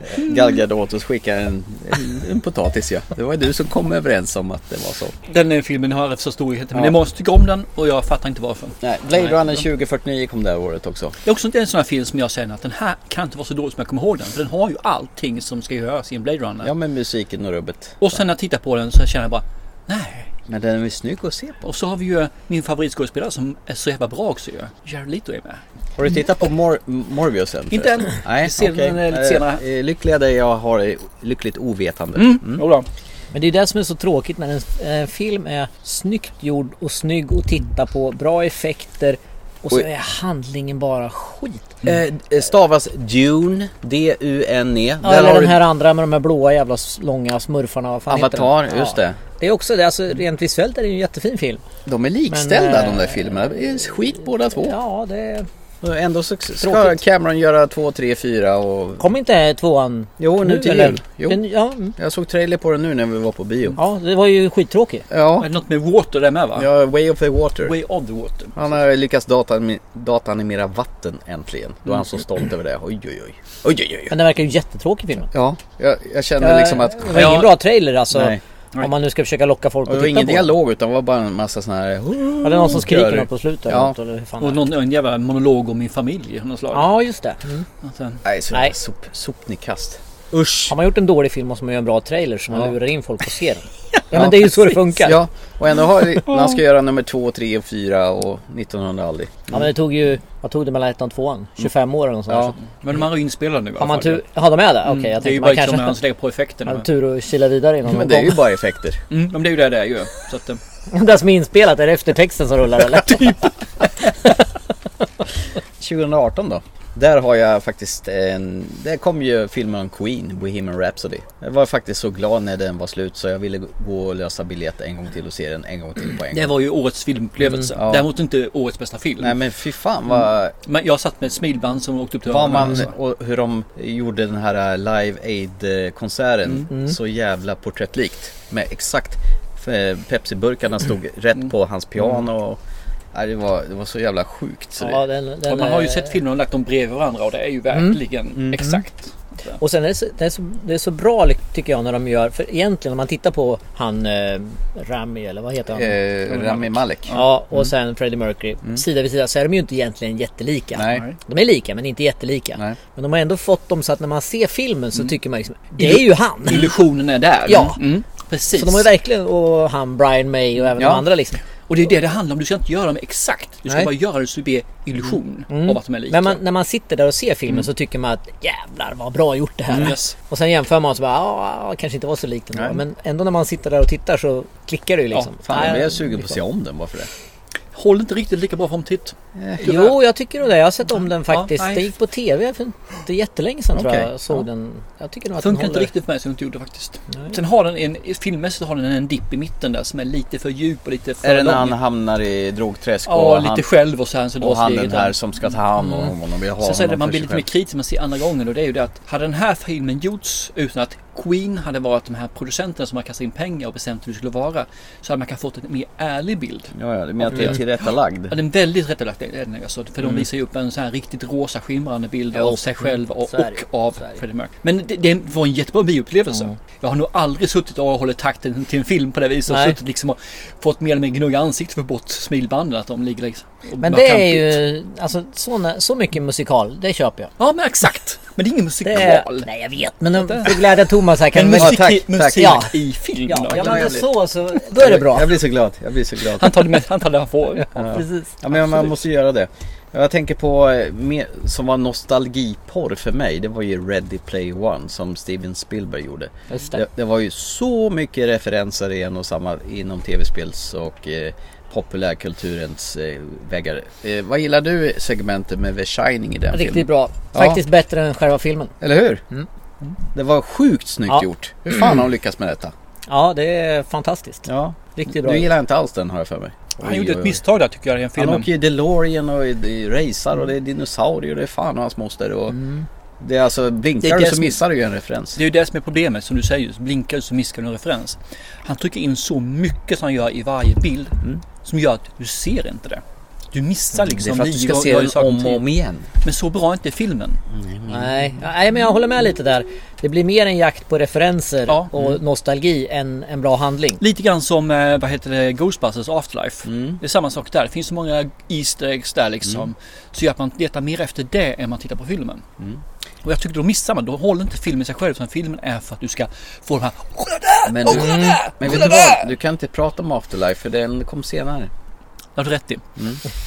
C: eh, Gal Gadot och skickar en, en, en potatis ja. Det var ju du som kom överens om att det var så.
B: den här filmen har rätt så stor Men
C: Ja.
B: det är många som tycker om den och jag fattar inte varför.
C: Nej, Blade
B: Nej.
C: Runner 2049 kom det här året också.
B: Det är också inte en sån här film som jag känner att den här kan inte vara så dålig som jag kommer ihåg den. För den har ju allting som ska göras i en Blade Runner.
C: Ja men musiken och rubbet.
B: Och sen när jag tittar på den så känner jag bara nej.
C: Men den är ju snygg att se på.
B: Och så har vi ju min favoritskådespelare som är så jävla bra också ju. Jared Leto är med.
C: Har du tittat på Mor Morbius än?
B: Inte än.
C: förresten? Nej,
B: Vi ser
C: okej.
B: den, eh, lite
C: Eh,
B: senare. Mm.
C: eh, Lyckliga där jag har eh, lyckligt ovetande.
B: Jodå.
D: Men det är det som är så tråkigt när en, en film är snyggt gjord och snygg att titta på, bra effekter och så
C: Oj.
D: är handlingen bara skit.
C: Eh, stavas Dune, D-U-N-E.
D: Ja, eller den här andra med de här blåa jävla s- långa smurfarna. Vad fan
C: Avatar,
D: heter den?
C: just det.
D: Det är också det, alltså rent visuellt är det ju en jättefin film.
C: De är likställda
D: Men,
C: de där
D: eh,
C: filmerna. Det är skit båda två.
D: Ja, det...
C: Och Ändå så ska
D: Tråkigt.
C: Cameron göra två, tre, fyra och...
D: Kom inte tvåan
C: Jo, nu till
D: eller?
C: jul. Jo.
D: Den- Ja, mm.
C: Jag såg trailer på den nu när vi var på bio.
D: ja, det var ju skittråkigt.
B: Är
C: Ja,
B: det något med Water där med va?
C: ja Way of the Water.
B: Way of the Water.
C: Han har lyckats datan- datanimera vatten äntligen. Då är han så stolt över det. Oj, oj, oj. Oj, oj, oj.
D: Men den verkar ju jättetråkig filmen.
C: Ja, jag, jag känner liksom att...
D: Det var
B: Ja.
D: ingen bra trailer alltså.
C: Nej.
D: Om man nu ska försöka locka folk
C: Och det
D: att
C: var
D: titta
C: ingen
D: på den.
C: dialog utan det var bara en massa sådana här...
D: Var det någon som skriker
C: Gör-
D: något på slutet?
C: Ja.
D: Ja. Eller hur fan
B: Och
D: det är?
B: någon, en jävla monolog om min familj av något slag.
D: ja, just det. Mm.
B: Och sen-
C: Nej, så
D: Nej.
C: Sop, sopnedkast. Usch!
D: Har man gjort en dålig film måste man göra en bra trailer så man
C: Ja.
D: lurar in folk att se den. Ja, men det är ju så det funkar. Ja.
C: Ja, och ändå har
D: <laughs>
C: när han ska göra nummer två, tre och fyra och 1900 aldrig.
D: men det tog ju, vad tog det mellan ettan och tvåan? 25 år eller något sånt.
C: Ja,
D: där.
B: Men de här är ju inspelade nu i
D: Har
B: alla
D: man
B: fall,
D: tur, har de med det? Okej,
B: ja.
D: jag
B: Det är ju
D: tänkte
B: bara
D: man
B: liksom när han
D: kanske
B: slänger på effekterna.
D: hade tur att kila vidare innan
C: men
D: de
C: det är ju
D: kom.
C: bara effekter.
B: Mm, men det är ju det det är ju. Så att, eh,
D: <laughs> det som är inspelat, är det eftertexten som rullar eller?
C: 2018 då? Där har jag faktiskt en... Där kom ju filmen om Queen, Bohemian Rhapsody. Jag var faktiskt så glad när den var slut så jag ville gå och lösa biljett en gång till och se den en gång till på en
B: det
C: gång.
B: var ju årets filmupplevelse.
C: Mm, ja.
B: Däremot inte årets bästa film.
C: Nej men fy fan vad...
B: Men jag satt med ett smilband som åkte upp till
C: Vad
B: öronen,
C: man,
B: alltså.
C: och hur de gjorde den här eh, Live Aid-konserten
B: Mm.
C: så jävla porträttlikt. Med exakt eh, Pepsi-burkarna stod
B: Mm.
C: rätt på hans piano. Och, nej, det, var, det var så jävla sjukt. Så
D: Ja,
C: det,
D: den,
B: Ja,
D: den,
B: man har ju
D: eh,
B: sett filmer och lagt dem bredvid varandra och det är ju verkligen exakt.
D: Och sen är det, så, det, är så, det är så bra li- tycker jag när de gör, för egentligen om man tittar på han eh, Rami eller vad heter han?
C: eh, Rami Malek.
D: Ja och sen Freddie Mercury. Sida vid sida så är de ju inte egentligen jättelika.
C: Mm. Nej.
D: De är lika men inte jättelika.
C: Nej. Mm.
D: Men de har ändå fått dem så att när man ser filmen så tycker man liksom Det är ju han!
B: Illusionen är där.
D: Ja.
B: Mm. Precis.
D: Så de har ju verkligen, och han Brian May och även
C: Ja.
D: de andra liksom.
B: Och det är det det handlar om. Du ska inte göra dem exakt. Du ska
D: Nej.
B: bara göra det så det blir illusion
D: Mm.
B: av att de är lika.
D: Men man, när man sitter där och ser
C: Mm.
D: filmen så tycker man att jävlar vad bra gjort det här.
B: Mm. Yes.
D: Och sen jämför man och så bara, ja, kanske inte var så likt ändå.
C: Nej.
D: Men ändå när man sitter där och tittar så klickar det ju liksom.
B: Ja,
C: Fan, jag
D: Nej,
C: blev sugen på att
D: liksom.
C: se om den bara för det.
B: Håller inte riktigt lika bra för omtitt. Tyvärr.
D: Jo, jag tycker nog det. Jag har sett om den
B: Ja,
D: faktiskt.
B: nej.
D: det gick på TV för inte jättelänge sedan tror jag.
C: Okej,
D: jag såg
C: ja.
D: den. Jag tycker nog att
B: Funkar
D: den
B: inte
D: håller.
B: riktigt för mig så jag inte gjorde faktiskt.
D: Nej.
B: Sen har den en, filmmässigt har den en dipp i mitten där som är lite för djup och lite för
C: Är det när
B: lång.
C: han hamnar i drogträsk
B: Ja,
C: och, han,
B: lite själv och så här. Så
C: och
B: dras
C: han
B: det
C: den
B: lite.
C: här som ska ta hand om honom och vill ha
B: Sen så är det,
C: honom
B: man
C: för
B: blir
C: sig
B: lite mer
C: själv.
B: kritisk när man ser andra gången och det är ju det att hade den här filmen gjorts utan att Queen hade varit de här producenterna som har kastat in pengar och bestämt hur det skulle vara så hade man kanske fått en mer ärlig bild.
C: Ja, ja, du menar att det är
B: Mm.
C: tillrättalagd?
B: Ja, den är väldigt rättalagt ledning alltså, för de visar ju upp en sån här riktigt rosa skimrande bild
D: Mm. Ja. mm,
B: av sig själv och,
D: Så är det.
B: och av
D: Så är det.
B: Freddie Mercury. Men det, det var en jättebra bioupplevelse.
D: Mm.
B: Jag har nog aldrig suttit och hållit takten till en film på det viset och
D: Nej.
B: suttit liksom och fått mer eller mindre gnugga ansiktet för bort smilbanden att de ligger liksom. och typ
D: Men det
B: markant
D: är
B: ut.
D: ju, alltså såna, så mycket musikal, det köper jag.
B: Ja men exakt! Men det är ingen
D: Det är,
B: musikal.
D: nej jag vet, men om- för att glädja Thomas här kan
B: Men
D: vi
B: musik,
C: tack, tack.
B: musik
D: Ja.
B: i film
D: Ja,
B: då?
D: ja men
C: Trevligt.
D: så, så, då är det bra.
C: Jag blir så glad, jag blir så glad.
B: Han tar det med, han tar det han får.
D: <laughs> Ja, precis.
C: Ja men man måste göra det. Jag tänker på, eh, mer- som var nostalgiporr för mig, det var ju Ready Play One som Steven Spielberg gjorde.
D: Just det.
C: Det, det var ju så mycket referenser i en och samma inom tv-spels och eh, populärkulturens eh, väggar. Eh, vad gillar du segmentet med The Shining i den
D: Riktigt
C: filmen?
D: bra.
C: Ja.
D: Faktiskt bättre än själva filmen.
C: Eller hur?
D: Mm.
C: Det var sjukt snyggt
D: Ja.
C: gjort. Hur fan har de lyckats med detta?
D: Ja, det är fantastiskt.
C: Ja.
D: Riktigt bra.
C: Du gillar inte alls den har jag för mig.
B: Han
C: Oj,
B: gjorde
C: oj,
B: ett
C: oj.
B: misstag där tycker jag i den
C: Han
B: filmen.
C: åker ju DeLorean och i- i racear och det är dinosaurier och det är fan och hans moster och
D: Mm.
C: det är alltså
B: Det
C: blinkar
B: är
C: du
B: det
C: så
B: som-
C: missar du ju en referens.
B: Det är ju det som är problemet som du säger, så blinkar du så missar du en referens. Han trycker in så mycket som han gör i varje bild
C: Mm.
B: som gör att du ser inte det. Du missar
C: Det är
B: liksom
C: för att du ska
B: nio-
C: se
B: jag har ju
C: den
B: sagt typ-
C: om och
B: till.
C: om igen. Mm.
B: Men så bra är inte filmen.
D: Nej. Ja, nej, men jag håller med lite där. Det blir mer en jakt på referenser
B: Ja.
D: och nostalgi än en bra handling.
B: Lite grann som, eh, vad heter det, Ghostbusters Afterlife.
C: Mm.
B: Det är samma sak där. Det finns så många Easter eggs där liksom. Så gör att man letar mer efter det än man tittar på filmen.
C: Mm.
B: Och jag tycker då missar man, då håller inte filmen sig själv. Utan filmen är för att du ska få de här
C: Men, du,
D: kolla där!
C: men vet
B: Kolla
C: du vad? Du kan inte prata om Afterlife för den kom senare. Mm.
B: Det har du rätt i.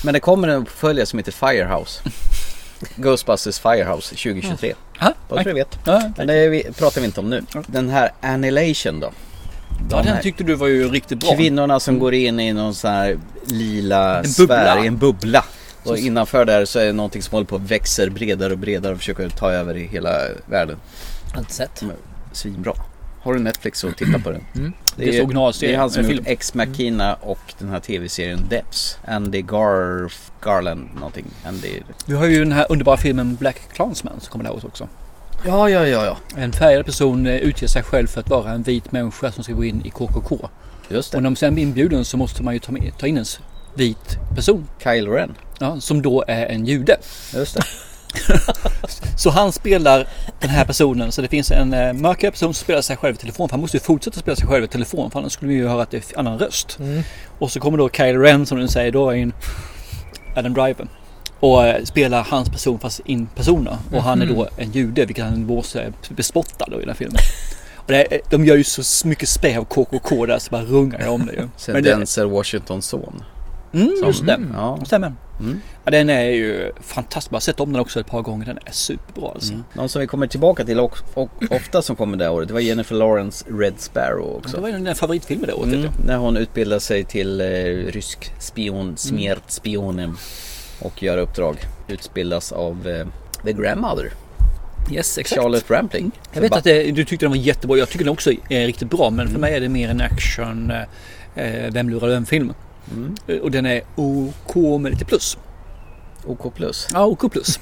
C: Men det kommer en uppföljare som
B: <laughs>
C: heter Firehouse. Ghostbusters Firehouse 2023.
B: Ha?
C: Bara så du vet.
B: Ja,
C: Men det vi- pratar vi inte om nu. Den här Annihilation då.
B: ja,
C: De
B: den
C: här
B: tyckte du var ju riktigt bra.
C: Kvinnorna som går in i någon sån här lila
B: Mm. En
C: sfär,
B: bubbla.
C: i en bubbla. Och
B: Så-
C: innanför där så är det någonting som håller på och växer bredare och bredare och försöker ta över i hela världen.
D: Jag har inte sett.
C: Svinbra. Har du Netflix så titta på den.
D: Mm.
B: Det är så originalserien,
C: det är han som
B: en
C: gjort
B: film. Mm.
C: Ex Machina och den här tv-serien Depths. Andy Gar... Garland någonting. Andy...
B: Vi har ju den här underbara filmen Black Clansman som kommer det här året också.
C: Ja, ja, ja, ja.
B: En färgad person eh, utger sig själv för att vara en vit människa som ska gå in i KKK.
C: Just
B: Och
C: det.
B: när man sen blir inbjuden så måste man ju ta, med, ta in en s- vit person.
C: Kyle Ren.
B: Ja, som då är en jude.
C: Just det.
B: <laughs> Så han spelar den här personen. Så det finns en eh, mörkare person som spelar sig själv i telefon. För han måste ju fortsätta spela sig själv i telefon. För annars skulle vi ju höra att det är en annan röst.
D: Mm.
B: Och så kommer då Kyle Ren som du säger då in Adam Driver. Och eh, spelar hans person fast in personer. Och han är
C: Mhm.
B: då en jude vilket han måste bespotta då i den här filmen. Och det, är- de gör ju så mycket spä av KKK där så bara rungar jag om det
C: <laughs>
B: ju.
C: Sen
B: Men det-
C: Denzel Washingtons son.
B: Mm,
C: Som-
B: just det.
C: Mm. Ja.
B: Stämmer.
C: Mm.
B: Ja, den är ju fantastisk. Jag har sett om den också ett par gånger. Den är superbra alltså.
C: Någon som vi kommer tillbaka till och, och ofta som kommer det här året. Det var Jennifer Lawrence Red Sparrow också.
B: Det var ju en av mina favoritfilmer det året. Mm. vet
C: Mm,
B: jag.
C: när hon utbildar sig till eh, rysk spion, smertspionen och gör uppdrag. Utbildas av eh, The Grandmother,
B: Yes, exakt.
C: Charlotte Rampling.
B: Jag vet att det, Mm. du tyckte den var jättebra. Jag tycker den också är riktigt bra. Men för mig är det mer en action, eh, vem lurar vem film.
C: Mm.
B: Eh, Och den är OK med lite plus.
C: OK plus.
B: Ja, OK plus.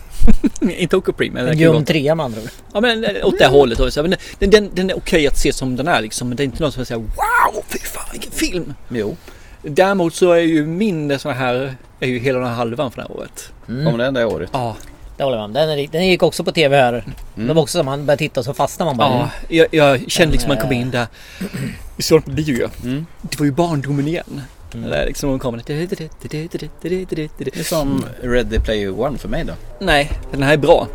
B: <laughs> Inte OK Prime. men det
D: En
B: kan ju vara-
D: ljum trea med andra ord.
B: Ja, men eh, åt det hållet. då. Så, Men den, den, den är okej att se som den är liksom. Men det är inte någon som säger wow, fy fan vilken film.
C: Jo,
B: Däremot så är ju min sån här, är ju hela den här halvan från det här året.
D: Mm.
C: kommer den det här året.
B: Ja,
D: Det håller jag med om. Den, är, rik- den gick också på TV här. Det var också som han började titta och så fastnade man bara.
B: ja jag, jag kände liksom när man kom in där. Vi såg den på bio ju.
C: Mm.
B: Det var ju barndomen igen. Mm. Där liksom hon kommer. där.
C: Det är som Ready Player One för mig då.
B: Nej, den här är bra.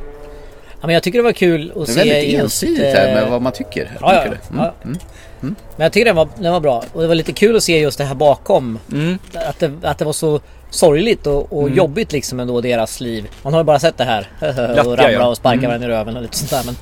D: Ja, men jag tycker det var kul att
C: Det är
D: se
C: väldigt
D: just,
C: ensidigt
D: eh,
C: här med vad man tycker.
D: Ja, ja,
C: tycker du? Mm.
D: ja. Men jag tycker den var, den var bra. Och det var lite kul att se just det här bakom.
B: Mm.
D: Att det, att det var så sorgligt och,
C: Mm.
D: och jobbigt liksom ändå deras liv. Man har ju bara sett det här. <laughs> och ramla
B: ja.
D: och sparka
C: Mm.
D: varandra i röven och lite sånt där. Men,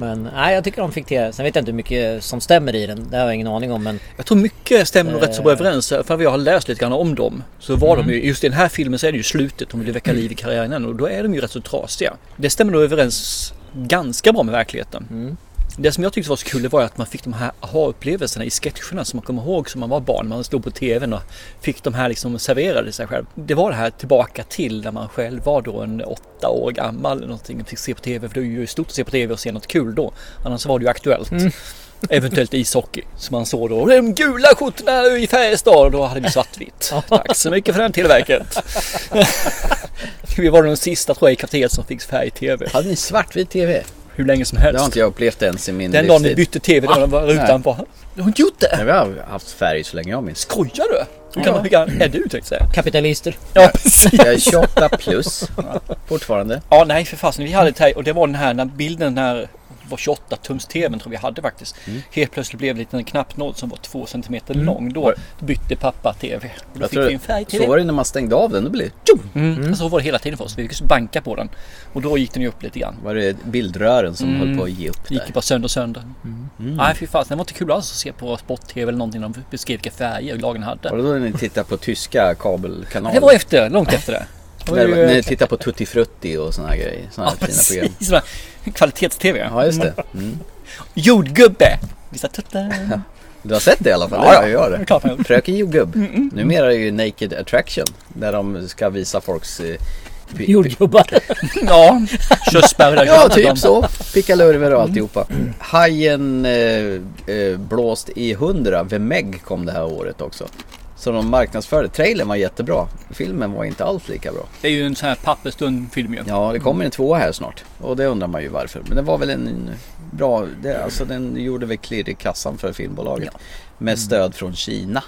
D: men nej, jag tycker de fick till det. Sen vet jag inte hur mycket som stämmer i den. Det har jag ingen aning om. Men
B: Jag tror mycket stämmer nog rätt så bra överens. För vad jag har läst lite grann om dem så var de ju, just i den här filmen så är det ju slutet, de vill väcka liv i karriären än, och då är de ju rätt så trasiga. Det stämmer nog överens ganska bra med verkligheten.
D: Mm.
B: Det som jag tyckte var så kul det var att man fick de här aha-upplevelserna i sketcherna som man kommer ihåg som man var barn. Man stod på tvn och fick de här liksom serverade sig själv. Det var det här tillbaka till när man själv var då en åtta år gammal eller någonting och fick se på tv. För det är ju stort att se på tv och se något kul då. Annars var det ju aktuellt. Eventuellt ishockey som man såg då. De gula skjortorna i Färjestad och då hade vi svartvitt. Tack så mycket för den tillverket. vi var de sista tror jag i kvarteret som fick färg-tv
C: Hade ni svartvit TV?
B: hur länge som
C: Det har
B: helst.
C: inte jag upplevt ens i min
B: Den dagen vi bytte tv, då var rutan
C: nej.
B: bara... Du har inte gjort det?
C: Nej, vi har haft färg så länge jag minns.
B: Skojar du? Hur gammal hur gammal är du tänkte jag säga.
D: kapitalister. <laughs>
B: Ja precis.
C: Jag är 28 plus fortfarande.
B: Ja nej för fasen, vi hade ett här och det var den här när bilden när var 28 tums tvn tror vi hade faktiskt. Helt plötsligt blev det en liten knappnål som var 2 cm lång. Då bytte pappa tv. Och då
C: Jag
B: fick vi
C: tror,
B: en färg-tv.
C: så var det när man stängde av den. Då blev det, tjum!
B: Mm. Så var det hela tiden för oss. Vi fick banka på den. Och då gick den ju upp lite grann.
C: var det bildrören som höll på att ge upp
B: Det gick ju
C: där.
B: bara sönder och sönder. Mm. Nej fy fasen, det var inte kul alls att se på sport-tv eller någonting. när De beskrev vilka färger lagen hade.
C: Var det då när ni tittade på tyska kabelkanaler?
B: Mm. Det var efter, långt efter det.
C: När, när ni tittade på Tutti Frutti och sådana här grejer. Sådana
B: Ja,
C: här fina
B: <laughs>
C: program.
B: precis. va. Kvalitets-tv.
C: Ja, just det. Mm.
B: Jordgubbe! Vissa
C: <laughs>
B: tuttar.
C: Du har sett det i alla fall?
B: Ja, ja.
C: jag gör
B: Det är klart jag har
C: det. <laughs>
B: gjort.
C: Fröken Jordgubb. Numera är det ju Naked Attraction. Där de ska visa folks... eh, pi- pi-
D: Jordgubbar.
B: Ja, körsbär. där.
C: Ja, typ så. Pickalurver och alltihopa. Hajen eh, eh, blåst i 100, Vemeg kom det här året också. Så de marknadsförde, trailern var jättebra. Filmen var inte alls lika bra.
B: Det är ju en sån här pappersdun film ju.
C: Ja, det kommer en tvåa här snart. Och det undrar man ju varför. Men det var väl en bra, det, alltså den gjorde väl klirr i kassan för filmbolaget. Med stöd från Kina.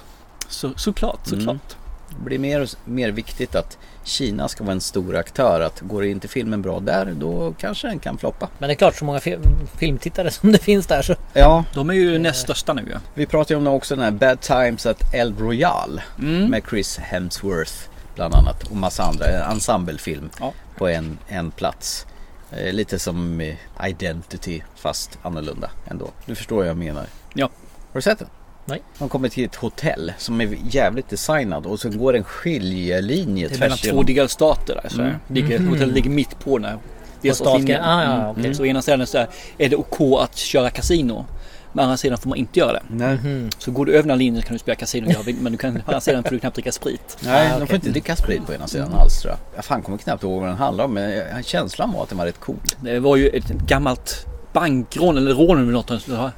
B: Så, såklart,
C: Mm.
B: såklart.
C: Det blir mer och s- mer viktigt att Kina ska vara en stor aktör. Att går inte filmen bra där, då kanske den kan floppa.
D: Men det är klart så många fi- filmtittare som det finns där så.
C: Ja,
B: De är ju näst största nu ju.
C: Vi pratade ju om det också den här Bad Times at El Royale
B: Mm.
C: med Chris Hemsworth bland annat och massa andra. En ensemblefilm
B: Ja.
C: på en, en plats. Eh, lite som eh, Identity fast annorlunda ändå. Du förstår vad jag menar.
B: Ja.
C: Har du sett den?
D: Nej.
C: De kommer till ett hotell som är jävligt designad och så går en skiljelinje
B: Det är mellan
C: tvärs
B: två
C: igenom. Mm.
B: delstater där. Så ligger, Hotellet ligger mitt på den här delstatslinjen.
D: Ah, ja, ja, okej.
B: Så å ena sidan så här, är det OK att köra kasino. Men å andra sidan får man inte göra det.
C: Nej,
B: Så går du över den här linjen så kan du spela kasino. jag vill, Men du kan, å andra sidan får du knappt dricka sprit.
C: Nej
D: Ah,
C: de
D: okej.
C: får inte Mm. dricka sprit på ena sidan alls tror jag. Jag fan kommer knappt ihåg vad den handlar om men eh, känslan var att den var rätt cool.
B: Det var ju ett gammalt bankrån eller rån eller något. De har,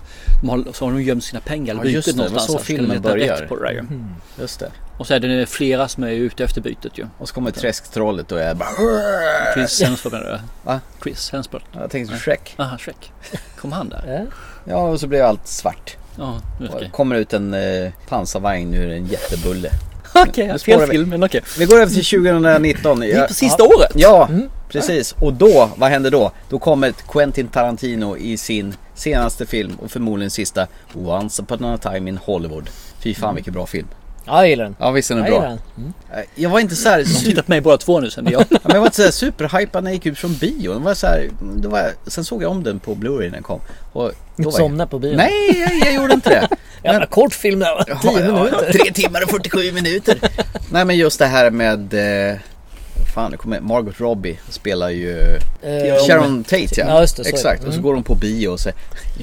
B: de har, så har de gömt sina pengar eller
C: Ja,
B: bytet
C: just det. Det var
B: någonstans.
C: så
B: skulle
C: filmen
B: leta rätt
C: börjar. Mm.
B: På det där, ju.
C: Just det.
B: Och så är det flera som är ute efter bytet ju.
C: Och så kommer träsktrollet och är bara...
B: Chris Hemsworth menar du?
C: Va?
B: Chris Hemsworth. Ah,
C: Jag tänkte Shrek.
B: Aha, Shrek. Kom han där?
D: Ja.
C: Ja, och så blev allt svart.
B: Ja, nu
C: Och
B: okej.
C: <laughs> Kommer ut en eh, pansarvagn ur en jättebulle.
B: Okej,
C: spårar
B: fel
C: vi.
B: film men okej.
C: Vi går över till 2019.
B: Det är
C: Jag,
B: på sista året!
C: ja, precis. Och då, vad händer då? Då kommer Quentin Tarantino i sin senaste film och förmodligen sista Once upon a time in Hollywood. Fy fan vilken bra film.
D: ja, jag gillar den.
C: Mm. Ja visst är den
D: Jag
C: bra.
D: gillar den.
C: Eh, Jag var inte så här super...
B: Tittat på mig båda två nu sen.
C: <laughs>
B: Jag.
C: Ja, men jag var inte så här superhypad när jag gick ut från bion. Det var så här, det var, sen såg jag om den på Blu-ray när den kom. Och då var jag...
D: Somna på bion.
C: Nej, jag, jag gjorde inte det.
D: Jävla kort film där va? 10 minuter.
C: Tre timmar och 47 minuter. Nej men just det här med... Eh, fan, det kommer, Margot Robbie spelar ju
D: Eh,
C: Sharon Tate ja.
D: Ja, just det, så är det.
C: Exakt, och så
D: Mm.
C: går hon på bio och säger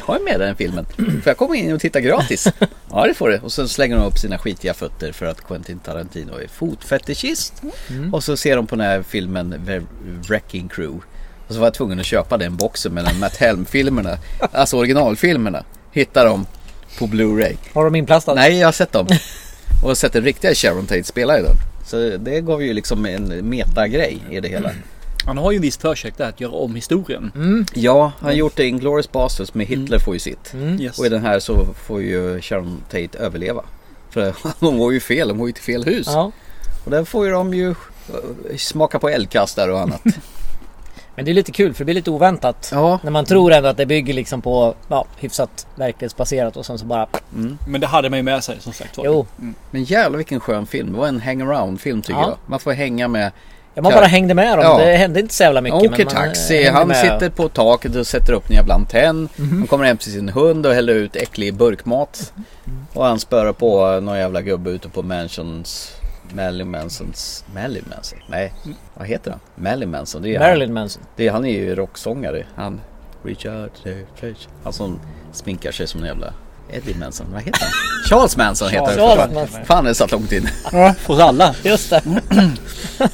C: Jag är med i den filmen. Får jag komma in och titta
D: <laughs>
C: gratis? ja det får du. Och sen slänger hon upp sina skitiga fötter för att Quentin Tarantino är fotfetischist.
D: Mm.
C: Och så ser de på den här filmen The Wrecking Crew. Och så var jag tvungen att köpa den boxen med de Matt Helm-filmerna.
D: <laughs>
C: Alltså originalfilmerna. Hittar de på Blu-ray.
D: Har de inplastat?
C: Nej, jag har sett dem. Och jag har sett den riktiga Sharon Tate spela i den. Så det gav ju liksom en metagrej i det hela.
B: Han har ju en viss förkärlek där att göra om historien.
C: Mm. Ja, han har gjort det i Inglourious Basterds men Hitler får ju sitt.
B: Yes.
C: Och i den här så får ju Sharon Tate överleva. För <laughs> de går ju fel, de går ju till fel hus.
D: Ja.
C: Och där får ju de ju eh, smaka på eldkastare och annat.
D: Men Men det är lite kul för det blir lite oväntat.
C: Ja.
D: När man tror ändå att det bygger liksom på ja, hyfsat verklighetsbaserat och sen så bara...
B: Men det hade man ju med sig som sagt var.
D: Jo,
C: Mm. Men jävlar vilken skön film. Det var en hangaround film tycker
D: Ja.
C: jag. Man får hänga med.
D: ja, man
C: Kör.
D: bara hängde med dem.
C: Ja.
D: Det hände inte så jävla mycket.
C: Han åker
D: men man, eh,
C: taxi,
D: hängde
C: han
D: med. Mhm.
C: sitter på taket och sätter upp en jävla antenn. Han kommer hem till sin hund och häller ut äcklig burkmat.
D: Mhm.
C: Och han spöar på någon jävla gubbe ute på Mansions... Marilyn Mansons... Marilyn Manson? Nej, vad heter han? Marilyn Manson. Det är han.
D: Marilyn Manson.
C: Det, är- han är ju rocksångare. Han... Richard the Flesh. Han som sminkar sig som en jävla... Eddie Manson, vad heter han? Charles Manson heter han.
D: Charles
C: Fan,
D: Manson.
C: Fan, det satt långt in.
B: För oss alla.
D: Just det.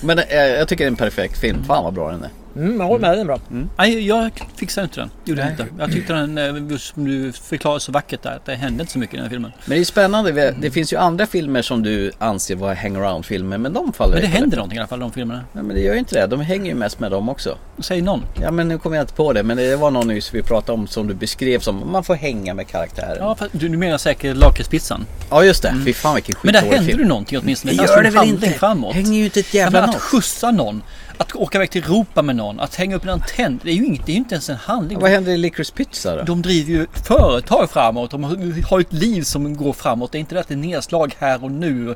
C: Men eh, jag tycker det är en perfekt film. Fan vad bra den är.
D: Mm, jag håller med, den är bra.
B: Nej, jag fixade inte den. Gjorde jag inte. Jag tyckte den, eh, just som du förklarade så vackert där, att det hände inte så mycket i den här filmen.
C: Men det är ju spännande, Vi- det finns ju andra filmer som du anser vara hangaround-filmer men de faller
B: Men det
C: inte.
B: händer någonting i alla fall i de filmerna.
C: Nej men det gör ju inte det, de hänger ju mest med dem också.
B: Säg någon.
C: Ja men nu kommer jag inte på det, men det var någon nyss vi pratade om som du beskrev som man får hänga med karaktären.
B: Ja,
C: Ja,
B: fast du, du menar säkert lakritspizzan.
C: just det, fy fan vilken
B: Men där
C: skitdålig
B: händer
C: film.
B: det någonting åtminstone.
C: Det
B: fanns
C: gör
B: en
C: det väl
B: handling
C: inte?
B: Framåt.
C: Hänger ju inte ett
B: Ja, men
C: jävla
B: att
C: något.
B: skjutsa någon, att åka iväg till Europa med någon, att hänga upp en antenn. Det är ju, inget, det är ju inte ens en handling.
C: Vad händer i Licorice Pizza då?
B: De driver ju företag framåt. De har- har ett liv som går framåt. Det är inte det att det är nedslag här och nu.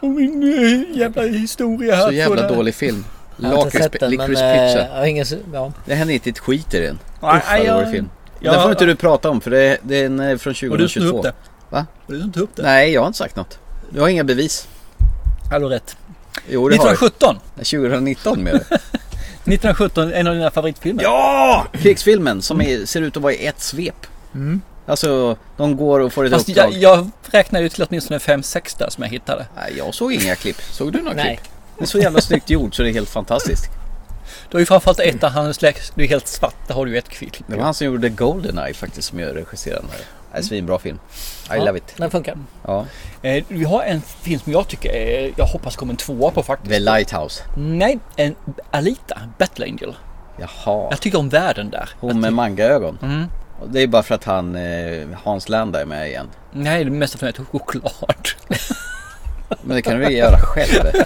B: Och min eh, jävla historia här.
C: Så jävla
B: från-
C: dålig film.
D: Jag har inte
C: Lakrits-
D: sett den men...
C: Licorice
D: eh,
C: Pizza.
D: jag har ingen, su- ja.
C: Det händer inte ett skit i den. Usch
B: Nej,
C: vad
B: jag-
C: dålig film.
B: Ja,
C: den får inte du prata om för det är, det är en, eh, från
B: Och du snor
C: 2022.
B: upp det.
C: Va?
B: Och du snor inte upp det.
C: Nej, jag har inte sagt något. Du har inga bevis.
B: Har du rätt.
C: Jo, det har jag.
B: 1917.
C: 2019 med det.
B: <laughs> 1917, en av dina favoritfilmer.
C: Ja! Krigsfilmen som är, ser ut att vara i ett svep. Alltså, de går och får ett
B: Mm. Fast
C: uppdrag.
B: jag,
C: Jag,
B: jag räknade ju till åtminstone 5-6 där som jag hittade.
C: Nej, jag såg inga klipp. Såg du några
D: Nej.
C: klipp? Det är så jävla snyggt gjort så det är helt fantastiskt.
B: Du har ju framförallt ett där han släcks, det är helt svart. Där har du ju ett kvill.
C: Det var han som gjorde Goldeneye faktiskt som jag regisserade den här. Det är svinbra film. I
D: Ja,
C: love it.
D: Den funkar.
C: Ja.
B: Eh, vi har en film som jag tycker är, jag hoppas kommer en tvåa på faktiskt.
C: The Lighthouse.
B: Nej, en Alita, Battle Angel.
C: Jaha.
B: Jag tycker om världen där.
C: Hon med mangaögon.
B: Mm.
C: Och Det är bara för att han, eh, Hans Landa är med igen.
B: Nej, det mesta för mig är choklad.
C: Men det kan du väl göra
B: <laughs>
C: själv?
B: Nej,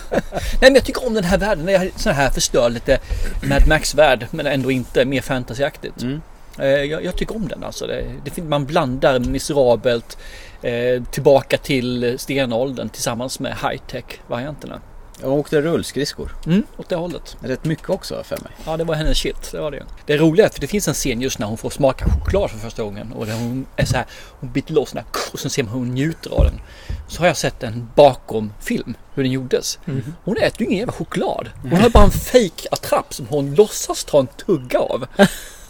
B: men jag tycker om den här världen. Den är så här förstörd, lite Mad Max-värld, men ändå inte. Mer fantasyaktigt.
C: Mm.
B: Eh, Jag, jag tycker om den alltså. Det, det, fin- man blandar miserabelt eh, tillbaka till stenåldern tillsammans med high-tech-varianterna.
C: Jag åkte rullskridskor.
B: Mm, åt det hållet.
C: Rätt mycket också har jag för mig.
B: Ja, det var hennes shit. Det var det. Det är roliga är för det finns en scen just när hon får smaka choklad för första gången och där hon är så här, hon biter loss den här och sen ser man hur hon njuter av den. Så har jag sett en bakom film hur den gjordes. Hon äter ju ingen jävla choklad. Hon har bara en fake attrapp som hon låtsas ta en tugga av.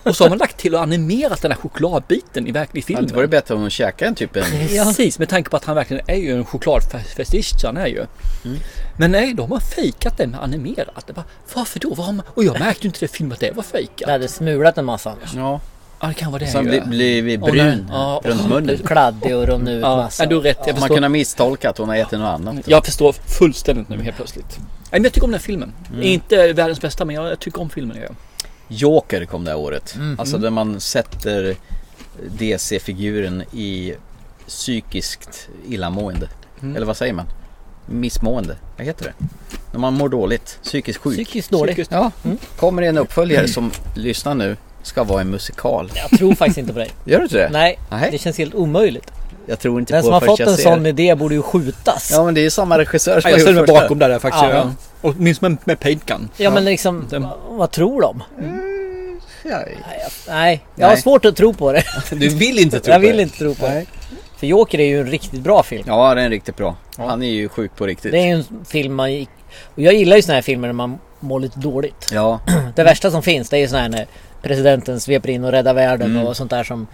B: Och så har man lagt till och animerat den här chokladbiten i verklig
C: Hade inte
B: filmen.
C: varit bättre om hon käkade en typ en...
B: Precis, med tanke på att han verkligen är ju en chokladfetisch så han är ju. Mm. Men nej, då har man fejkat det med animerat. Det bara, varför då? Vad har man... Och jag märkte ju inte i det filmen att det var fejkat.
D: Det hade smulat en massa annars.
C: Ja.
B: Ja, det kan vara det.
C: Sen
B: ju.
C: blir, blir vi
B: Åh, nej.
C: brun
B: Ja.
C: runt munnen.
D: Kladdig och rann ut
B: ja,
D: massa.
B: ja, du har rätt. Jag,
C: Man
B: förstår,
C: kunde ha misstolkat att hon har ätit något annat.
B: jag förstår fullständigt nu helt plötsligt. Nej, men jag tycker om den här filmen. Inte världens bästa, men jag, jag tycker om filmen. Jag. gör.
C: Joker kom det här året. Alltså där man sätter DC-figuren i psykiskt illamående. Eller vad säger man? Missmående. Vad heter det? När man mår dåligt. Psykiskt sjuk.
D: Psykiskt dålig.
B: Psykiskt-
C: Ja. Kommer det en uppföljare som, lyssna nu, ska vara en musikal.
D: Jag tror faktiskt inte på dig.
C: Gör du inte det?
D: Nej,
C: <laughs> Nej.
D: det känns helt omöjligt.
C: Jag tror inte
D: Den
C: på
D: som har
C: förrän
D: fått
C: jag
D: en
C: ser
D: sån
C: det.
D: idé borde ju skjutas. Ja,
C: Ja men det är ju samma regissör som
B: jag
C: har
B: ställer mig
C: gjort första.
B: bakom där faktiskt.
D: Ja.
B: Ja. Åtminstone med, med paint gun.
D: men liksom,
B: Den-
D: vad- vad tror de?
C: Ja,
D: Nej, jag har
C: Nej.
D: svårt att tro på det.
C: Du vill inte tro
D: Jag
C: på
D: vill
C: det.
D: inte tro på det. För Joker är ju en riktigt bra film.
C: Ja, den är riktigt bra. Han är ju sjuk på riktigt.
D: Det är ju en film man... gick- Och jag gillar ju såna här filmer när man mår lite dåligt.
C: Ja,
D: Det värsta som finns det är ju såna här när presidenten sveper in och räddar världen
C: Mm.
D: och sånt där som...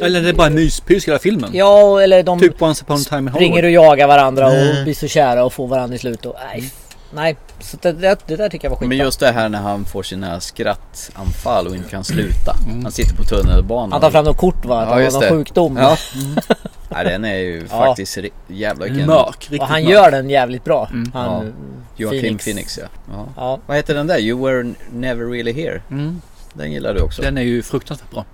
B: Eller det är bara myspys hela filmen.
D: Ja, eller de
B: Typ Once upon a time in
D: ringer
B: Hollywood.
D: och jagar varandra och blir så kära och får varandra i slut och... Nej. Nej, så det, det, det där tycker jag var skitbra.
C: Mm. men just det här när han får sina skrattanfall och inte kan sluta. Han sitter på tunnelbanan.
D: Mm. Han tar fram något kort va? Att
C: Ja,
D: han har
C: just
D: någon
C: det.
D: sjukdom.
C: Ja. <laughs> Nej, den är ju
D: Ja.
C: faktiskt ri- jävla vilken...
B: Mörk, riktigt
D: Och han
B: mörk.
D: gör den jävligt bra.
C: Mm.
D: Han,
C: Joaquin Phoenix,
D: Phoenix.
C: ja. ja.
D: ja.
C: Vad heter den där? You were never really here.
B: Mm.
C: Den gillar du också. Den
B: Den är ju fruktansvärt bra.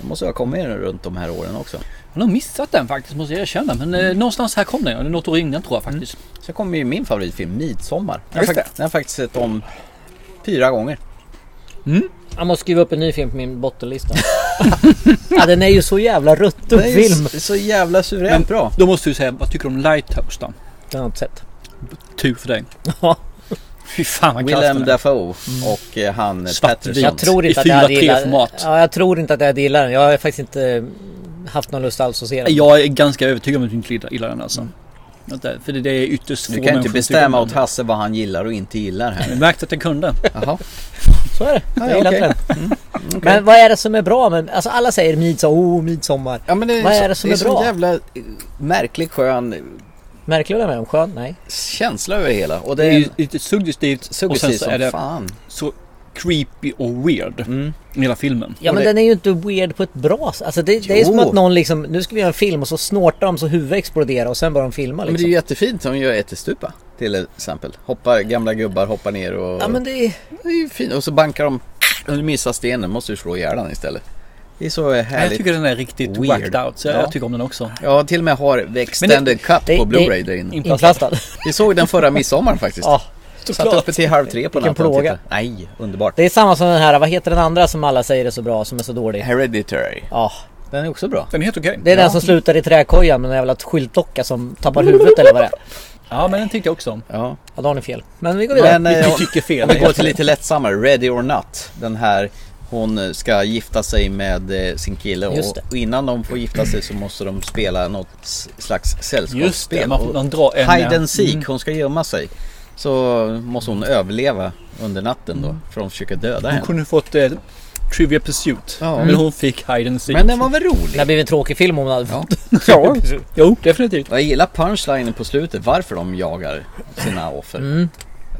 C: måste ha kommit in runt de här åren också.
B: Jag har nog missat den faktiskt måste jag erkänna. Men eh, någonstans här kom den. ja. Det är Något år innan tror jag faktiskt.
C: Sen kommer ju min favoritfilm Midsommar. Den har
B: Just
C: fakt- den har jag faktiskt sett om fyra gånger.
D: Jag måste skriva upp en ny film på min bottenlista.
C: <laughs>
D: ja, den är ju så jävla rutten
C: Det är ju
D: film.
C: s- så jävla
B: Men
C: suveränt bra.
B: Då måste du säga, vad tycker du om Lighthouse då?
D: Den har jag inte sett.
B: Tur för dig.
D: Ja.
B: Fy fan vad kass
C: Willem
B: den är.
C: Dafoe och eh, han
B: Svart
C: Patterson.
B: vit.
D: Jag tror
B: I
D: inte att jag hade
B: 4K
D: gillat
B: format.
D: Ja, jag tror inte att jag hade gillat den. Jag har faktiskt inte eh, haft någon lust alls att se den.
B: Jag är ganska övertygad om att du inte gillar den alltså. Att det- För det- det är ytterst få
C: Mm. Du kan ju
B: människor
C: inte
B: som
C: bestämma
B: tycker om
C: åt
B: den.
C: Hasse vad han gillar och inte gillar här.
B: Jag märkte att jag kunde.
C: <laughs> Jaha.
D: Så är det.
C: Ja,
D: Jag
C: ja,
D: gillar
C: okej.
D: inte den. Men vad är det som är bra med... Alltså alla säger midsommar, oh midsommar.
C: Ja, men
D: Vad
C: så-
D: är det som är
C: Det är
D: bra?
C: så jävla eh, märklig skön
D: Märklig håller jag med om. Skön? Nej.
C: känsla över det hela. Och
B: Det
C: det
B: är ju
C: är
B: lite suggestivt och sen
C: suggestivt
B: så är
C: som
B: det
C: fan.
B: så creepy och weird.
C: Mm.
B: i Hela filmen.
D: Ja
C: Och
D: men
C: det-
D: den är ju inte weird på ett bra sätt. Alltså det, det är
C: Jo.
D: som att någon liksom, nu ska vi göra en film och så snortar de så huvudet exploderar och sen börjar de filma
C: Men det
D: liksom.
C: är ju jättefint som gör ättestupa till exempel. Hoppar, gamla gubbar hoppar ner och...
D: Ja men det är...
C: Det är ju fint. Och så bankar de... Om du missar stenen måste du slå ihjäl den istället. Det är så
B: Jag
C: härligt.
B: tycker den är riktigt
C: Weird.
B: whacked out. Så jag,
C: Ja.
B: jag tycker om den också.
C: Ja, till och med har extended cut
D: det-
C: på
D: det-
C: Blu-ray där inne.
D: Inplastad.
C: Vi såg den förra midsommaren faktiskt.
D: ja.
C: Satt uppe till halv tre på
D: Vilken
C: natten och
D: plåga.
C: tittade. Nej, underbart.
D: Det är samma som den här, vad heter den andra som alla säger är så bra som är så dålig?
C: Hereditary.
D: Ja.
C: Den är också bra.
B: Den är helt okej.
D: Det är den som slutar i träkojan med en jävla skyltdocka som tappar huvudet eller vad det är.
B: Ja men den tyckte jag också om.
C: Ja.
D: Ja då har ni fel. Men vi går vidare.
C: Men eh,
B: Vi tycker fel.
C: om vi går till lite lättsammare, Ready or Not. Den här, hon eh, ska gifta sig med eh, sin kille och,
D: Just det.
C: och innan de får gifta sig så måste de spela något s- slags
B: Just det,
C: sällskapsspel.
B: man,
C: Och
B: man drar en...
C: Hide and seek,
B: Mm.
C: hon ska gömma sig. Så måste hon överleva under natten då, för de försöker döda
B: Hon
C: henne.
B: kunde fått eh, Trivia Pursuit.
C: Ja.
B: Men hon fick Hide and Seek.
C: Men den var väl
D: Det
C: rolig?
D: här blir en tråkig film om hon hade... <laughs>
C: Ja.
B: Ja, jo definitivt.
C: Jag gillar punchlinen på slutet, varför de jagar sina offer.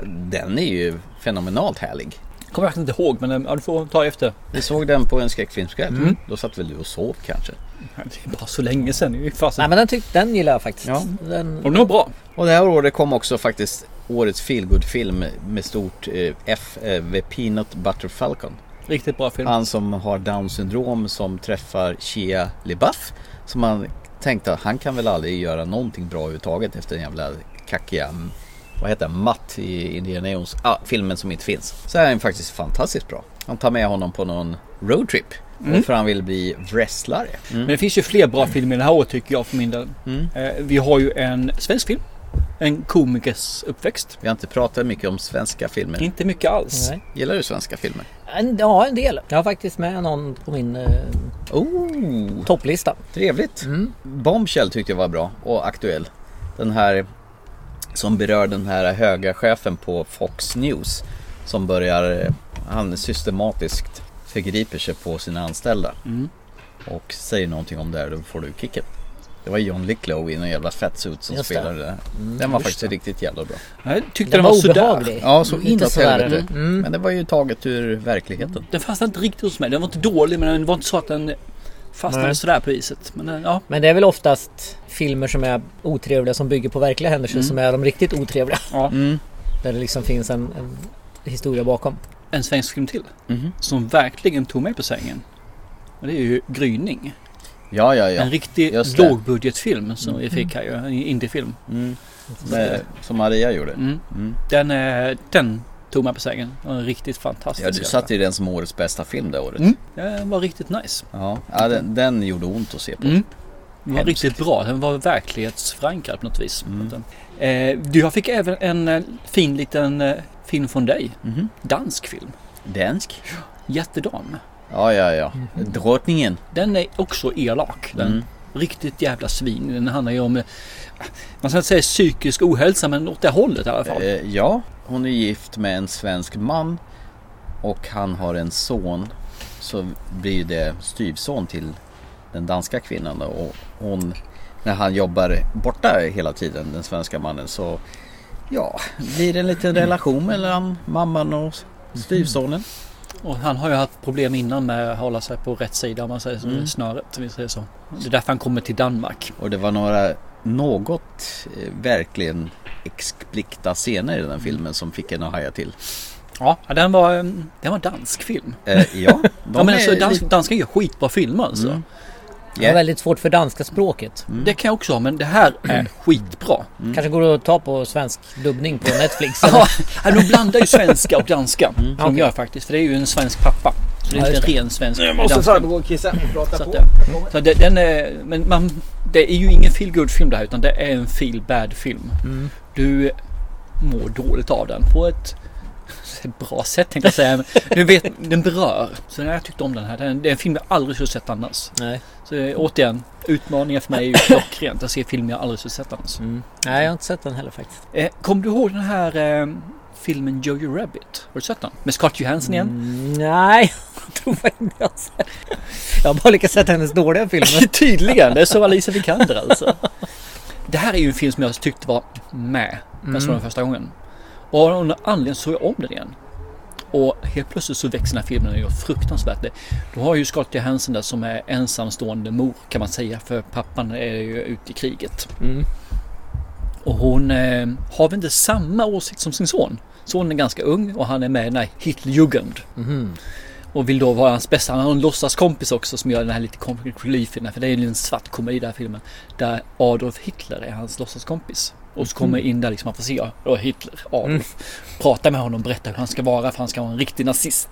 C: Den är ju fenomenalt härlig.
B: Kommer jag faktiskt inte ihåg men eh, ja, du får ta efter.
C: Vi såg den på en skräckfilmskväll. Då satt väl du och sov kanske?
B: Det är bara så länge sedan. Det är ju fasen.
D: Nej men den, tyck, den gillar jag faktiskt.
C: Ja.
D: Den...
B: Och den var bra.
C: Och det här året kom också faktiskt årets feelgood-film med stort eh, F, eh, The Peanut Butter Falcon.
B: Riktigt bra film.
C: Han som har Down syndrom som träffar Shia LeBuff. Som man tänkte att han kan väl aldrig göra någonting bra överhuvudtaget efter den jävla kackiga, mm, vad heter han, Matt i Indiana Jones, ah, filmen som inte finns. Så här är han faktiskt fantastiskt bra. Han tar med honom på någon roadtrip. För han vill bli wrestlare.
B: Men det finns ju fler bra filmer det här året tycker jag för min del.
C: Mm.
B: Eh, vi har ju en svensk film. En komikers uppväxt.
C: Vi har inte pratat mycket om svenska filmer.
B: Inte mycket alls.
D: Nej.
C: Gillar du svenska filmer?
D: En, ja en del. Jag har faktiskt med någon på min eh,
C: Oh!
D: topplista.
C: Trevligt.
D: Mm.
C: Bombshell tyckte jag var bra och aktuell. Den här som berör den här höga chefen på Fox News. Som börjar, eh, han systematiskt förgriper sig på sina anställda.
B: Mm.
C: Och säger någonting om det här, då får du kicken. Det var John Lithgow i någon jävla fatsuit som
D: Just det.
C: spelade det. där. Den var faktiskt riktigt jävla bra.
B: Jag tyckte den,
D: Mm. Den var
B: var, sådär.
D: obehaglig.
C: Ja, så
D: Lite
C: inåt
D: sådär,
C: helvete.
D: mm.
C: Men det var ju taget ur verkligheten.
B: Den fastnade inte riktigt hos mig. Den var inte dålig men den var inte så att den fastnade
D: Nej.
B: sådär på viset. Men eh, ja,
D: Men det är väl oftast filmer som är otrevliga som bygger på verkliga händelser som är de riktigt otrevliga.
B: ja.
C: Mm.
D: Där det liksom finns en, en historia bakom.
B: En svensk film till.
C: Mhm.
B: Som verkligen tog mig på sängen. Och det är ju Gryning.
C: Ja, ja, ja.
B: en riktig
C: just det.
B: lågbudgetfilm som vi fick här ju. En indiefilm.
C: Mm. Med, som Maria gjorde.
B: Mm.
C: Mm.
B: Den, eh, den tog mig på sängen. Den var riktigt fantastisk.
C: Ja, du satte ju den som årets bästa film det året.
B: Mm. Den var riktigt nice.
C: Ja, ja den, den gjorde ont att se på.
B: Mm. Den var
C: Hemskt.
B: riktigt bra. Den var verklighetsförankrad på något vis.
C: Mm.
B: Den- Eh, du, jag fick även en eh, fin liten eh, film från dig.
C: Mhm.
B: Dansk film.
C: Dansk?
B: Jättedam.
C: Ja, ja, ja. Drottningen.
B: Den är också elak. Den.
C: Mm.
B: Riktigt jävla svin. Den handlar ju om, eh, man ska inte säga psykisk ohälsa, men åt det hållet i alla fall.
C: Eh, ja, hon är gift med en svensk man och han har en son. Så blir det styvson till den danska kvinnan då. och hon, när han jobbar borta hela tiden, den svenska mannen, så ja, blir det en liten relation mellan mamman och styvsonen.
B: Och han har ju haft problem innan med att hålla sig på rätt sida om man säger så,
C: Mm.
B: snöret. Om vi säger så. Det är därför han kommer till Danmark.
C: Och det var några, något eh, verkligen explikta scener i den filmen som fick en att haja till.
B: Ja, den var, eh, den var dansk film.
C: Eh, ja, de
B: ja, men
C: är
B: alltså, dans,
C: lite-
B: danskar gör skitbra filmer alltså.
C: Mm.
D: Jag har
C: Ja,
D: väldigt svårt för danska språket.
B: Det kan jag också ha, men det här är skitbra.
D: Kanske går det att ta på svensk dubbning på Netflix.
B: Ja, de blandar ju svenska och danska. Som
D: Mm. Okej.
B: gör faktiskt. För det är ju en svensk pappa. Så det är
D: just
B: inte en ren svensk
E: Nu måste
B: dansk film.
E: farbror gå och kissa. Prata
B: Så, att,
E: på.
B: eh, så det, den är, men man, det är ju ingen feel good film det här utan det är en feel bad film.
D: Mm.
B: Du mår dåligt av den på ett bra sätt tänkte jag säga. Men Du vet, den berör. Så den här, jag tyckte om den här. Den, det är en film jag aldrig skulle sett annars.
D: Nej.
B: Så eh, återigen, utmaningen för mig är ju klockrent. Jag ser filmer jag aldrig skulle sett annars.
D: Mm. Nej, jag har inte sett den heller faktiskt.
B: Eh, Kommer du ihåg den här eh, filmen Jojo Rabbit? Har du sett den? Med Scott Johansson igen?
D: Mm, nej, <laughs> jag tror faktiskt inte jag har sett. Jag har bara lyckats sätta hennes
B: <laughs>
D: dåliga filmer.
B: Mm. Tydligen, det är så Alicia Vikander alltså. Det här är ju en film som jag tyckte var med när jag såg den första gången. Och av någon anledning såg jag om den igen. Och helt plötsligt så växer den här filmen och gör fruktansvärt. Det- Du har ju Scarlett Johansson där som är ensamstående mor kan man säga. För pappan är ju ute i kriget.
D: Mm.
B: Och hon eh, har väl inte samma åsikt som sin son. Sonen är ganska ung och han är med i den här Hitlerjugend.
D: Mhm.
B: Och vill då vara hans bästa. Han har en låtsaskompis också som gör den här lite comic relief i den här, För det är ju en svart komedi i den här filmen. Där Adolf Hitler är hans låtsaskompis. Och så kommer in där liksom, man får se då Hitler, Adolf. Prata med honom, berätta hur han ska vara för han ska vara en riktig nazist.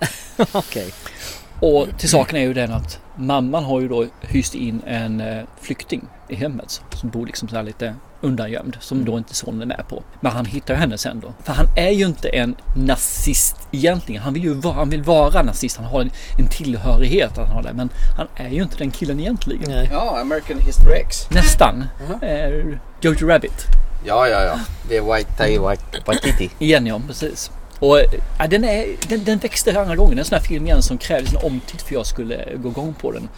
D: Okej.
B: Och till saken är ju den att mamman har ju då hyst in en eh, flykting i hemmet som bor liksom så här lite undangömd som då inte sonen är med på. Men han hittar ju henne sen då. För han är ju inte en nazist egentligen. Han vill ju vara, han vill vara nazist. Han har en, en tillhörighet att han har det. Men han är ju inte den killen egentligen.
D: Nej.
E: Ja, American History X.
B: Nästan. Eh, Jojo Rabbit.
C: Ja, ja, ja. Det är White Tai White Waititi.
B: Igen ja, precis. Och eh, ja, den, är, den, den växte andra gången. Det är en sån här film igen som krävde sin omtid för jag skulle gå igång på den.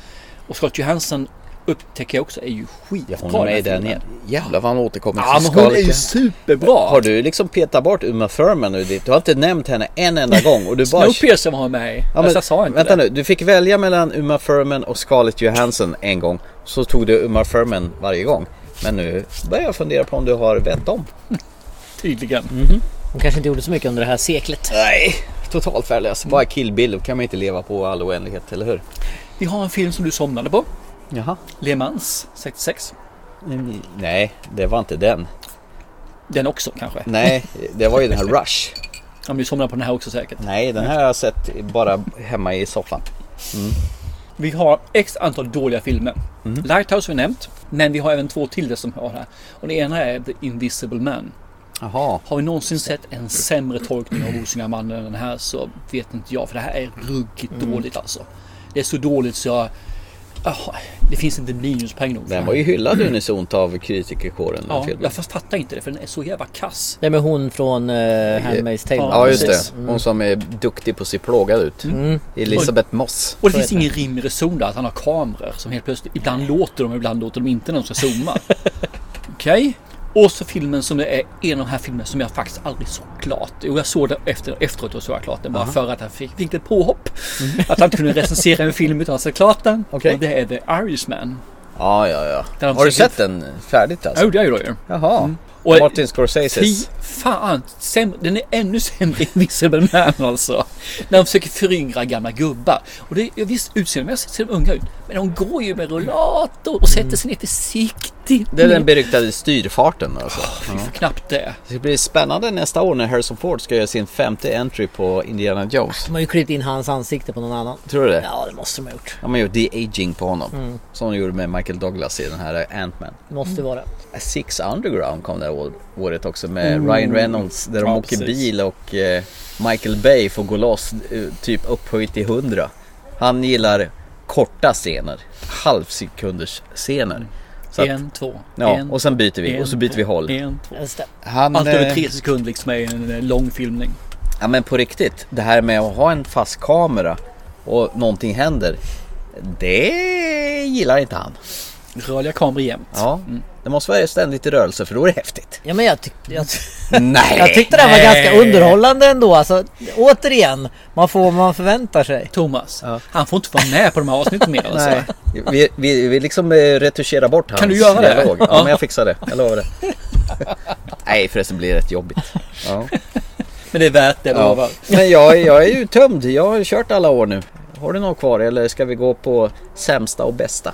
B: Och Scott Johansson upptäcker jag också är ju skitbra.
C: Hon är med i
B: den här
C: den
B: filmen.
C: igen. Jävlar vad han återkommer
B: Ja
C: till
B: men hon är
C: Scarlett
B: ju
C: Johansson.
B: superbra.
C: Har du liksom petat bort Uma Thurman nu? Du har inte nämnt henne en enda gång och du bara...
B: Snowpiercer var med i.
C: Ja, men
B: Fast jag sa inte
C: vänta
B: det.
C: nu, du fick välja mellan Uma Thurman och Scarlett Johansson en gång. Så tog du Uma Thurman varje gång. Men nu börjar jag fundera på om du har vett om.
B: Tydligen.
C: Mm.
D: Hon kanske inte gjorde så mycket under det här seklet.
C: Nej, totalt värdelös. Bara Kill Bill, då kan man inte leva på all oändlighet, eller hur?
B: Vi har en film som du somnade på.
C: Jaha.
B: Le Mans 66.
C: Nej, det var inte den.
B: Den också kanske.
C: Nej, det var ju den här Rush.
B: Ja, men du somnade på den här också säkert.
C: Nej, den här har jag sett bara hemma i soffan.
B: Vi har x antal dåliga filmer.
C: Mm.
B: Lighthouse har vi nämnt. Men vi har även två till det som har här. Och den ena är The Invisible Man.
C: Jaha.
B: Har vi någonsin sett en sämre tolkning av Osynliga mannen än den här så vet inte jag. För det här är ruggigt
C: Mm.
B: dåligt alltså. Det är så dåligt så jag... Ah, det finns inte minuspoäng nog. för
C: Den
B: det
C: var
B: här.
C: ju hyllad unisont av kritikerkåren den
B: Ja,
C: filmen.
B: jag fast fattar inte det för den är så jävla kass.
D: Nej men hon från uh, Handmaid's Tale.
B: Ja,
C: Ja just
B: precis.
C: det, hon som är duktig på att se plågad ut.
D: Mm.
C: Elisabeth Moss.
B: Och det
D: Så
B: finns
D: är det.
B: ingen rim eller zon där att han har kameror som helt plötsligt, ibland låter de ibland låter de inte när de ska
D: <laughs>
B: zooma. Okej? Och så filmen som det är en av de här filmerna som jag faktiskt aldrig såg klart. Jo, jag såg den efter, efteråt och såg jag klart den bara för att han fick, fick ett påhopp.
D: Mm.
B: Att han inte kunde recensera en film utan att se klart den.
C: Okej.
B: Och det är The Irishman.
C: Ja, ja, ja.
B: Där de
C: Har du
B: försöker-
C: sett den färdigt
B: Jag
C: alltså?
B: gjorde jag ju då ju.
C: Jaha.
B: Och-
C: Martin Scorsese.
B: Fy fan, sämre, den är ännu sämre än Invisible Man alltså. När de försöker föryngra gamla gubbar. Och det, ja, visst, utseendemässigt ser de unga ut. Men de går ju med rullator och sätter sig ner försiktigt.
C: Det är den
B: ner.
C: beryktade styrfarten alltså.
B: Fy, för knappt det.
C: Det ska bli spännande nästa år när Harrison Ford ska göra sin femte entry på Indiana Jones.
D: De har ju klippt in hans ansikte på någon annan.
C: Tror du det?
D: Ja, det måste de ha gjort.
C: De har gjort de-aging på honom. Som de gjorde med Michael Douglas i den här Ant-Man.
D: Det måste vara.
C: Six Underground kom det här å- året också med Ryan Reynolds där de
B: Ja,
C: åker
B: precis.
C: bil och eh, Michael Bay får gå loss eh, typ upphöjt till 100. Han gillar korta scener, halvsekunders scener. Så att,
B: en, två.
C: ja,
B: en,
C: och sen byter vi och så
B: en,
C: byter vi
B: två,
C: håll.
B: En, två.
D: Just det.
C: Han,
B: Allt
C: eh,
B: över tre sekunder liksom är en eh, lång filmning.
C: Ja men på riktigt, det här med att ha en fast kamera och någonting händer. Det gillar inte han.
B: Rörliga kameror jämt.
C: Ja, det måste vara ständigt i rörelse för då är det häftigt.
D: Ja men jag tyckte... Jag,
C: Nej!
D: jag tyckte det här var
B: Nej.
D: ganska underhållande ändå. Alltså, återigen, man får vad man förväntar sig.
B: Thomas, han får inte vara med på de här avsnitten mer alltså.
C: Nej, vi, vi, vi liksom eh, retuscherar bort hans
B: Kan du göra det?
C: dialog. Ja, men jag fixar det.
B: <laughs>
C: Jag lovar det. Nej, förresten blir det rätt jobbigt. Ja.
B: Men det är värt det, jag
C: Ja.
B: lovar.
C: Men jag, jag är ju tömd. Jag har kört alla år nu. Har du någon kvar eller ska vi gå på sämsta och bästa?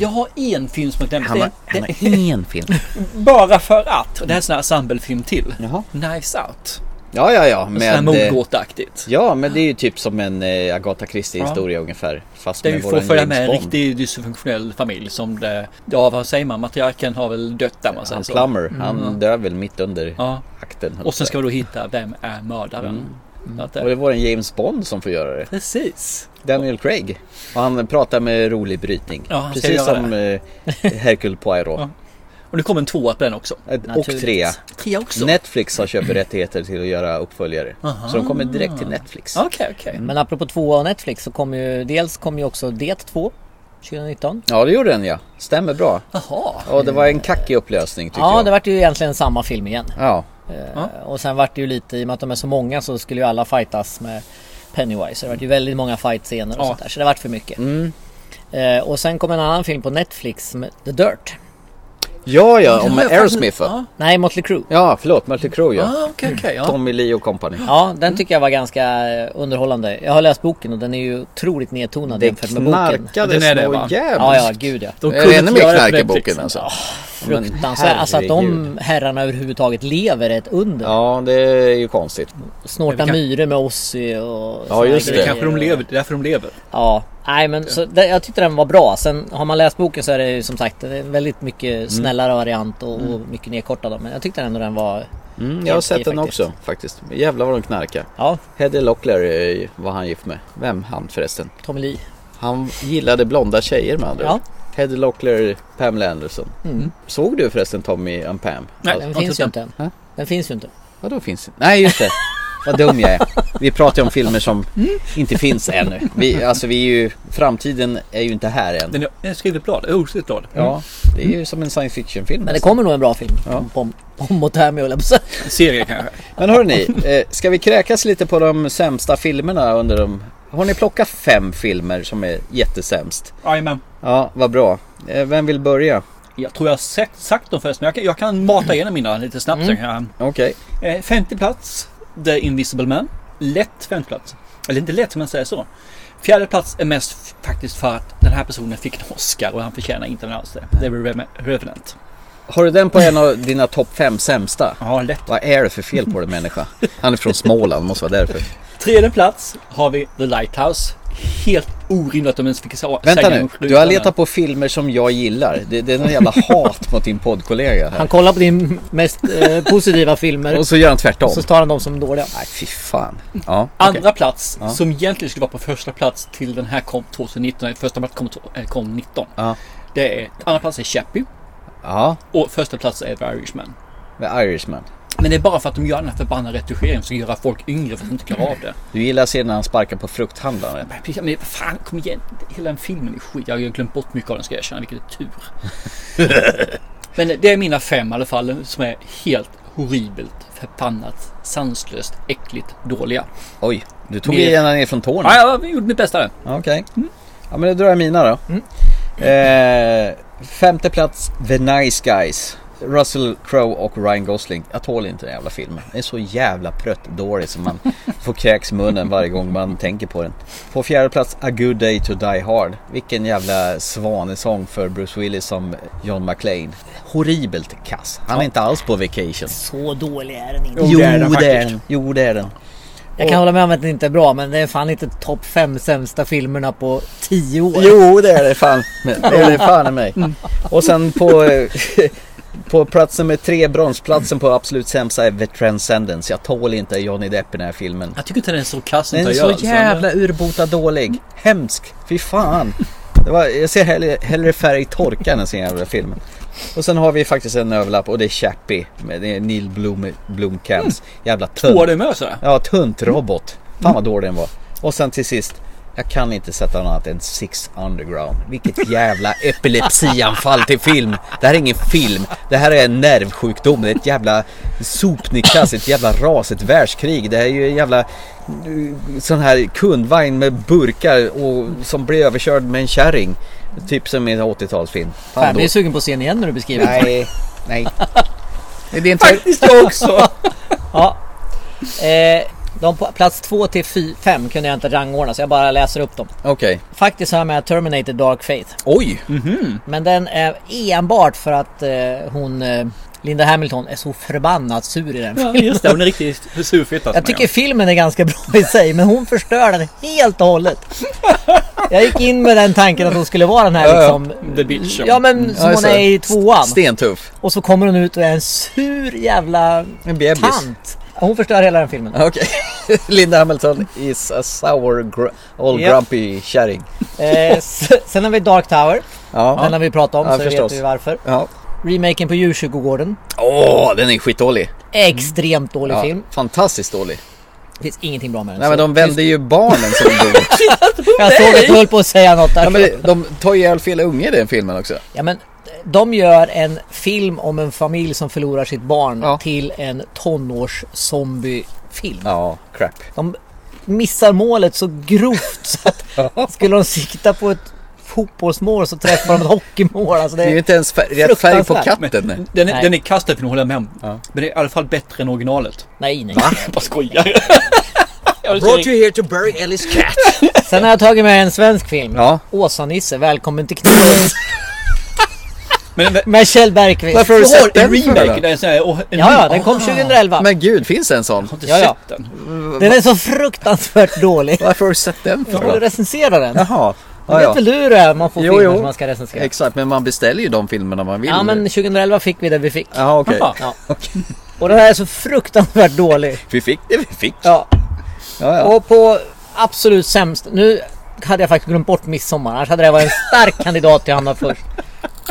B: Jag har en film som jag glömde.
C: Han har,
B: Det-
C: han
B: det-
C: har en film.
B: Bara för att. Och det här är en sån här ensemblefilm till.
C: Jaha.
B: Knives Out.
C: Ja, ja, ja.
B: Men, sådär
C: Men, eh,
B: mordgåtaktigt.
C: ja, men det är ju typ som en eh, Agatha Christie historia ungefär. Fast
B: Där vi
C: med
B: får
C: våran
B: följa med en
C: James Bond.
B: riktig dysfunktionell familj som det, ja vad säger man, matriarken har väl dött där man säger
C: Han
B: så.
C: Plummer, han dör väl mitt under
B: Ja.
C: akten. höll
B: Och sen
C: jag
B: ska vi då hitta, vem är mördaren? Så att
C: på att säga. Mm. och det
B: det,
C: är våran James Bond som får göra det.
B: precis.
C: Daniel Craig. Och han pratar med rolig brytning.
B: Ja, han ska
C: Precis
B: göra
C: som eh, Hercule Poirot.
B: Ja. Och det kommer en tvåa på den också.
C: Ett- Och
D: Naturligt.
C: trea.
B: Tre också?
C: Netflix har köpt rättigheter till att göra uppföljare. Så de kommer direkt till Netflix.
B: Okej, okej.
D: Men apropå tvåa och Netflix så kommer ju dels kom ju också Det 2 2019.
C: Ja, det gjorde den ja. Stämmer bra.
B: Jaha.
C: Och det var en kackig upplösning tycker
D: Ja,
C: jag.
D: det vart ju egentligen samma film igen.
C: Ja,
B: Ja.
D: Och sen vart det ju lite, i och med att de är så många så skulle ju alla fightas med Pennywise. Så det vart ju väldigt många fightscener och
B: Ja.
D: sånt där. Så det vart för mycket.
C: Mm.
D: Eh, och sen kom en annan film på Netflix, med The Dirt.
C: ja, ja om
B: Ja, jag
C: Aerosmith
B: fattar.
C: va?
D: Nej, Motley Crue.
C: Ja, förlåt, Mötley Crüe ja.
B: Ah, okej, okej. ja.
C: Tommy Lee och company.
D: Ja,
C: Mm.
D: den tycker jag var ganska eh, underhållande. Jag har läst boken och den är ju otroligt nedtonad
C: Det
D: jämfört med boken.
B: Den är det,
C: knarkades
B: va?
C: nog
D: Ja, ja,
C: jävligt.
D: gud ja.
B: De
C: Är det
B: kunde
C: ännu
B: inte göra
C: mer
B: det på
C: knark i
B: Netflix.
C: boken alltså? Men
D: Fruktansvärt. Alltså att de
C: herregud.
D: herrarna överhuvudtaget lever är ett under.
C: Ja, det är ju konstigt.
D: Snorta
B: Men vi kan-
D: myror med Ozzy och
C: Ja,
D: såna
C: just
B: Det
D: grejer.
B: är kanske de lever, det är därför de lever.
D: Ja, nej men så, det, jag tyckte den var bra. Sen har man läst boken så är det ju som sagt det är en väldigt mycket snällare variant och, och mycket nedkortad. Men jag tyckte ändå den var...
C: Mm, jag har
D: Helt
C: sett den
D: faktiskt.
C: också faktiskt. Jävlar vad de knarkar.
D: Ja,
C: Heddy Locklear eh, var han gift med. Vem han förresten?
D: Tommy Lee.
C: Han gillade blonda tjejer med andra
D: Ja. Mm.
C: ord. Heddy Locklear, Pamela Anderson. Såg du förresten Tommy and Pam?
B: Nej.
D: Den
B: jag
D: finns ju
B: tittar.
D: inte än.
C: Hä?
D: Den finns ju inte.
C: Vadå finns det? Nej just det. Vad dum jag är. Vi pratar ju om filmer som
D: Mm.
C: inte finns ännu. Vi, alltså vi är ju, framtiden är ju inte här
D: Mm.
C: än.
B: Den är- den är skrivet blad, ett oskrivet blad.
C: Ja, det är ju som en science fiction film.
D: Men det kommer nog en bra film.
C: Ja.
D: Pom, pom och Tammy höll jag på att säga.
B: En serie kanske.
C: Men hörni, eh, ska vi kräkas lite på de sämsta filmerna under de... Har ni plockat fem filmer som är jättesämst?
B: Jajamän.
C: Ja, vad bra. Eh, Vem vill börja?
B: Jag tror jag har sagt, sagt dem förresten, men jag kan, jag kan mata igenom mina lite snabbt.
C: Mm.
B: så kan
C: Okej.
B: jag. Eh, femte plats, The Invisible Man. Lätt femte plats. Eller inte lätt, men säger så. Fjärde plats är mest f- faktiskt för att den här personen fick en Oscar och han förtjänar inte den alls det. Det är Reven- Revenant.
C: Har du den på en av dina topp fem sämsta?
B: Ja, lätt.
C: Vad är det för fel på den människa? Han är från Småland, måste vara därför.
B: Tredje plats har vi The Lighthouse. Helt orimligt att de ens fick sa-
C: Vänta
B: säga
C: nu,
B: något
C: du har
B: utan
C: letat
B: den.
C: på filmer som jag gillar. Det, det är någon jävla hat mot din poddkollega
D: Han
C: här.
D: kollar på din mest eh,
C: <laughs>
D: positiva filmer
C: Och så gör han tvärtom.
D: och så tar han dem som dåliga.
C: Nej, fy fan. Ja, okej.
B: Andra plats som egentligen skulle vara på första plats till den här kom 2019. Första plats kom, to- eh, kom 19.
C: Ja.
B: Det är, andra plats är Chappie
C: Ja,
B: och första plats är The Irishman.
C: med Irishman.
B: Men det är bara för att de gör den här förbannade retuscheringen som gör folk yngre för att de inte klarar av det.
C: Du gillar scenen när han sparkar på frukthandlaren.
B: Men precis, Men fan kom igen, hela den filmen är skit. Jag har ju glömt bort mycket av den ska jag erkänna, vilket är tur. Men det är mina fem i alla fall som är helt horribelt förbannat, sanslöst, äckligt, dåliga.
C: Oj, du tog
B: Mer-
C: gärna ner från tårna.
B: Ja, jag gjorde mitt bästa där.
C: Okej. Ja men då drar jag mina då.
B: Mm.
C: Eh, femte plats, The Nice Guys. Russell Crowe och Ryan Gosling. Jag tål inte den jävla filmen. Den är så jävla pröttdålig som man får kräks i munnen varje gång man tänker på den. På fjärde plats, A Good Day To Die Hard. Vilken jävla svanesång för Bruce Willis som John McClane. Horribelt kass. Han är inte alls på vacation.
D: Så dålig är den inte.
B: Jo, det är den faktiskt.
C: Jo det är den.
D: Jag kan hålla med om att den inte är bra men det är fan inte topp fem sämsta filmerna på tio år.
C: Jo det är det fan. Det är det fan i mig. Och sen på, eh, <laughs> på plats nummer tre, bronsplatsen på absolut sämsta är The Transcendence. Jag tål inte Johnny Depp i den här filmen.
B: Jag tycker inte den är så kass som
C: Den är
B: tar
C: så
B: göd,
C: jävla urbota dålig. Hemsk. Fy fan. Det var, jag ser hellre, hellre färg torka än en sån jävla film. Och sen har vi faktiskt en överlapp och det är Chappie. Med det är Neil Blom, Blomkamps jävla
B: Så,
C: tunt.
B: Två det med
C: <laughs>
B: sådär.
C: Ja, tunt robot. Fan vad dålig den var. Och sen till sist. Jag kan inte sätta något annat än Six Underground. Vilket jävla epilepsianfall till film. Det här är ingen film. Det här är en nervsjukdom. Det är ett jävla sopnedkast, ett jävla ras, ett världskrig. Det här är ju en jävla eh, sån här kundvagn med burkar och, som blir överkörd med en kärring. Typ som i en 80-talsfilm. Fan,
D: Fan, jag är
C: dåligt.
D: sugen på att se den igen när du beskriver den.
C: Nej, nej. Det är inte...
B: Faktiskt jag också!
D: Ja. Eh, De på plats 2 till 5 kunde jag inte rangordna så jag bara läser upp dem.
C: Okej.
D: Faktiskt har jag med Terminator Dark Fate.
C: Oj! Mm.
D: Men den är enbart för att eh, hon eh, Linda Hamilton är så förbannat sur i den
B: Ja, just det. Hon är riktigt alltså, surfitta.
D: Jag tycker filmen är ganska bra i sig men hon förstör den helt och hållet. Jag gick in med den tanken att hon skulle vara den här
C: Ja, ja.
D: liksom...
B: The bitch.
D: Ja men som
C: Mm. Ja,
D: hon
C: så.
D: är i tvåan.
C: Stentuff.
D: Och så kommer hon ut och är en sur jävla
C: En bebis.
D: tant. Hon förstör hela den filmen.
C: <laughs> Okej. Linda Hamilton is a sour gr- old
D: Ja.
C: grumpy kärring.
D: Eh, s- <laughs> sen har vi Dark Tower.
C: Ja.
D: Den har vi pratat om
C: Ja,
D: så
C: förstås.
D: vet vi varför.
C: Ja.
D: Remaken på djurkyrkogården.
C: Åh, den är skitdålig.
D: Extremt dålig
C: Ja,
D: film.
C: fantastiskt dålig.
D: Det finns ingenting bra med den.
C: Nej men de vände ju barnen som
D: <laughs>
C: dog.
D: Jag såg att du höll på att säga något där.
C: Ja, men de tar ju ihjäl fel unge i den filmen också.
D: Ja, men de gör en film om en familj som förlorar sitt barn
C: Ja.
D: till en tonårszombiefilm.
C: Ja, crap.
D: De missar målet så grovt så
C: <laughs>
D: att skulle de sikta på ett fotbollsmål så träffar de ett hockeymål. Alltså
C: Det är ju
D: det,
C: inte ens fär- rätt färg på
D: Fruktansvärt.
C: katten.
B: Den är,
D: Nej.
B: den är kastad för att håller jag med om.
C: Ja.
B: Men det är i alla fall bättre än
D: <laughs>
B: originalet.
D: nej, nej.
B: Jag bara skojar. <laughs>
D: typ.
C: you here to bury Ellis cat.
D: Sen har jag tagit med en svensk film.
C: Ja.
D: Åsa-Nisse, välkommen till kniven.
B: Men men-
D: Med Kjell Bergqvist.
C: Varför har du
B: jag har
C: sett den
B: en remake.
C: filmen
B: Det är så här, och en
D: Ja,
B: ny-
D: ja, den kom
B: Ah,
D: 2011.
C: Men gud, finns det en
B: Jag
C: sån?
B: har inte
D: Ja, ja.
B: sett den.
D: Den är så fruktansvärt dålig.
C: Varför har du sett den
D: Jag
C: för
D: borde
C: då?
D: recensera den.
C: Jaha.
D: Ja,
C: Ja,
D: vet väl
C: ja.
D: du hur det är man får
C: Jo,
D: filmer
C: jo.
D: som man ska recensera?
C: Exakt, men man beställer ju de filmerna man vill.
D: Ja men 2011 fick vi det vi fick.
C: Jaha, <laughs> okej.
B: Jaha.
D: Ja. Och den här är så fruktansvärt dålig.
C: Vi fick det vi fick.
D: Ja.
C: Ja, ja.
D: Och på absolut sämst. Nu hade jag faktiskt glömt bort midsommar. Annars hade det varit en stark kandidat till att hamna först.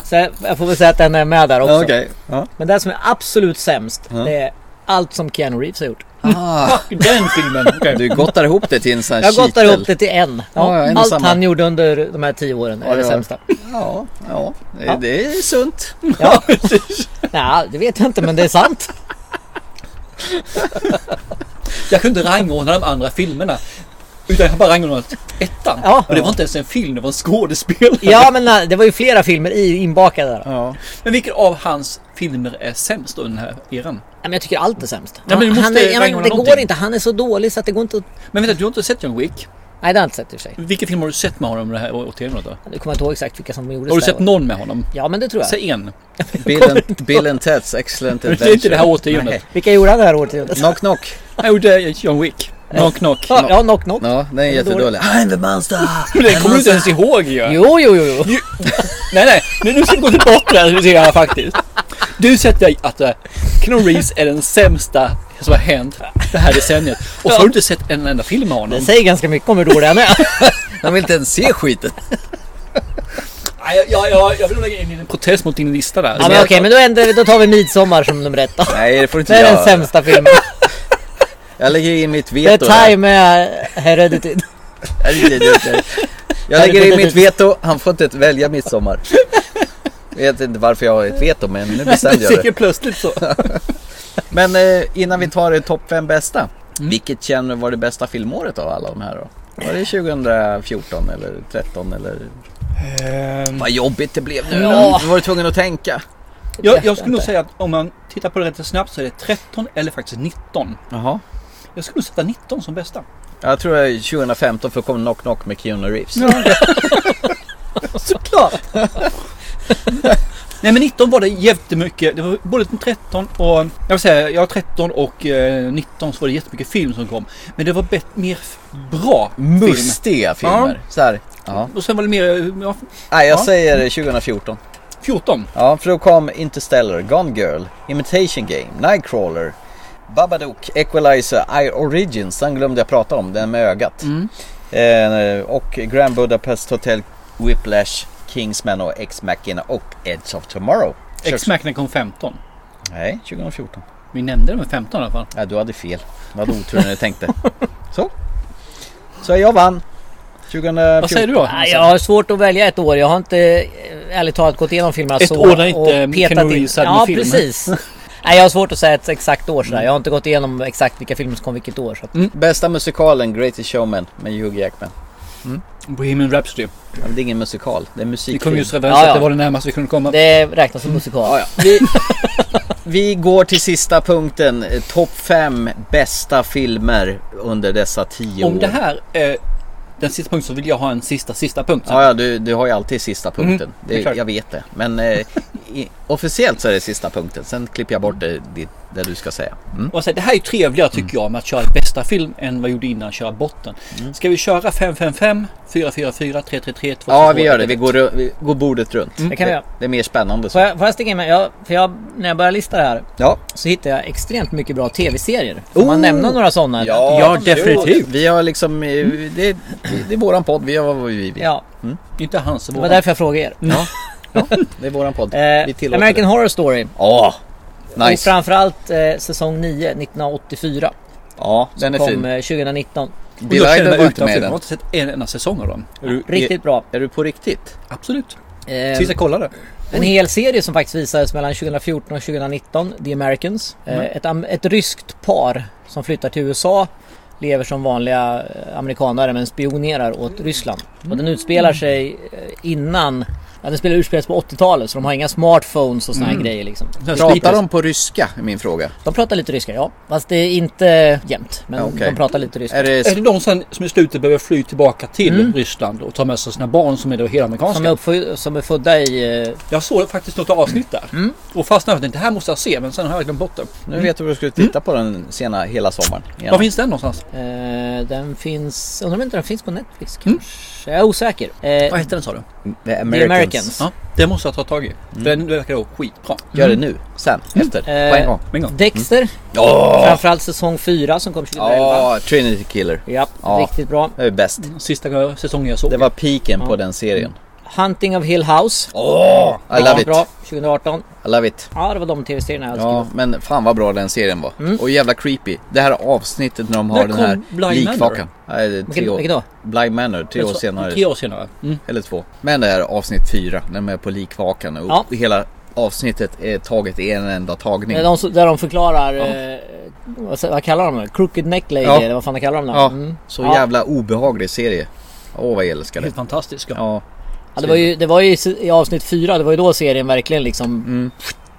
D: Så jag- jag får väl säga att den är med där också.
C: Ja, Okej. Ja.
D: Men den som är absolut sämst. Det är allt som Keanu Reeves har gjort.
C: Ah,
B: Den
D: <laughs>
B: filmen. okej.
C: du gottar ihop det till en sån här
D: Jag har gottat
C: kitel.
D: ihop det till en.
C: Ja, ja, en och
D: allt
C: samma.
D: han gjorde under de här tio åren
C: Ja,
D: är det
C: ja.
D: sämsta.
C: Ja, ja. Det, det är sunt.
D: Ja. Nej, det vet jag inte men det är sant.
B: Jag kunde inte rangordna de andra filmerna. Utan jag bara rangordnade ettan.
D: Ja.
B: Och det var inte ens en film, det var en skådespelare.
D: Ja men nej, det var ju flera filmer i inbakade där.
C: Ja.
B: <laughs> Men vilken av hans filmer är sämst då, den här eran?
D: Nej, men jag tycker allt är sämst.
B: Nej, men du måste
D: han är, ja, men
B: rangordna
D: det
B: någonting.
D: går inte, han är så dålig så att det går inte att...
B: Men vänta, du har inte sett John Wick?
D: Nej det har jag inte sett i och för sig.
B: Vilken film har du sett med honom det här året då? Har
D: Nu kommer jag inte ihåg exakt vilka som gjordes
B: du
D: där.
B: sett någon med honom?
D: Ja men det tror jag.
B: Säg en.
C: Bill, and, Bill and Ted's Excellent
B: är inte
C: Adventure.
B: det här årtiondet.
D: Vilka gjorde han det här årtiondet?
C: Nej. Knock knock.
B: Jag gjorde John Wick. Knock knock.
D: Ja, ja, Knock Knock.
C: Ja, den är
D: är dålig.
C: jättedålig. Ah, I'm the monster!
B: Men det kommer du inte ens ihåg ju.
D: Jo, jo, jo, jo.
B: Nej, nej. Nu, nu ska vi gå tillbaka där och se här faktiskt. Du sätter att uh, Keanu Reeves är den sämsta som har hänt det här decenniet. Och så har du inte sett en enda film med honom.
D: Det säger ganska mycket om hur dålig han är.
C: Han vill inte ens se skiten.
B: Nej, jag, jag, jag, jag vill nog lägga in en protest mot din lista där.
D: ja, men
B: <laughs>
D: okej, men då, ändrar vi- då tar vi Midsommar som nummer ett då.
C: Nej, det får inte
D: Det är den
C: jag.
D: sämsta filmen.
C: jag lägger in mitt
D: Det är
C: veto. här.
D: Time med Heredity.
C: Nej, det är det inte. Jag lägger in mitt veto. Han får inte välja midsommar. Jag vet inte varför jag har ett veto, men nu bestämde
B: <laughs>
C: jag det.
B: Säkert plötsligt så.
C: Men eh, innan vi tar det topp fem bästa. Vilket känner du var det bästa filmåret av alla de här då? Var det 2014 eller 13 eller?
B: Ehm,
C: Vad jobbigt det blev nu.
D: Ja.
C: Nu var du tvungen att tänka.
B: Jag, jag skulle nog säga att om man tittar på det rätt snabbt så är det 13 eller faktiskt 19.
C: Jaha.
B: Jag skulle nog sätta 19 som bästa.
C: Jag tror jag 2015 för kom Knock Knock med Keanu Reeves.
D: Såklart!
B: Nej men 19 var det jättemycket. Det var både 13 och... Jag vill säga, jag har 13 och eh, 19 så var det jättemycket film som kom. Men det var bet- mer f- bra film.
C: Mustiga filmer. Så här. Ja.
B: Och sen var det mer... eh, Ja,
C: Nej, jag
B: Ja.
C: säger 2014.
B: 14.
C: Ja, för då kom Interstellar, Gone Girl, Imitation Game, Nightcrawler, Babadook, Equalizer, I Origins, den glömde jag prata om, den med ögat.
D: Mm.
C: Eh, och Grand Budapest Hotel, Whiplash, Kingsman och X-Machina och Edge of Tomorrow.
B: X-Macna kom 15.
C: Nej, 2014.
B: Vi nämnde det med 15 i alla fall.
C: Ja, du hade fel. Du hade otur när
B: <laughs>
C: du tänkte. Så. Så jag vann. 2014.
B: Vad säger du då?
D: Nej, jag har svårt att välja ett år. Jag har inte eh, ärligt talat gått igenom filmerna
B: Ett
D: så
B: år där inte
D: och
B: Keanu
D: petat in.
B: Reeves hade
D: Ja,
B: med film. <laughs>
D: precis. Nej, jag har svårt att säga ett exakt år sådär. Jag har inte gått igenom exakt vilka filmer som kom vilket år. Så. att-
C: Bästa musikalen, Greatest Showman med Hugh Jackman.
B: Bohemian Rhapsody.
C: Ja, men Det är ingen musikal, det är
B: Vi
C: musikfilm.
B: kom just överens
D: Typ
B: att
D: Ja, ja.
B: det var det närmaste vi kunde komma.
D: Det räknas som musikal.
C: Ja, ja. Vi, <laughs> Vi går till sista punkten. Eh, Topp fem bästa filmer under dessa tio
B: Om
C: år.
B: det här är den sista punkten så vill jag ha en sista, sista punkt. sen.
C: Ja, ja du, du har ju alltid
D: Mhm,
C: sista punkten.
B: Mm, det är
C: det,
B: klart.
C: jag vet det. Men eh, i, officiellt så är det sista punkten. Sen klipper jag bort det, det, det du ska säga. Mm.
B: Och så, här, det här är ju trevligare tycker jag med att köra bästa film än vad jag gjorde innan att köra botten. Ska vi köra 555, 444, 333, 222?
C: Ja, vi gör det. Vi går, ru- vi går bordet runt.
D: Det Mm, kan vi göra.
C: Det är mer spännande så.
D: Får jag, får jag sticka in med? Jag, för jag, när jag började lista det här
C: Ja,
D: så hittade jag extremt mycket bra tv-serier. Får man
C: Oh!
D: nämna några sådana?
C: Ja,
B: Ja, definitivt.
C: Vi har liksom, eh, det, det är våran podd, vi gör vad vi vill.
D: Mm. Ja,
B: Inte hans och
D: det var
B: våran.
D: därför jag frågade er.
C: ja. Ja, det är våran podd. vi
D: Eh,
C: tillåter
D: American Horror Story.
C: det. Ja,
D: Och
C: nice.
D: framförallt eh, säsong 9, 1984.
C: Ja, den är
D: kom
C: fin.
D: eh, 2019.
B: Och jag
C: Bill
B: känner
C: Eider
B: mig
C: var inte
B: utanför,
C: med i
B: Jag har
C: den.
B: inte sett en enda säsong av dem.
C: Är du- eh,
D: Riktigt bra.
C: Är, är du på riktigt?
B: Absolut.
D: Eh,
B: Sist jag kollade.
D: en hel serie som faktiskt visades mellan 2014 och 2019. The Americans. Eh,
C: Mm.
D: ett, am- ett ryskt par som flyttar till USA. Lever som vanliga eh, amerikanare men spionerar åt
C: Mm.
D: Ryssland. Och den utspelar sig eh, innan Ja, den spelar utspelas på 80-talet så de har inga smartphones och såna
C: Mm.
D: här grejer liksom.
C: Pratar de på ryska, är min fråga.
D: De pratar lite ryska ja, fast det är inte jämt. Men
C: Ja, okej.
D: de pratar lite ryska.
C: Är det,
B: Är det de sen, som i slutet behöver fly tillbaka till Ryssland och ta med sig sina barn som är då
D: Som
B: helamerikanska?
D: är, uppfö- som är födda i... eh,
B: Jag såg faktiskt något avsnitt där och fastnade för att det här måste jag se men sen har jag glömt bort det.
C: nu vet du vad du skulle titta på den sena hela sommaren.
B: Var finns den någonstans?
D: Eh, den finns... Undrar om inte den finns på Netflix
C: Mm.
D: kanske? Jag är osäker. Eh,
B: Vad hette den sa du?
C: The
D: The
C: Americans.
D: Americans.
B: Ja, det måste jag ta tag i. För den verkar då skitbra.
C: Gör det nu, sen, efter, på en
D: Eh,
C: gång.
B: Med en gång.
C: Mm.
D: Dexter.
C: Åh!
D: Framförallt säsong 4 som kom 2011.
C: Ja, Trinity Killer.
D: Ja,
C: Ja.
D: riktigt bra.
C: Det är bäst.
B: Mm. Sista säsongen jag såg.
C: Det var piken på den serien.
D: Hunting of Hill House.
C: Åh! I love it.
D: Bra, 2018.
C: I love it.
D: Ja, det var de tv-serierna jag
C: Ja,
D: ja.
C: men fan vad bra den serien var. Och jävla creepy. Det här avsnittet när de har
B: När
C: den
B: kom
C: här
B: Bly
C: likfakan. Nej, det är tre
D: Vilken-
C: år.
D: vilken då?
C: Blind Manor, tre år
B: Så-
C: senare.
B: Tre år senare. Mm.
C: Eller två. Men det här avsnitt fyra, när de är på likfakan och
D: Ja.
C: hela avsnittet är taget i en enda tagning.
D: de, som- Där de förklarar... Eh, vad, sä- vad kallar de det? Crooked Neck Lady,
C: Ja.
D: eller vad fan de kallar de det?
C: Ja,
D: Mm.
C: så
D: Ja.
C: jävla obehaglig serie. Åh, vad jag älskar det.
B: Helt fantastiska.
C: Ja,
D: Ja, det var ju, det var ju i se- i avsnitt 4, det var ju då serien verkligen liksom
C: Mm.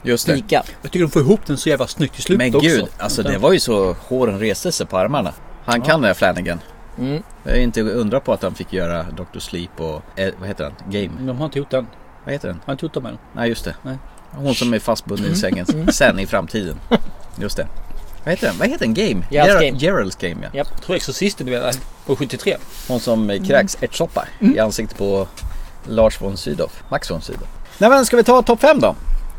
C: just det.
D: pika.
B: Jag tycker de får ihop den så jävla snyggt i slutet
C: Men
B: också.
C: gud, alltså det var ju så håren reste sig på armarna. Han kan den här Flanagan.
D: Mm.
C: Det är inte undra på att han fick göra Dr. Sleep och, eh, vad heter den? Game.
B: De har inte gjort den.
C: Vad heter den?
B: Har inte gjort dem än.
C: Nej just det.
B: Nej.
C: Hon som är fastbunden
D: Mm.
C: i sängen sen i
D: <laughs>
C: framtiden. Just det. Vad heter den? Vad heter den? Game?
D: Gerald's
C: Gerald-
D: Game.
C: Gerald's Game ja.
D: Ja. Mm.
B: Jag tror Exorcisten du menar, på 73.
C: Hon som eh, kräks ärtsoppa i ansiktet på Lars von Sydow. Max von Sydow. Nej men ska vi ta topp fem då?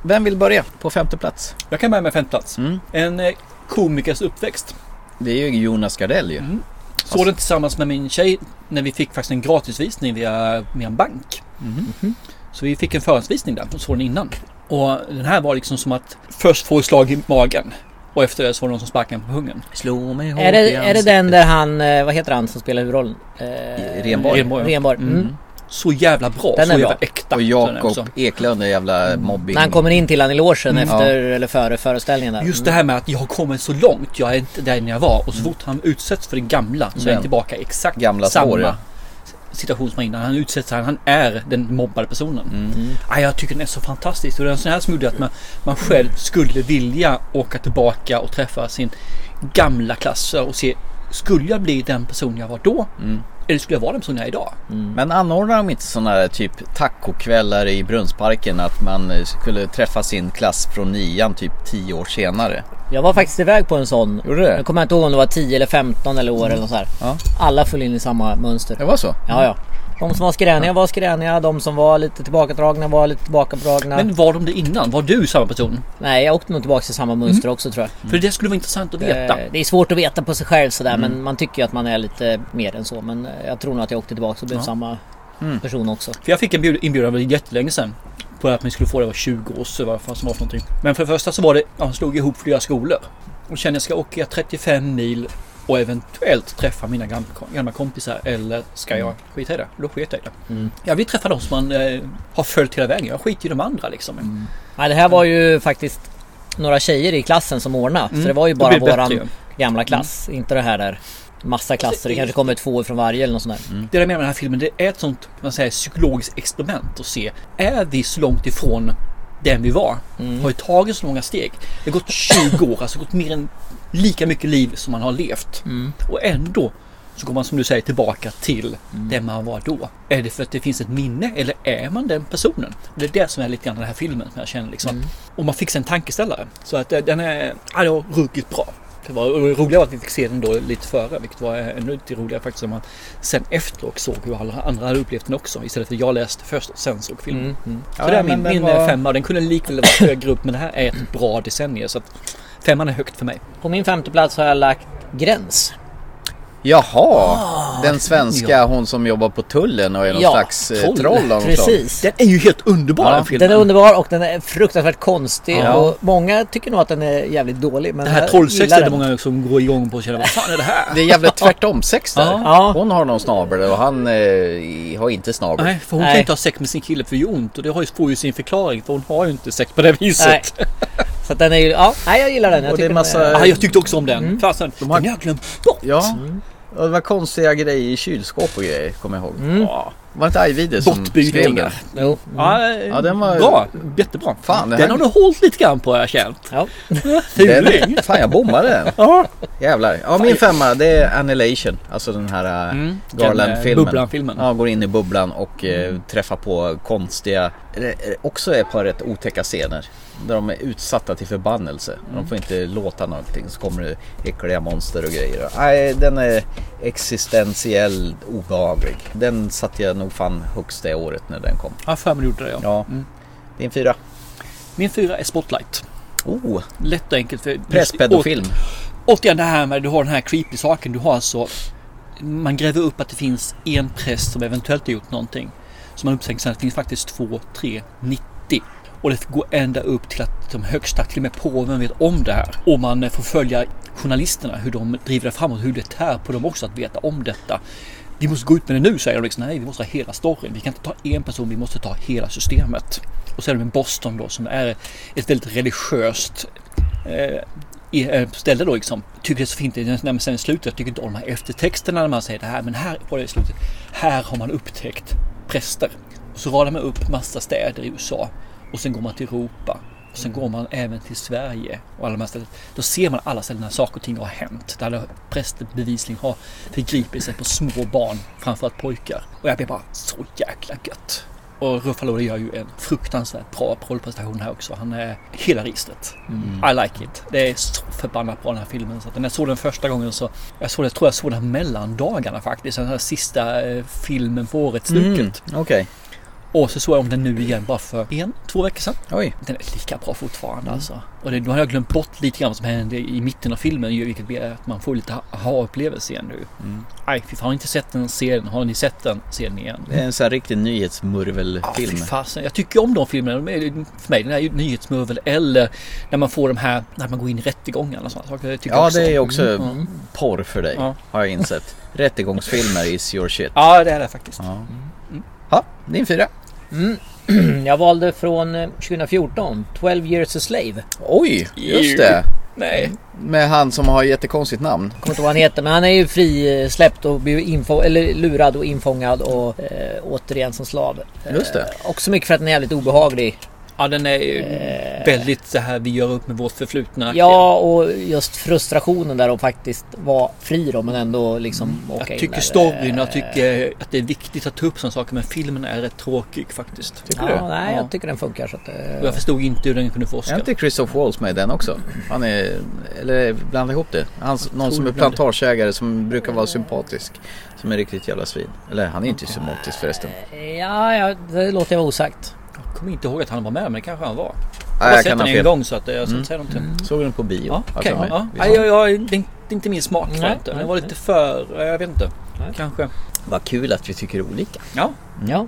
C: Vem vill börja på femte plats?
B: Jag kan börja med femte plats.
C: Mm.
B: En eh, komikers uppväxt.
C: Det är ju Jonas Gardell ju. Alltså-
B: Såg den tillsammans med min tjej när vi fick faktiskt en gratisvisning via, via en bank.
C: Mhm.
B: Så vi fick en förhandsvisning där, och såg den innan. Och den här var liksom som att först få ett slag i magen och efter det så var det någon som sparkade en på pungen.
C: Slå mig
D: Är det, är det den där han, eh, vad heter han som spelar huvudrollen? Eh,
C: Renborg.
B: Renborg.
D: Renborg. Mm.
B: Så jävla bra,
D: Den
B: så
D: är
B: jävla
D: bra.
B: äkta.
C: Och Jakob Eklund är jävla mobbing.
D: När han kommer in till han i logen
C: Mm.
D: efter eller före föreställningen där.
B: Just det här med att jag har kommit så långt, jag är inte där när jag var och så fort han utsätts för det gamla så är
C: Men-
B: han tillbaka i exakt
C: Mm. Gamla
B: samma
C: spår, ja.
B: situation som innan. Han utsätts, han, han är den mobbade personen.
C: Mm.
B: Ah, jag tycker den är så fantastisk och det är en sån här som gjorde att man, man själv skulle vilja åka tillbaka och träffa sin gamla klass och se, skulle jag bli den person jag var då?
C: Mm.
B: Eller skulle jag vara den person jag är idag?
C: Men anordnar de inte sådana här typ tacokvällar i Brunnsparken att man eh, skulle träffa sin klass från nian typ tio år senare?
D: Jag var faktiskt iväg på en sån.
C: Gjorde du det?
D: Jag kommer inte ihåg om det var 10 eller 15 eller år eller något så här.
C: Ja.
D: Alla föll in i samma mönster.
C: Det var så?
D: Ja, ja. De som var skräniga var skräniga. De som var lite tillbakadragna var lite tillbakadragna.
B: Men var de det innan? Var du samma person?
D: Nej, jag åkte nog tillbaka till samma mönster också tror jag.
C: Mm.
B: För det skulle vara intressant att veta.
D: Eh, Det är svårt att veta på sig själv sådär men man tycker ju att man är lite mer än så. Men eh, jag tror nog att jag åkte tillbaka och blev samma person också.
B: För jag fick en bjud- inbjudan för jättelänge sedan. På att man skulle få det var 20 år så vad fan som var för någonting. Men för det första så var det, ja, han slog ihop flera skolor. Och kände jag ska åka 35 mil och eventuellt träffa mina gam- gamla kompisar eller ska jag skita i det? Då sket jag i det. Jag vill träffa de som man eh, har följt hela vägen. Jag skiter i de andra liksom.
D: Nej, det här var ju faktiskt några tjejer i klassen som ordnade. Så det var ju
B: Det
D: bara
B: Mm. blir bättre
D: våran
B: ju.
D: gamla klass. Inte det här där massa klasser. Det kanske kommer två från varje eller något sånt där.
B: Det jag menar med den här filmen det är ett sånt man säger, psykologiskt experiment att se. Är vi så långt ifrån den vi var har ju tagit så många steg. Det har gått 20 år, alltså gått mer än lika mycket liv som man har levt.
D: Mm.
B: Och ändå så går man som du säger tillbaka till
C: Mm.
B: där man var då. Är det för att det finns ett minne eller är man den personen? Och det är det som är lite grann den här filmen som jag känner liksom.
C: Mm.
B: Och man fick sig en tankeställare. Så att eh, den är, ja det var ruggigt bra. Det var och det roliga var att vi fick se den då lite före, vilket var eh, ännu lite roligare faktiskt. när Man sen efter och såg hur alla andra hade upplevt den också. Istället för att jag läste först och sen såg filmen.
D: Mm. Mm.
B: Så
C: Ja,
B: det är min,
C: men den
B: min
C: var-
B: femma och den kunde likväl vara högre upp. Men det här är ett bra decennium så att femman är högt för mig.
D: På min femte plats har jag lagt Gräns.
C: Jaha, den svenska hon som jobbar på tullen och är någon
D: Ah. Ja,
C: slags eh,
B: troll.
C: troll. av något slag.
D: Precis.
B: Den är ju helt underbar
C: Ja,
B: den filmen.
D: Den är underbar och den är fruktansvärt konstig
C: Ja.
D: och många tycker nog att den är jävligt dålig. Men
B: Det här
D: jag
B: trollsexet
D: gillar
B: är det
D: den.
B: många som går igång på och känner vad fan
D: <laughs>
B: är det här?
C: Det är jävla tvärtom sex där.
D: Ja.
C: Hon har någon snabel och han eh, har inte snabel.
B: Nej, för hon
D: Nej.
B: kan inte ha sex med sin kille för det gör ont och det har ju, får ju sin förklaring för hon har ju inte sex på det viset.
D: Nej. Så att den är ju, ja, nej jag gillar den. Jag
C: Och det
D: tycker
C: är
D: den
C: massa-
B: Ja, jag tyckte också om den.
D: Mm.
B: Fasen, de har...
C: har-
B: den har jag glömt bort.
C: Ja, och det var konstiga grejer i kylskåp och grejer, kommer jag ihåg.
D: Mm.
B: Ja.
C: Var det inte Ajvide som skrev den?
B: Bortbygdningar.
D: Jo.
B: Ja,
C: Ja, den var-
B: Mm. Ah, bra. Jättebra.
C: Fan, det
B: den har
C: här-
B: du hållit lite grann på har jag känt.
D: Ja. <clears throat>
B: Fuling.
C: Den, fan, jag bommade den.
B: Ja.
C: Jävlar. Ja, min femma det är Annihilation. Alltså den här mm,
B: Den, eh,
C: Garland-filmen.
B: Bubblan-filmen.
C: Ja, går in i bubblan och eh, träffar på konstiga, eh, eh, också ett par rätt otäcka scener. Där de är utsatta till förbannelse. De får inte låta någonting. Så kommer det äckliga monster och grejer. Nej, den är existentiell obehaglig. Den satte jag nog fan högst det året när den kom.
B: Jag har för mig du gjorde det ja.
C: Ja, din fyra.
B: Min fyra är Spotlight.
C: Oh,
B: Lätt och enkelt. För
C: presspedofilm.
B: Återigen det här med du har den här creepy saken. Du har alltså man gräver upp att det finns en präst som eventuellt har gjort någonting. Så man upptäcker sen att det finns faktiskt två, tre, 90. Och det går ända upp till att de högsta, till och med påven vet om det här. Och man eh, får följa journalisterna, hur de driver det framåt, hur det tär på dem också att veta om detta. Vi måste gå ut med det nu, säger de. Liksom, Nej, vi måste ha hela storyn. Vi kan inte ta en person, vi måste ta hela systemet. Och så är det med Boston då, som är ett väldigt religiöst eh, i- eh, ställe då liksom. Tycker det är så fint i- när man sen i slutet. Jag tycker inte om de här eftertexterna när man säger det här. Men här var det i slutet. Här har man upptäckt präster. Och så radar man upp massa städer i USA. Och sen går man till Europa. Och sen går man även till Sverige och alla de här ställena. Då ser man alla ställen där saker och ting har hänt. Där alla präster bevisligen har förgripit sig på små barn, framförallt pojkar. Och jag blir bara så jäkla gött. Och Ruffalo gör ju en fruktansvärt bra rollprestation här också. Han är hela registret. I like it. Det är så förbannat bra den här filmen. Så att när jag såg den första gången så jag såg det, tror jag såg den mellan dagarna faktiskt. Den här sista eh, filmen på årets slutet.
C: Mm, Okej,
B: Och så såg jag om den nu igen bara för en, två veckor sedan.
C: oj.
B: Den är lika bra fortfarande alltså. Och det, då har jag glömt bort lite grann vad som hände i mitten av filmen ju, vilket blir att man får lite aha-upplevelse igen nu. Nej, fy fan, har ni inte sett den serien? Har ni sett den? Ser den igen?
C: Det är en sån här riktig
B: Ja, Ah, fy
C: nyhetsmurvelfilm.
B: fasen. Jag tycker om de filmerna. De är, för mig, den här är ju nyhetsmurvel eller när man får de här, när man går in i rättegångar och sådana saker. Det tycker jag
C: Ja,
B: också.
C: det är också
B: Mm.
C: porr för dig,
B: Ja.
C: har jag insett. Rättegångsfilmer is your shit.
B: Ja, det är det faktiskt.
C: Ja, Mm. ja din fyra.
D: Jag valde från eh, 2014, 12 years a slave.
C: Oj, just
B: Ew.
C: det.
B: Nej.
C: Med han som har jättekonstigt namn.
D: kommer inte ihåg vad han heter men han är ju frisläppt och blir info- eller lurad och infångad och eh, återigen som slav.
C: Just det.
D: Eh, också mycket för att den är jävligt obehaglig.
B: Ja, den är ju
C: Eh.
B: väldigt så här vi gör upp med vårt förflutna.
D: Ja och just frustrationen där de faktiskt var fri då men ändå liksom
B: Mm.
D: åka
B: Jag
D: in
C: eh,
B: tycker
D: där.
B: storyn, jag tycker att det är viktigt att ta upp sådana saker men filmen är rätt tråkig faktiskt.
C: Tycker
D: Ja,
C: du?
D: nej
B: Ja.
D: jag tycker den funkar så att...
B: Och
D: Eh,
B: jag förstod inte hur den kunde få Oscar.
C: Är inte Christoph Waltz med i den också? Han är, eller blanda ihop det. Han, någon som är
B: du blandar-
C: plantageägare som brukar vara sympatisk. Som är riktigt jävla svin. Eller han är inte sympatisk förresten.
D: ja, ja, det låter jag vara osagt.
B: Jag kommer inte ihåg att han var med men det kanske han var. Jag
C: Nej,
B: har
C: jag
B: sett
C: kan
B: den
C: ha
B: en
C: fel. Mm.
B: gång så att eh, jag ska inte säga
D: typ.
B: någonting.
C: Såg den på bio. Alltså, liksom.
B: Ja,
C: har
B: okej. ja,
C: jag för mig. Vi
B: ja.
C: såg
B: Ja, ja, ja, det är inte- det är inte min smak tror jag
D: Nej,
B: inte.
D: nej,
B: Den var
D: nej.
B: lite för, eh, jag vet inte.
D: Nej.
B: Kanske.
C: den. Vad kul att vi tycker olika.
B: Ja,
D: Ja,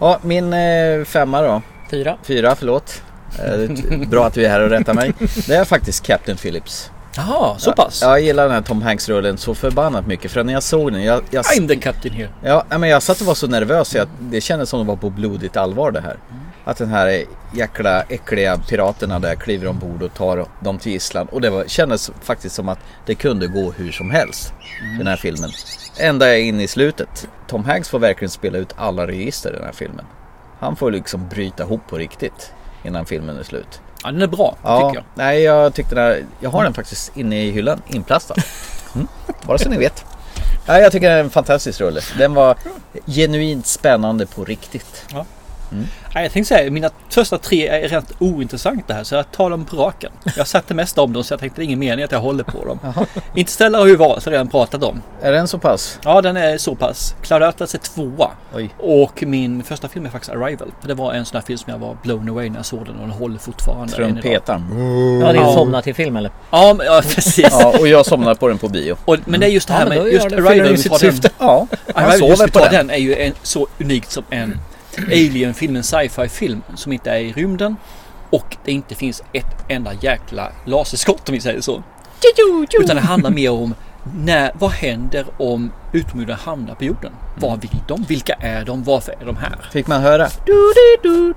C: Ja, min eh, femma då.
D: fyra.
C: Fyra, förlåt. Eh, det är Bra att vi är här och rättar mig. Det är faktiskt Captain Phillips.
B: jaha, så pass.
C: Jag gillar den här Tom Hanks-rullen så förbannat mycket för när jag såg den, jag, jag,
B: I'm the captain here.
C: ja, nej, men jag satt och var så nervös så jag, det kändes som att det var på blodigt allvar det här.
B: Mm.
C: Att den här jäkla äckliga piraterna där kliver ombord och tar dem till gisslan och det var, kändes faktiskt som att det kunde gå hur som helst
B: Mm.
C: den här filmen. Ända in i slutet. Tom Hanks får verkligen spela ut alla register i den här filmen. Han får liksom bryta ihop på riktigt. innan filmen är slut.
B: Ja, den är bra tycker jag.
C: Nej, jag tyckte den här, Jag har den faktiskt inne i hyllan inplastad. Mm. Bara så ni vet. Nej, jag tycker den är en fantastisk rulle. Den var genuint spännande på riktigt.
B: Nej, jag tänkte säga mina första tre är rätt ointressanta här så jag tar dem på raken. Jag har sett det mesta om dem så jag tänkte det är ingen mening att jag håller på dem. Interstellar har ju varit, redan pratat om.
C: Är den så pass?
B: Ja, den är så pass. Cloud Atlas är tvåa.
C: Oj.
B: Och min första film är faktiskt Arrival. Det var en sån här film som jag var blown away när jag såg den och den håller fortfarande. än idag.
C: Trumpetaren.
D: Ja, det är somna till film eller?
B: Ja, men, ja precis.
C: Ja, och jag somnade på den på bio.
B: Och, men det är just det
D: Ja,
B: här
D: men då
B: med
D: gör
B: just
D: det-
B: Arrival.
D: fyller den
B: vi
D: sitt
B: tar den-
D: syfte.
C: Ja, han
B: Arrival, just
C: sover
B: vi
C: på
B: tar
C: den.
B: den är ju en, så unikt som en Alien-film, en sci-fi film som inte är i rymden. Och det inte finns ett enda jäkla laserskott om vi säger så. Utan det handlar mer om när, vad händer om utomjordingar hamnar på jorden?
D: Mm.
B: Vad vill de? Vilka är de? Varför är de här?
C: Fick man höra?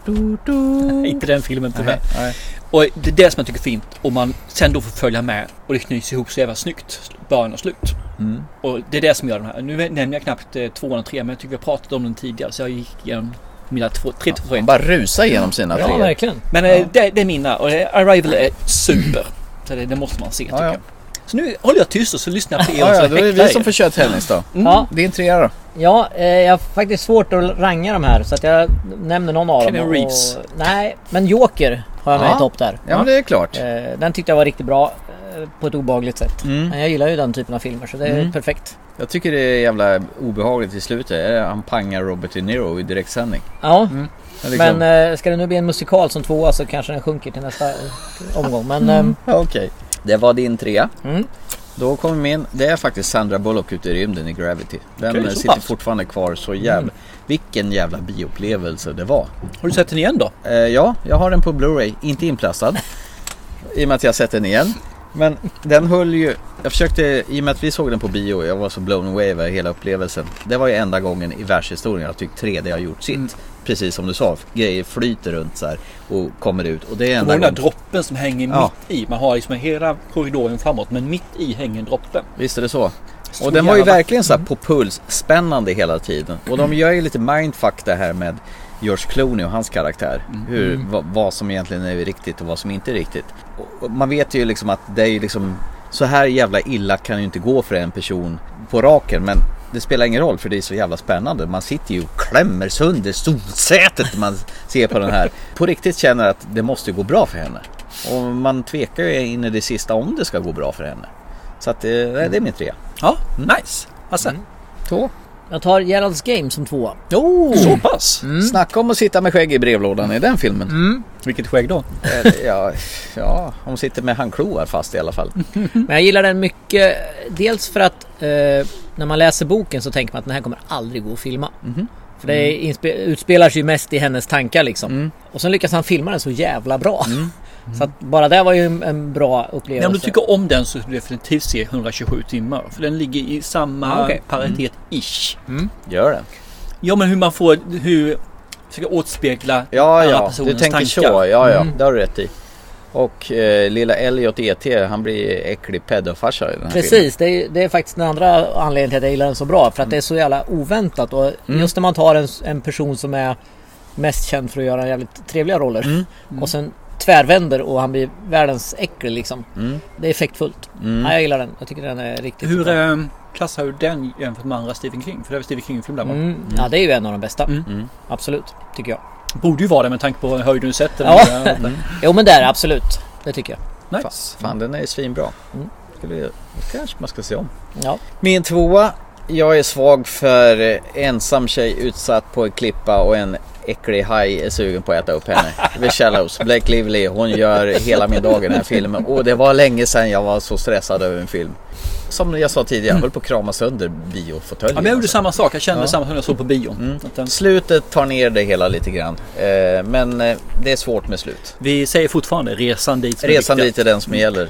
D: Mm.
B: Inte den filmen tyvärr.
C: Nej.
B: Och det är det som jag tycker är fint. Och man sen då får följa med och det knyts ihop så jävla snyggt. Början och slut.
C: Mm.
B: Och det är det som gör den här. Nu nämner jag knappt eh, tvåan och trean men jag tycker vi har pratat om den tidigare så jag gick igenom mina två, tre, två,
C: Han bara rusar igenom sina
D: Ja,
C: treor.
D: verkligen.
B: Men eh, det, det är mina och eh, Arrival är super. Så det, det måste man se tycker
C: ja.
B: jag. Så nu håller jag tyst och så lyssnar jag på er och
C: Ja,
B: så
C: ja, då är det
B: häcklar
C: vi
B: jag
C: som
B: er.
C: får köra tävlings då.
D: Ja,
C: Din trea då?
D: ja eh, jag har faktiskt svårt att ranga de här så att jag nämner någon av
B: Kenny
D: dem.
B: Reeves.
D: Och, nej, men Joker har jag med
C: Ja.
D: i topp där.
C: Ja, men det är klart.
D: Eh, Den tyckte jag var riktigt bra eh, på ett obehagligt sätt.
C: Mm.
D: Men jag gillar ju den typen av filmer så det är
C: Mm.
D: perfekt.
C: Jag tycker det är jävla obehagligt i slutet. Eh, Han pangar Robert De Niro i direktsändning.
B: Mm.
D: Ja,
C: Ja, det är
D: men
C: klart.
D: eh, ska det nu bli en musikal som tvåa så kanske den sjunker till nästa eh, omgång. Men
B: Mm.
D: ehm,
B: eh,
C: Ja, Okej. Det var din trea.
D: Mm.
C: Då kommer min. Det är faktiskt Sandra Bullock ute i rymden i Gravity. Den
B: Okej,
C: eh,
B: så
C: sitter
B: pass. Mm.
C: fortfarande kvar så jävla... Vilken jävla bioupplevelse det var.
B: Har du sett den igen då?
C: Eh, ja, jag har den på Blu-ray, inte inplastad. I och med att jag sett den igen. Men den höll ju, jag försökte, i och med att vi såg den på bio, jag var så blown away över hela upplevelsen. Det var ju enda gången i världshistorien jag tyckte 3D har gjort
B: Mm.
C: sitt. Precis som du sa, grejer flyter runt så här och kommer ut. Och det är
B: Kommer du
C: enda
B: ihåg den där
C: gången.
B: droppen som hänger
C: Ja.
B: mitt i? Man har liksom hela korridoren framåt men mitt i hänger en droppe.
C: Visst är det så.
B: Så
C: Och den var ju
B: jävla-
C: verkligen så här på puls, spännande hela tiden. Och de gör ju lite mindfuck det här med George Clooney och hans karaktär. Hur, vad, vad som egentligen är riktigt och vad som inte är riktigt. Och, och man vet ju liksom att det är ju liksom, så här jävla illa kan ju inte gå för en person på raken. Men det spelar ingen roll för det är så jävla spännande. Man sitter ju och klämmer sönder solsätet när man ser på den här. På riktigt känner att det måste gå bra för henne. Och man tvekar ju in i det sista om det ska gå bra för henne. Så att eh, det är min trea.
B: Ja, nice. Hasse?
C: Två.
D: jag tar Geralds Game som tvåa.
B: Mm.
C: Oh!
B: Så pass?
C: Snacka om att sitta med skägg i brevlådan i den filmen.
B: Vilket skägg då?
C: Eh, ja, ja, hon sitter med handklovar fast i alla fall.
D: Men jag gillar den mycket. Dels för att eh, när man läser boken så tänker man att den här kommer aldrig gå att filma.
C: Mhm.
D: För det
C: Mm.
D: är inspe- utspelar sig ju mest i hennes tankar liksom. Och sen lyckas han filma den så jävla bra.
C: Mm.
D: <laughs> Så att bara det var ju en, en bra upplevelse.
B: Ja, om du tycker om den så ska du definitivt se 127 timmar. För den ligger i samma
D: Ja, okej.
B: paritet ish.
C: Gör det.
B: Ja men hur man får, hur försöka återspegla
C: Ja,
B: alla
C: ja, du
B: personens
C: tänker
B: tankar.
C: så. Ja, ja, det har du rätt i. Och eh, lilla Elliot E.T. han blir äcklig peddofarsa i den här filmen.
D: Precis, det är, det är faktiskt den andra anledningen till att jag gillar den så bra. För att det är så jävla oväntat. Och just när man tar en, en person som är mest känd för att göra jävligt trevliga roller.
C: Mm.
D: Och sen tvärvänder och han blir världens äckel liksom.
C: Mm.
D: Det är effektfullt. Ja, jag gillar den. Jag tycker den är riktigt
B: Hur
D: bra.
B: eh, klassar du den jämfört med andra Stephen King? För det är väl Stephen King-film där va?
D: Mm. Ja, det är ju en av de bästa.
B: Mm.
D: Absolut, tycker jag.
B: Borde ju vara det med tanke på höjden du sett den.
D: Ja.
B: Eh,
D: Jo men det är det, absolut. Det tycker jag.
B: Nice.
C: Fan, den är ju svinbra.
D: Mm.
C: Skulle, ju- kanske man ska se om.
D: Ja.
C: Min tvåa. Jag är svag för eh, ensam tjej utsatt på en klippa och en äcklig haj är sugen på att äta
B: <laughs>
C: upp henne. The Shallows, Blake Lively, hon gör hela min dag i den här filmen. Och det var länge sedan jag var så stressad över en film. Som jag sa tidigare, jag höll på att krama sönder biofåtöljen.
B: Ja, men jag gjorde
C: alltså.
B: samma sak. Jag kände
C: Ja.
B: samma sak när jag såg på bio. Att den,
C: Slutet tar ner det hela lite grann. Eh, Men eh, det är svårt med slut.
B: vi säger fortfarande resan dit. som är
C: Resan
B: viktigast.
C: dit är den som gäller.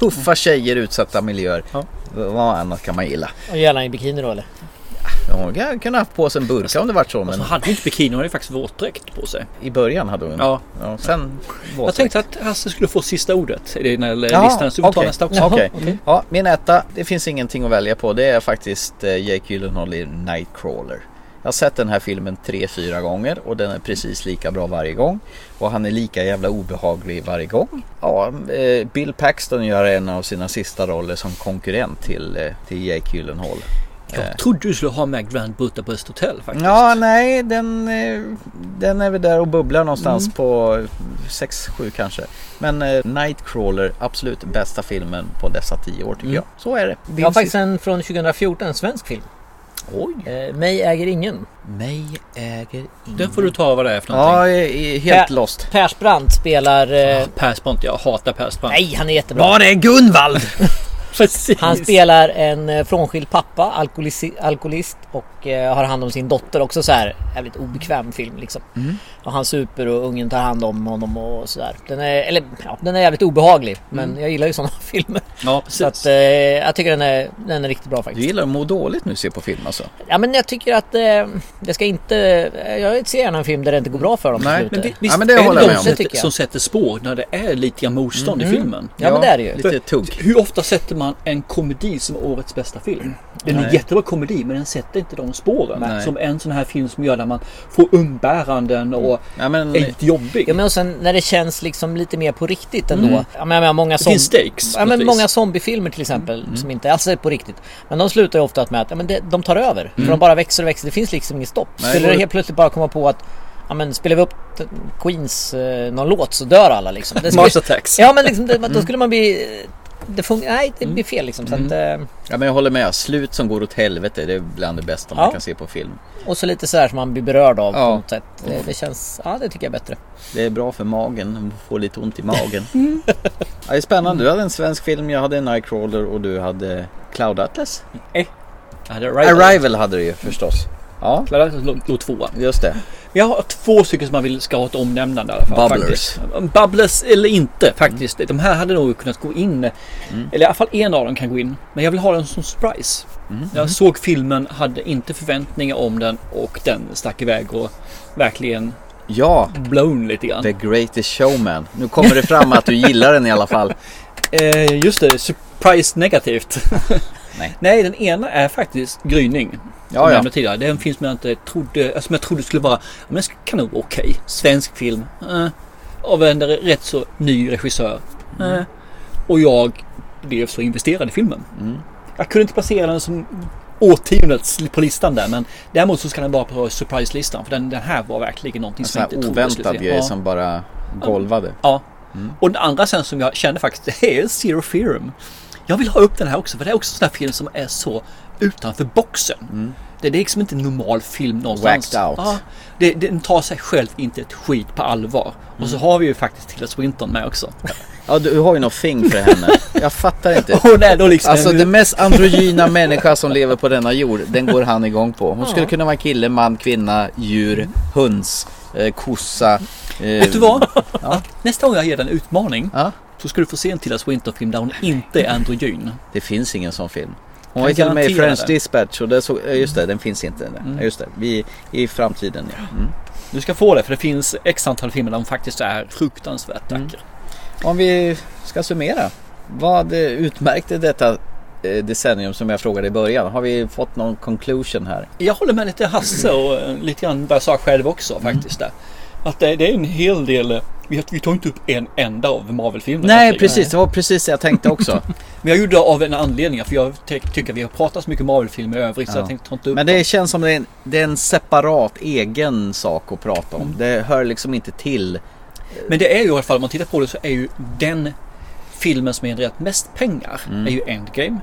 C: Tuffa tjejer, utsatta miljöer.
B: Ja.
C: Vad annat kan man gilla?
D: Och gärna i bikini då eller?
C: Hon hade kunnat haft på sig en burka om det varit så. Men... Mm.
B: Alltså, hon hade ju inte bikini, hon hade ju faktiskt våtdräkt på sig.
C: I början hade hon
B: Ja.
C: ja sen
B: Jag tänkte att Hasse skulle få sista ordet i den här listan. Så vi får ta nästa
D: <laughs>
B: också.
C: Okej. Ja, min etta, det finns ingenting att välja på. Det är faktiskt eh, Jake Gyllenhaal i Nightcrawler. Jag har sett den här filmen tre, fyra gånger och den är precis lika bra varje gång. Och han är lika jävla obehaglig varje gång. Ja, eh, Bill Paxton gör en av sina sista roller som konkurrent till, eh, till Jake Gyllenhaal.
B: Jag trodde du skulle ha med Grand Butta på Östertälje faktiskt.
C: Ja, nej, den, eh, den är väl där och bubblar
D: Mm.
C: någonstans på 6-7 kanske. Men eh, Nightcrawler, absolut bästa filmen på dessa 10 år tycker
D: Mm.
C: jag. Så är det.
D: Jag har faktiskt en från 2014, en svensk film.
C: Oj!
D: Eh, mig äger ingen.
C: Mig äger ingen...
B: Den får du ta vad det är för någonting.
C: Ja, eh, eh, helt
D: Ja.
C: lost.
D: Persbrandt spelar... Eh,
B: Ja. Per Spont, jag hatar Per Spont.
D: nej, han är jättebra.
C: Var är Gunvald?
B: precis.
D: Han spelar en eh, frånskild pappa, alkoholisi- alkoholist och eh, har hand om sin dotter också så här jävligt obekväm film liksom. Och han super och ungen tar hand om honom och sådär. Den är, eller, ja, den är jävligt obehaglig men jag gillar ju sådana <laughs> filmer.
B: Ja,
D: Så att,
B: precis.
D: eh, jag tycker den är, den är riktigt bra
C: Du
D: faktiskt.
C: gillar att må dåligt nu och se på film alltså?
D: Ja men jag tycker att eh, det ska inte... Jag ser gärna en film där det inte går bra för dem eh.
C: Nej,
D: på slutet.
C: men det-
B: Visst
C: Ja, men det
B: är
C: håller
B: det
C: jag
B: de
C: med om. Mhm.
B: sätter-
D: Det tycker jag.
B: som sätter spår när det är lite grann motstånd i filmen.
D: Ja, men det är det ju.
C: Lite tugg.
B: Hur ofta sätter man en komedi som årets bästa film? Den är
C: Nej.
B: jättebra komedi men den sätter inte de spåren.
C: Nej.
B: Som en sån här film som gör där man får umbäranden och
C: Ja, Mm. men,
B: är lite jobbig.
D: Ja men och sen när det känns liksom lite mer på riktigt ändå. Ja, men, jag menar, många
B: det
D: som...
B: finns stakes.
D: Ja,
B: på ett
D: men
B: vis.
D: många zombiefilmer till exempel som inte alls är på riktigt. Men de slutar ju ofta med att ja, men det, de tar över. För de bara växer och växer. Det finns liksom inget stopp.
C: Nej.
D: Skulle det helt plötsligt bara komma på att ja, men spelar vi upp t- Queens eh, någon låt så dör alla liksom. Det
B: Mars
D: skulle,
B: attacks.
D: ja men liksom, det, då skulle man bli... Det fun- nej, det blir fel liksom. Så att, eh,
C: ja, men jag håller med. Slut som går åt helvete, det är bland det bästa
D: Ja.
C: man kan se på film.
D: och så lite sådär som man blir berörd av på
C: Ja.
D: något sätt. Det, det känns... Ja, det tycker jag är bättre.
C: Det är bra för magen, man får lite ont i magen. Ja, det är spännande, du hade en svensk film, jag hade en Nightcrawler och du hade Cloud Atlas.
B: Ja, det är Arrival.
C: Arrival, hade du ju förstås. Ja,
B: Clara Atlas låg- låg tvåa.
C: just det.
B: Jag har två stycken som man vill ska ha ett omnämnande i alla fall.
C: Bubblers.
B: Faktiskt. Bubblers eller inte faktiskt. De här hade nog kunnat gå in.
C: Mm.
B: Eller i alla fall en av dem kan gå in. Men jag vill ha den som surprise.
C: Mm.
B: Jag såg filmen, hade inte förväntningar om den och den stack iväg och verkligen
C: Ja,
B: blown lite grann.
C: The Greatest Showman. Nu kommer det fram att du gillar den i alla fall.
B: Eh, just det, surprise negativt.
C: <laughs> Nej.
B: den ena är faktiskt Gryning. Som
C: ja.
B: jag nämnde tidigare. Det är en film som jag inte trodde, alltså, som jag trodde skulle vara, ja, men kan nog vara okej. Svensk film. Eh, av en rätt så ny regissör. Eh,
C: Mm.
B: och jag blev så investerad i filmen.
C: Mm.
B: Jag kunde inte placera den som årtiondets på listan där men däremot så ska den vara på surprise-listan för den, den här var verkligen någonting
C: En
B: som
C: sån
B: jag inte
C: Alltså här
B: trodde skulle
C: oväntad
B: se.
C: grej
B: Ja.
C: som bara golvade.
B: Ja.
C: Mm.
B: Och den andra sen som jag kände faktiskt, det är Zero Theorem. Jag vill ha upp den här också, för det är också en sån här film som är så utanför boxen. Det, det är liksom inte en normal film någonstans.
C: Whacked Mm. out.
B: Ja, det, den tar sig själv inte ett skit på allvar.
C: Mm.
B: Och så har vi ju faktiskt Tilda Swinton med också. <laughs>
C: Ja, du har ju något fing för henne. Jag fattar inte.
B: Hon är då liksom...
C: Alltså den mest <laughs> androgyna människa som lever på denna jord, den går han igång på. Hon skulle kunna vara kille, man, kvinna, djur, höns, eh, kossa. eh,
B: Vet du vad? Nästa gång jag ger dig en utmaning
C: Ja,
B: så ska du få se en Tilda Swinton-film där hon inte är androgyn.
C: det finns ingen sån film. Hon
B: Kan
C: var ju till och med i
B: garantera
C: French
B: det.
C: Dispatch och det såg, eh, just det, den finns inte. Mm. Just det, vi i framtiden. Ja. Mm.
B: Du ska få det för det finns x antal filmer där hon faktiskt är fruktansvärt
C: Mm.
B: vacker.
C: Om vi ska summera. Vad eh, utmärkte detta eh, decennium som jag frågade i början? Har vi fått någon conclusion här?
B: Jag håller med lite Hasse och eh, lite grann vad jag sa själv också
C: Mm.
B: faktiskt. Där. Att det, det är en hel del, eh, vi, vi tar inte upp en enda av Marvel-filmerna.
C: Nej,
B: egentligen.
C: precis. Det var precis det jag tänkte <laughs> också.
B: Men jag gjorde det av en anledning, för jag ty- tycker vi har pratat så mycket Marvel-filmer i övrigt så
C: Ja.
B: jag tänkte ta inte upp
C: Men det känns som det är, en, det är en separat egen sak att prata om. Det hör liksom inte till.
B: Men det är ju i alla fall, om man tittar på det så är ju den filmen som har genererat mest pengar
C: Mm.
B: är ju Endgame.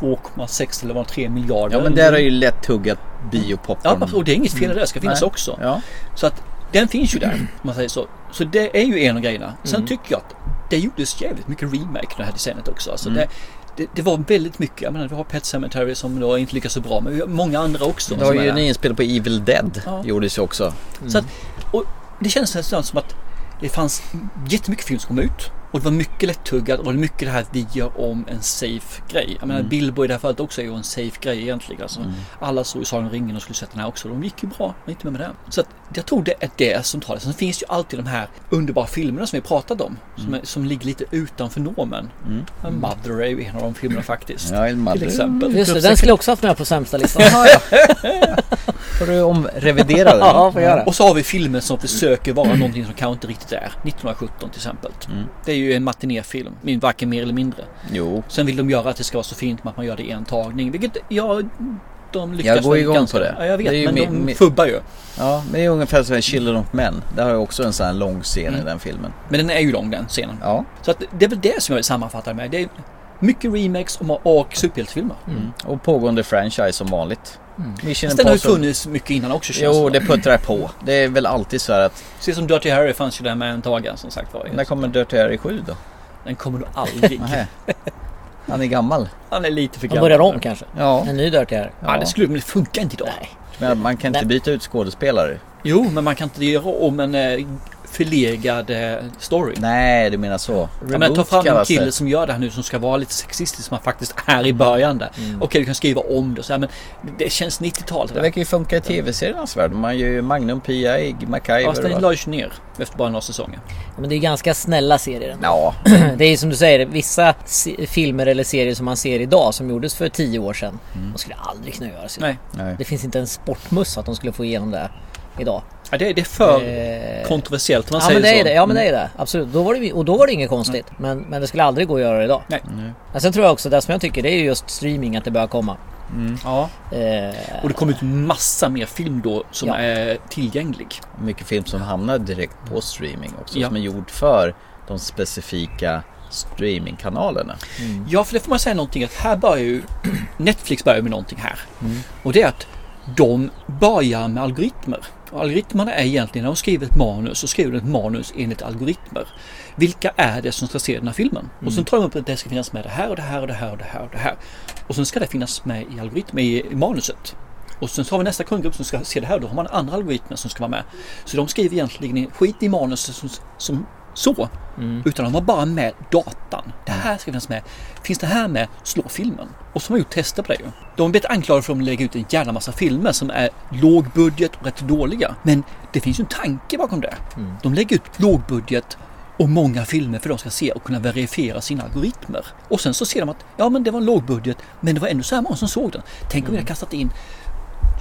B: 2,6 eller vad 3 miljarder.
C: Ja men där är ju lätt tuggat biopopcorn.
B: Ja, och det är inget fel i det, det ska finnas
C: Nej.
B: också.
C: Ja.
B: Så att den finns ju där, om man säger så. Så det är ju en av grejerna. Sen
C: Mm.
B: tycker jag att det gjordes jävligt mycket remake det här decenniet också. Alltså
C: Mm.
B: det, det, det var väldigt mycket. Jag menar, vi har Pet Sematary som då inte lyckas så bra, men vi har många andra också.
C: Det var
B: som är
C: ju en
B: där.
C: inspelning på Evil Dead.
B: Ja.
C: Gjordes ju också.
B: så att, och det känns nästan som att det fanns jättemycket film som kom ut. Och det var mycket lättuggat och mycket det här att vi gör om en safe grej. Jag menar Bilbo i det här fallet också är ju en safe grej egentligen. Alltså, Alla såg ju Sagan om ringen och skulle sett den här också. De gick ju bra, men inte med med den. Så att, jag tror det är det som tar det. Sen finns ju alltid de här underbara filmerna som vi pratat om. Som, är, som ligger lite utanför normen. Men Mother är ju en av de filmerna faktiskt.
C: Ja, en
B: Mm. Till
C: Mother.
B: exempel.
D: Just det, den skulle jag också haft med på sämsta listan.
C: Får
B: <laughs>
C: du omrevidera den?
D: <laughs> Ja, får jag göra.
B: Och så har vi filmer som försöker vara någonting som kanske inte riktigt är. 1917 till exempel.
C: Mm.
B: Det är ju en matinéfilm, min- varken mer eller mindre.
C: Jo,
B: Sen vill de göra att det ska vara så fint med att man gör det i en tagning. Vilket, ja, de lyckas
C: Jag går
B: väl
C: igång
B: ganska-
C: på det.
B: Ja, jag vet,
C: Det är ju
B: men
C: min-
B: de
C: min-
B: fubbar ju.
C: ja, men det är ungefär som i Children of Men. Där har jag också en sån här lång scen
B: Mm.
C: i den filmen.
B: Men den är ju lång den scenen.
C: Ja,
B: Så att det är väl det som jag vill sammanfatta det med. Det är mycket remakes och, och superhjältefilmer.
C: och pågående franchise som vanligt. Mission
B: Fast den har ju
C: Impossible.
B: funnits mycket innan också känns
C: Jo,
B: det
C: det puttrar på. Det är väl alltid så här att
B: Precis som Dirty Harry fanns ju där med en taga som sagt var.
C: när kommer Dirty Harry 7 då?
B: Den kommer nog
C: <laughs>
B: aldrig.
C: Nähä. Han är gammal.
B: Han är lite för
D: De
B: gammal.
D: börjar om kanske.
C: Ja,
D: En ny Dirty här.
B: Ja,
C: Ja.
B: det skulle men det funkar inte idag.
C: men man kan inte
D: Men-
C: byta ut skådespelare.
B: Jo, men man kan inte göra om en eh, förlegad eh, story.
C: Nej, du menar så.
B: Ja, men ta fram en
C: kallas
B: kille
C: det.
B: som gör det här nu som ska vara lite sexistisk som han faktiskt är i början där.
D: Mm.
B: Okej, du kan skriva om det och så här, men det känns 90-tal.
C: Det
B: Det där.
C: verkar ju funka i tv-seriernas värld. Man gör ju Magnum, Pia, Egg,
B: Fast
C: MacGyver.
B: den
C: va?
B: lades ju ner efter bara några säsonger.
D: Men det är ganska snälla serier ändå.
C: Ja,
D: <clears throat> Det är ju som du säger, vissa se- filmer eller serier som man ser idag som gjordes för tio år sedan. De skulle aldrig kunna göras idag.
B: Mm. Nej,
C: nej.
D: Det finns inte en sportmössa att de skulle få igenom det här idag.
B: ja, det, det är för
D: Eh,
B: kontroversiellt om man
D: Ja
B: säger
D: men det
B: så. Mm.
D: är det, ja men det är det. Absolut. Då var det, vi- och då var det inget konstigt. Men, men det skulle aldrig gå att göra idag.
B: Nej.
D: Men sen tror jag också, det som jag tycker det är ju just streaming att det börjar komma.
B: Ja.
D: Eh,
B: Mm. Och det kom ut massa mer film då som
D: Ja.
B: är tillgänglig.
C: Mycket film som hamnar direkt på streaming också.
B: Ja.
C: Som är gjord för de specifika streamingkanalerna.
B: Ja, för det får man säga någonting att här börjar ju <clears throat> Netflix börjar med någonting här. Och det är att de börjar med algoritmer. Och algoritmerna är egentligen när de skriver ett manus så skriver de ett manus enligt algoritmer. Vilka är det som ska se den här filmen? Och sen tar de upp att det ska finnas med det här och det här och det här och det här och det här. Och sen ska det finnas med i algoritmer i, i manuset. Och sen så har vi nästa kundgrupp som ska se det här och då har man andra algoritmer som ska vara med. Så de skriver egentligen in skit i manuset som, som så. Utan de har bara med datan. Det här ska finnas med. Finns det här med, slå filmen. Och så har man gjort tester på det ju. De har blivit anklagade för att de lägger ut en jävla massa filmer som är lågbudget och rätt dåliga. Men det finns ju en tanke bakom det. De lägger ut lågbudget och många filmer för de ska se och kunna verifiera sina algoritmer. Och sen så ser de att ja men det var en lågbudget men det var ändå så här många som såg den. Tänk
D: Mm.
B: om vi hade kastat in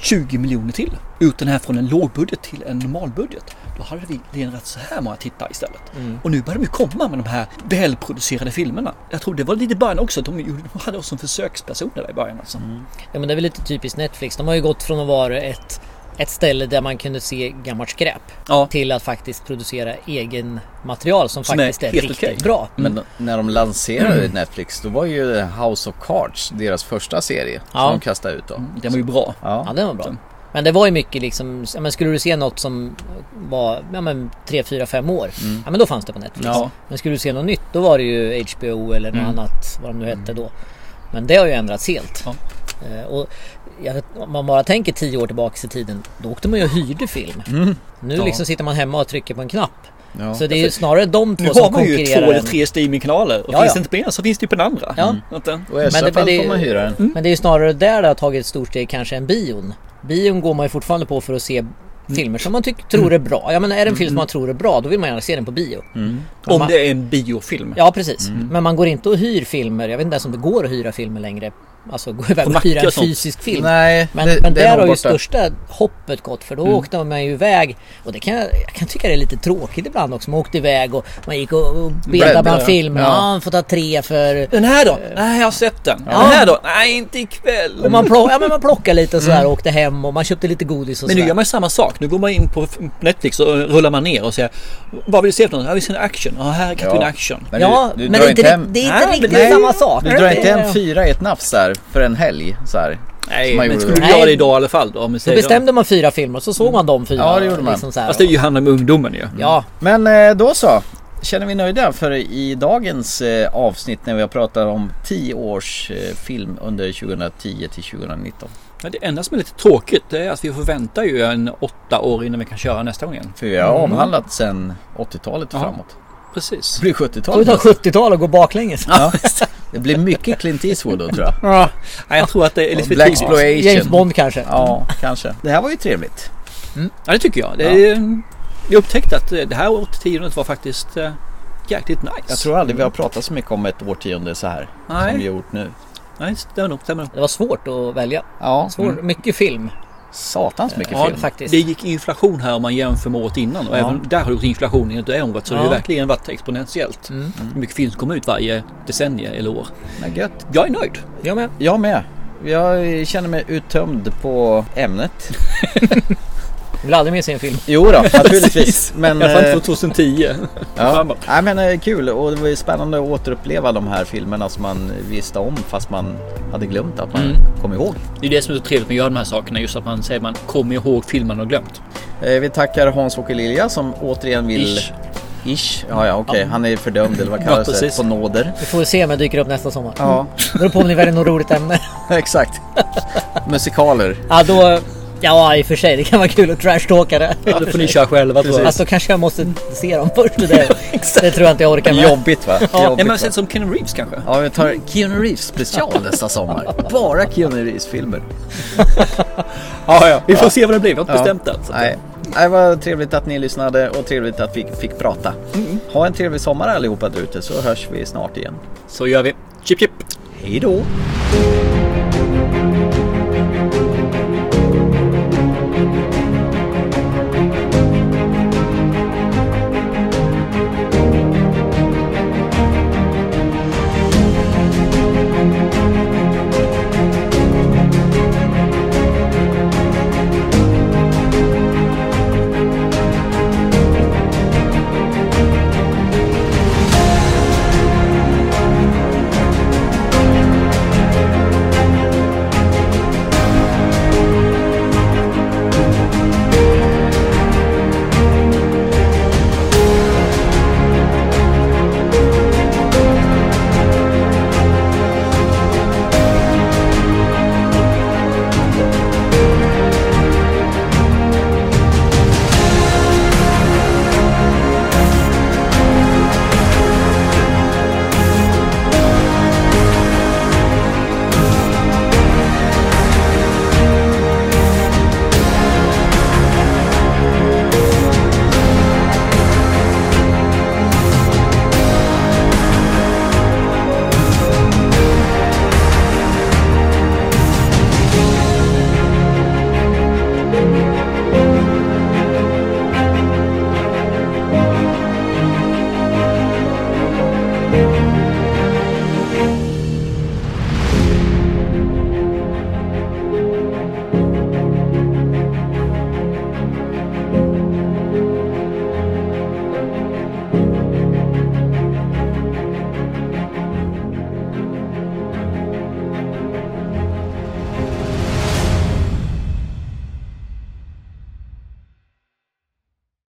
B: 20 miljoner till. Ut den här från en lågbudget till en normalbudget. Då hade vi genererat så här många tittare istället.
D: mm.
B: Och nu börjar de ju komma med de här välproducerade filmerna. Jag tror det var lite i början också. De gjorde- de hade oss som försökspersoner där i början alltså.
D: Mm. Ja men det är väl lite typiskt Netflix. De har ju gått från att vara ett, ett ställe där man kunde se gammalt skräp
B: Ja.
D: till att faktiskt producera egen material som,
B: Som är
D: faktiskt är,
B: helt
D: riktigt
B: okej.
D: bra.
C: Men när de
D: <clears throat>
C: lanserade Netflix då var ju House of Cards deras första serie
D: Ja. Mm,
C: som de kastade ut då.
B: mm, Den var ju bra.
D: Ja
C: Ja.
D: den var bra. Men det var ju mycket liksom, ja, men skulle du se något som var ja, men 3, 4, 5 år. Ja men då fanns det på Netflix.
B: Mm. Ja. Mm.
D: Men skulle du se något nytt då var det ju HBO eller något annat vad de nu hette då. Men det har ju ändrats helt.
B: Ja.
D: Eh, Och jag vet, om man bara tänker 10 år tillbaka i tiden. Då åkte man ju och hyrde film. Nu
B: Mm. Ja.
D: liksom sitter man hemma och trycker på en knapp.
C: Ja.
D: Så det är ju snarare de två
B: Nu
D: som
B: har man ju två
D: konkurrerar.
B: eller
D: än-
B: tre streamingkanaler. Och
D: Ja,
B: finns
D: ja.
B: det inte på ena så finns det ju på den andra. Mm.
D: Ja.
B: Att den-
C: Och i
D: Men
C: värsta
D: det-
C: fall
D: men det-
C: får man hyra den.
D: Men det är ju snarare där det har tagit ett stort steg kanske än bion. Bion går man ju fortfarande på för att se
C: Mm.
D: filmer som man tycker, tror är bra. Ja men är det en film som man tror är bra då vill man gärna se den på bio.
C: Mm.
D: Och
B: Om
D: man,
B: det är en biofilm.
D: Ja precis. Men man går inte och hyr filmer. Jag vet inte ens om det går att hyra filmer längre. Alltså gå iväg
B: På
D: och,
B: Nacka
D: hyra en
B: och sånt.
D: fysisk film.
C: Nej,
D: Men,
C: det,
D: men
C: det är
D: där
C: nog
D: har ju
C: borta. Mm.
D: största hoppet gått för då åkte man ju iväg och det kan jag, jag kan tycka det är lite tråkigt ibland också. Man åkte iväg och man gick och, och
C: Bläddra,
D: bildade bland
C: ja.
D: filmerna.
C: Ja.
D: Ja, man får ta tre för
B: Den här då? Nej, jag har sett den. Den här då? Nej, inte ikväll.
D: Och man, plock, ja, men man plockade lite och sådär och åkte hem och man köpte lite godis och
B: Men nu
D: sådär.
B: gör man ju samma sak. Nu går man in på f- Netflix och rullar man ner och säger Vad vill du se för något? Jag vill se en action. Ja, här kan vi en action.
C: Men
D: ja,
C: du, du
D: men
C: drar
D: det är inte,
C: inte
D: ri-
C: hem,
D: det är
B: Nej,
D: inte
B: men
D: riktigt
B: det är-
D: samma sak.
C: Du drar inte hem fyra i ett nafs där för en helg så här. Mm.
B: Nej,
C: Som man
B: men
C: gjorde
B: skulle
C: då.
B: du göra det idag i alla fall då? Om vi
D: Då
B: säger
D: bestämde man fyra filmer och så såg man de fyra.
C: Ja, det gjorde man.
D: Liksom såhär.
B: Fast det är ju handlar om ungdomen ju.
D: Ja,
C: Men eh, då så. Känner vi nöjda för i dagens eh, avsnitt när vi har pratat om 10 års eh, film under 2010 till 2019.
B: Men det enda som är lite tråkigt det är att vi får vänta ju en åtta år innan vi kan köra nästa gång igen.
C: För vi har avhandlat sedan 80-talet
B: Ja.
C: framåt.
B: precis.
C: Det blir
D: Får vi
C: 70-tal.
D: ta 70-tal och gå baklänges?
C: Ja. Det blir mycket Clint Eastwood då tror jag.
B: Ja, jag tror att det är lite för
C: Black
B: tidigt.
C: Exploitation.
D: James Bond kanske?
C: Ja, kanske. Det här var ju trevligt.
B: Ja, det tycker jag. Det är, Jag upptäckte att eh, det här årtiondet var faktiskt eh, jäkligt nice.
C: Jag tror aldrig vi har pratat så mycket om ett årtionde så här.
B: Nej.
C: Som vi gjort nu.
B: Nej, stämmer nog. Stämmer nog.
D: Det var svårt att välja.
C: Ja, mm.
D: Svår, Mycket film.
C: satans mycket
D: Ja,
C: film.
D: faktiskt.
B: Det gick inflation här om man jämför med året innan och
C: Ja.
B: även där har det gått inflation inom det området så det har
D: Ja.
B: verkligen varit exponentiellt.
D: Mm.
B: Hur mycket film som kommer ut varje decennium eller år.
C: Men gött.
B: Jag är nöjd.
D: Jag med.
C: Jag med. Jag känner mig uttömd på
B: <laughs>
C: ämnet.
D: Jag vill aldrig missa en film.
C: Jo då, naturligtvis. Men,
B: I alla fall
C: eh,
B: inte från 2010.
C: ja.
B: framåt.
C: Nej, men eh, kul och det var ju spännande att återuppleva de här filmerna som man visste om fast man hade glömt att man
B: Mm.
C: kom ihåg.
B: Det är det som är så trevligt med att göra de här sakerna. Just att man säger man kommer ihåg filmen man har glömt.
C: Eh, Vi tackar Hans-Åke Lilja som återigen vill...
B: Ish.
C: Ish. Ja, ja, okej. Han är fördömd eller vad
B: Ja,
C: kallas det?
B: precis.
C: På nåder.
D: Vi får se om jag dyker upp nästa sommar.
C: Ja,
D: Beror på om ni väljer något roligt ämne.
C: <laughs>
B: <laughs>
C: exakt. Musikaler.
D: Ja, då... Ja, i och för sig. Det kan vara kul att trashtalka det.
B: Ja, det får ni köra själva tror jag.
D: Fast då kanske jag måste se dem först. Det, det tror jag inte jag orkar med.
C: Jobbigt va?
B: Ja,
C: Jobbigt,
B: men
C: va?
B: sen som Ken Reeves kanske.
C: Ja, vi tar Keanu Reeves special nästa sommar. Bara Keanu Reeves filmer.
B: <laughs> Ja, ja. Vi får se vad det blir. Vi har inte
C: Ja.
B: bestämt än. så att-
C: Nej. Nej, vad trevligt att ni lyssnade och trevligt att vi fick prata.
B: Mm.
C: Ha en trevlig sommar allihopa där ute så hörs vi snart igen.
B: Så gör vi. Chip chip!
C: Hej då!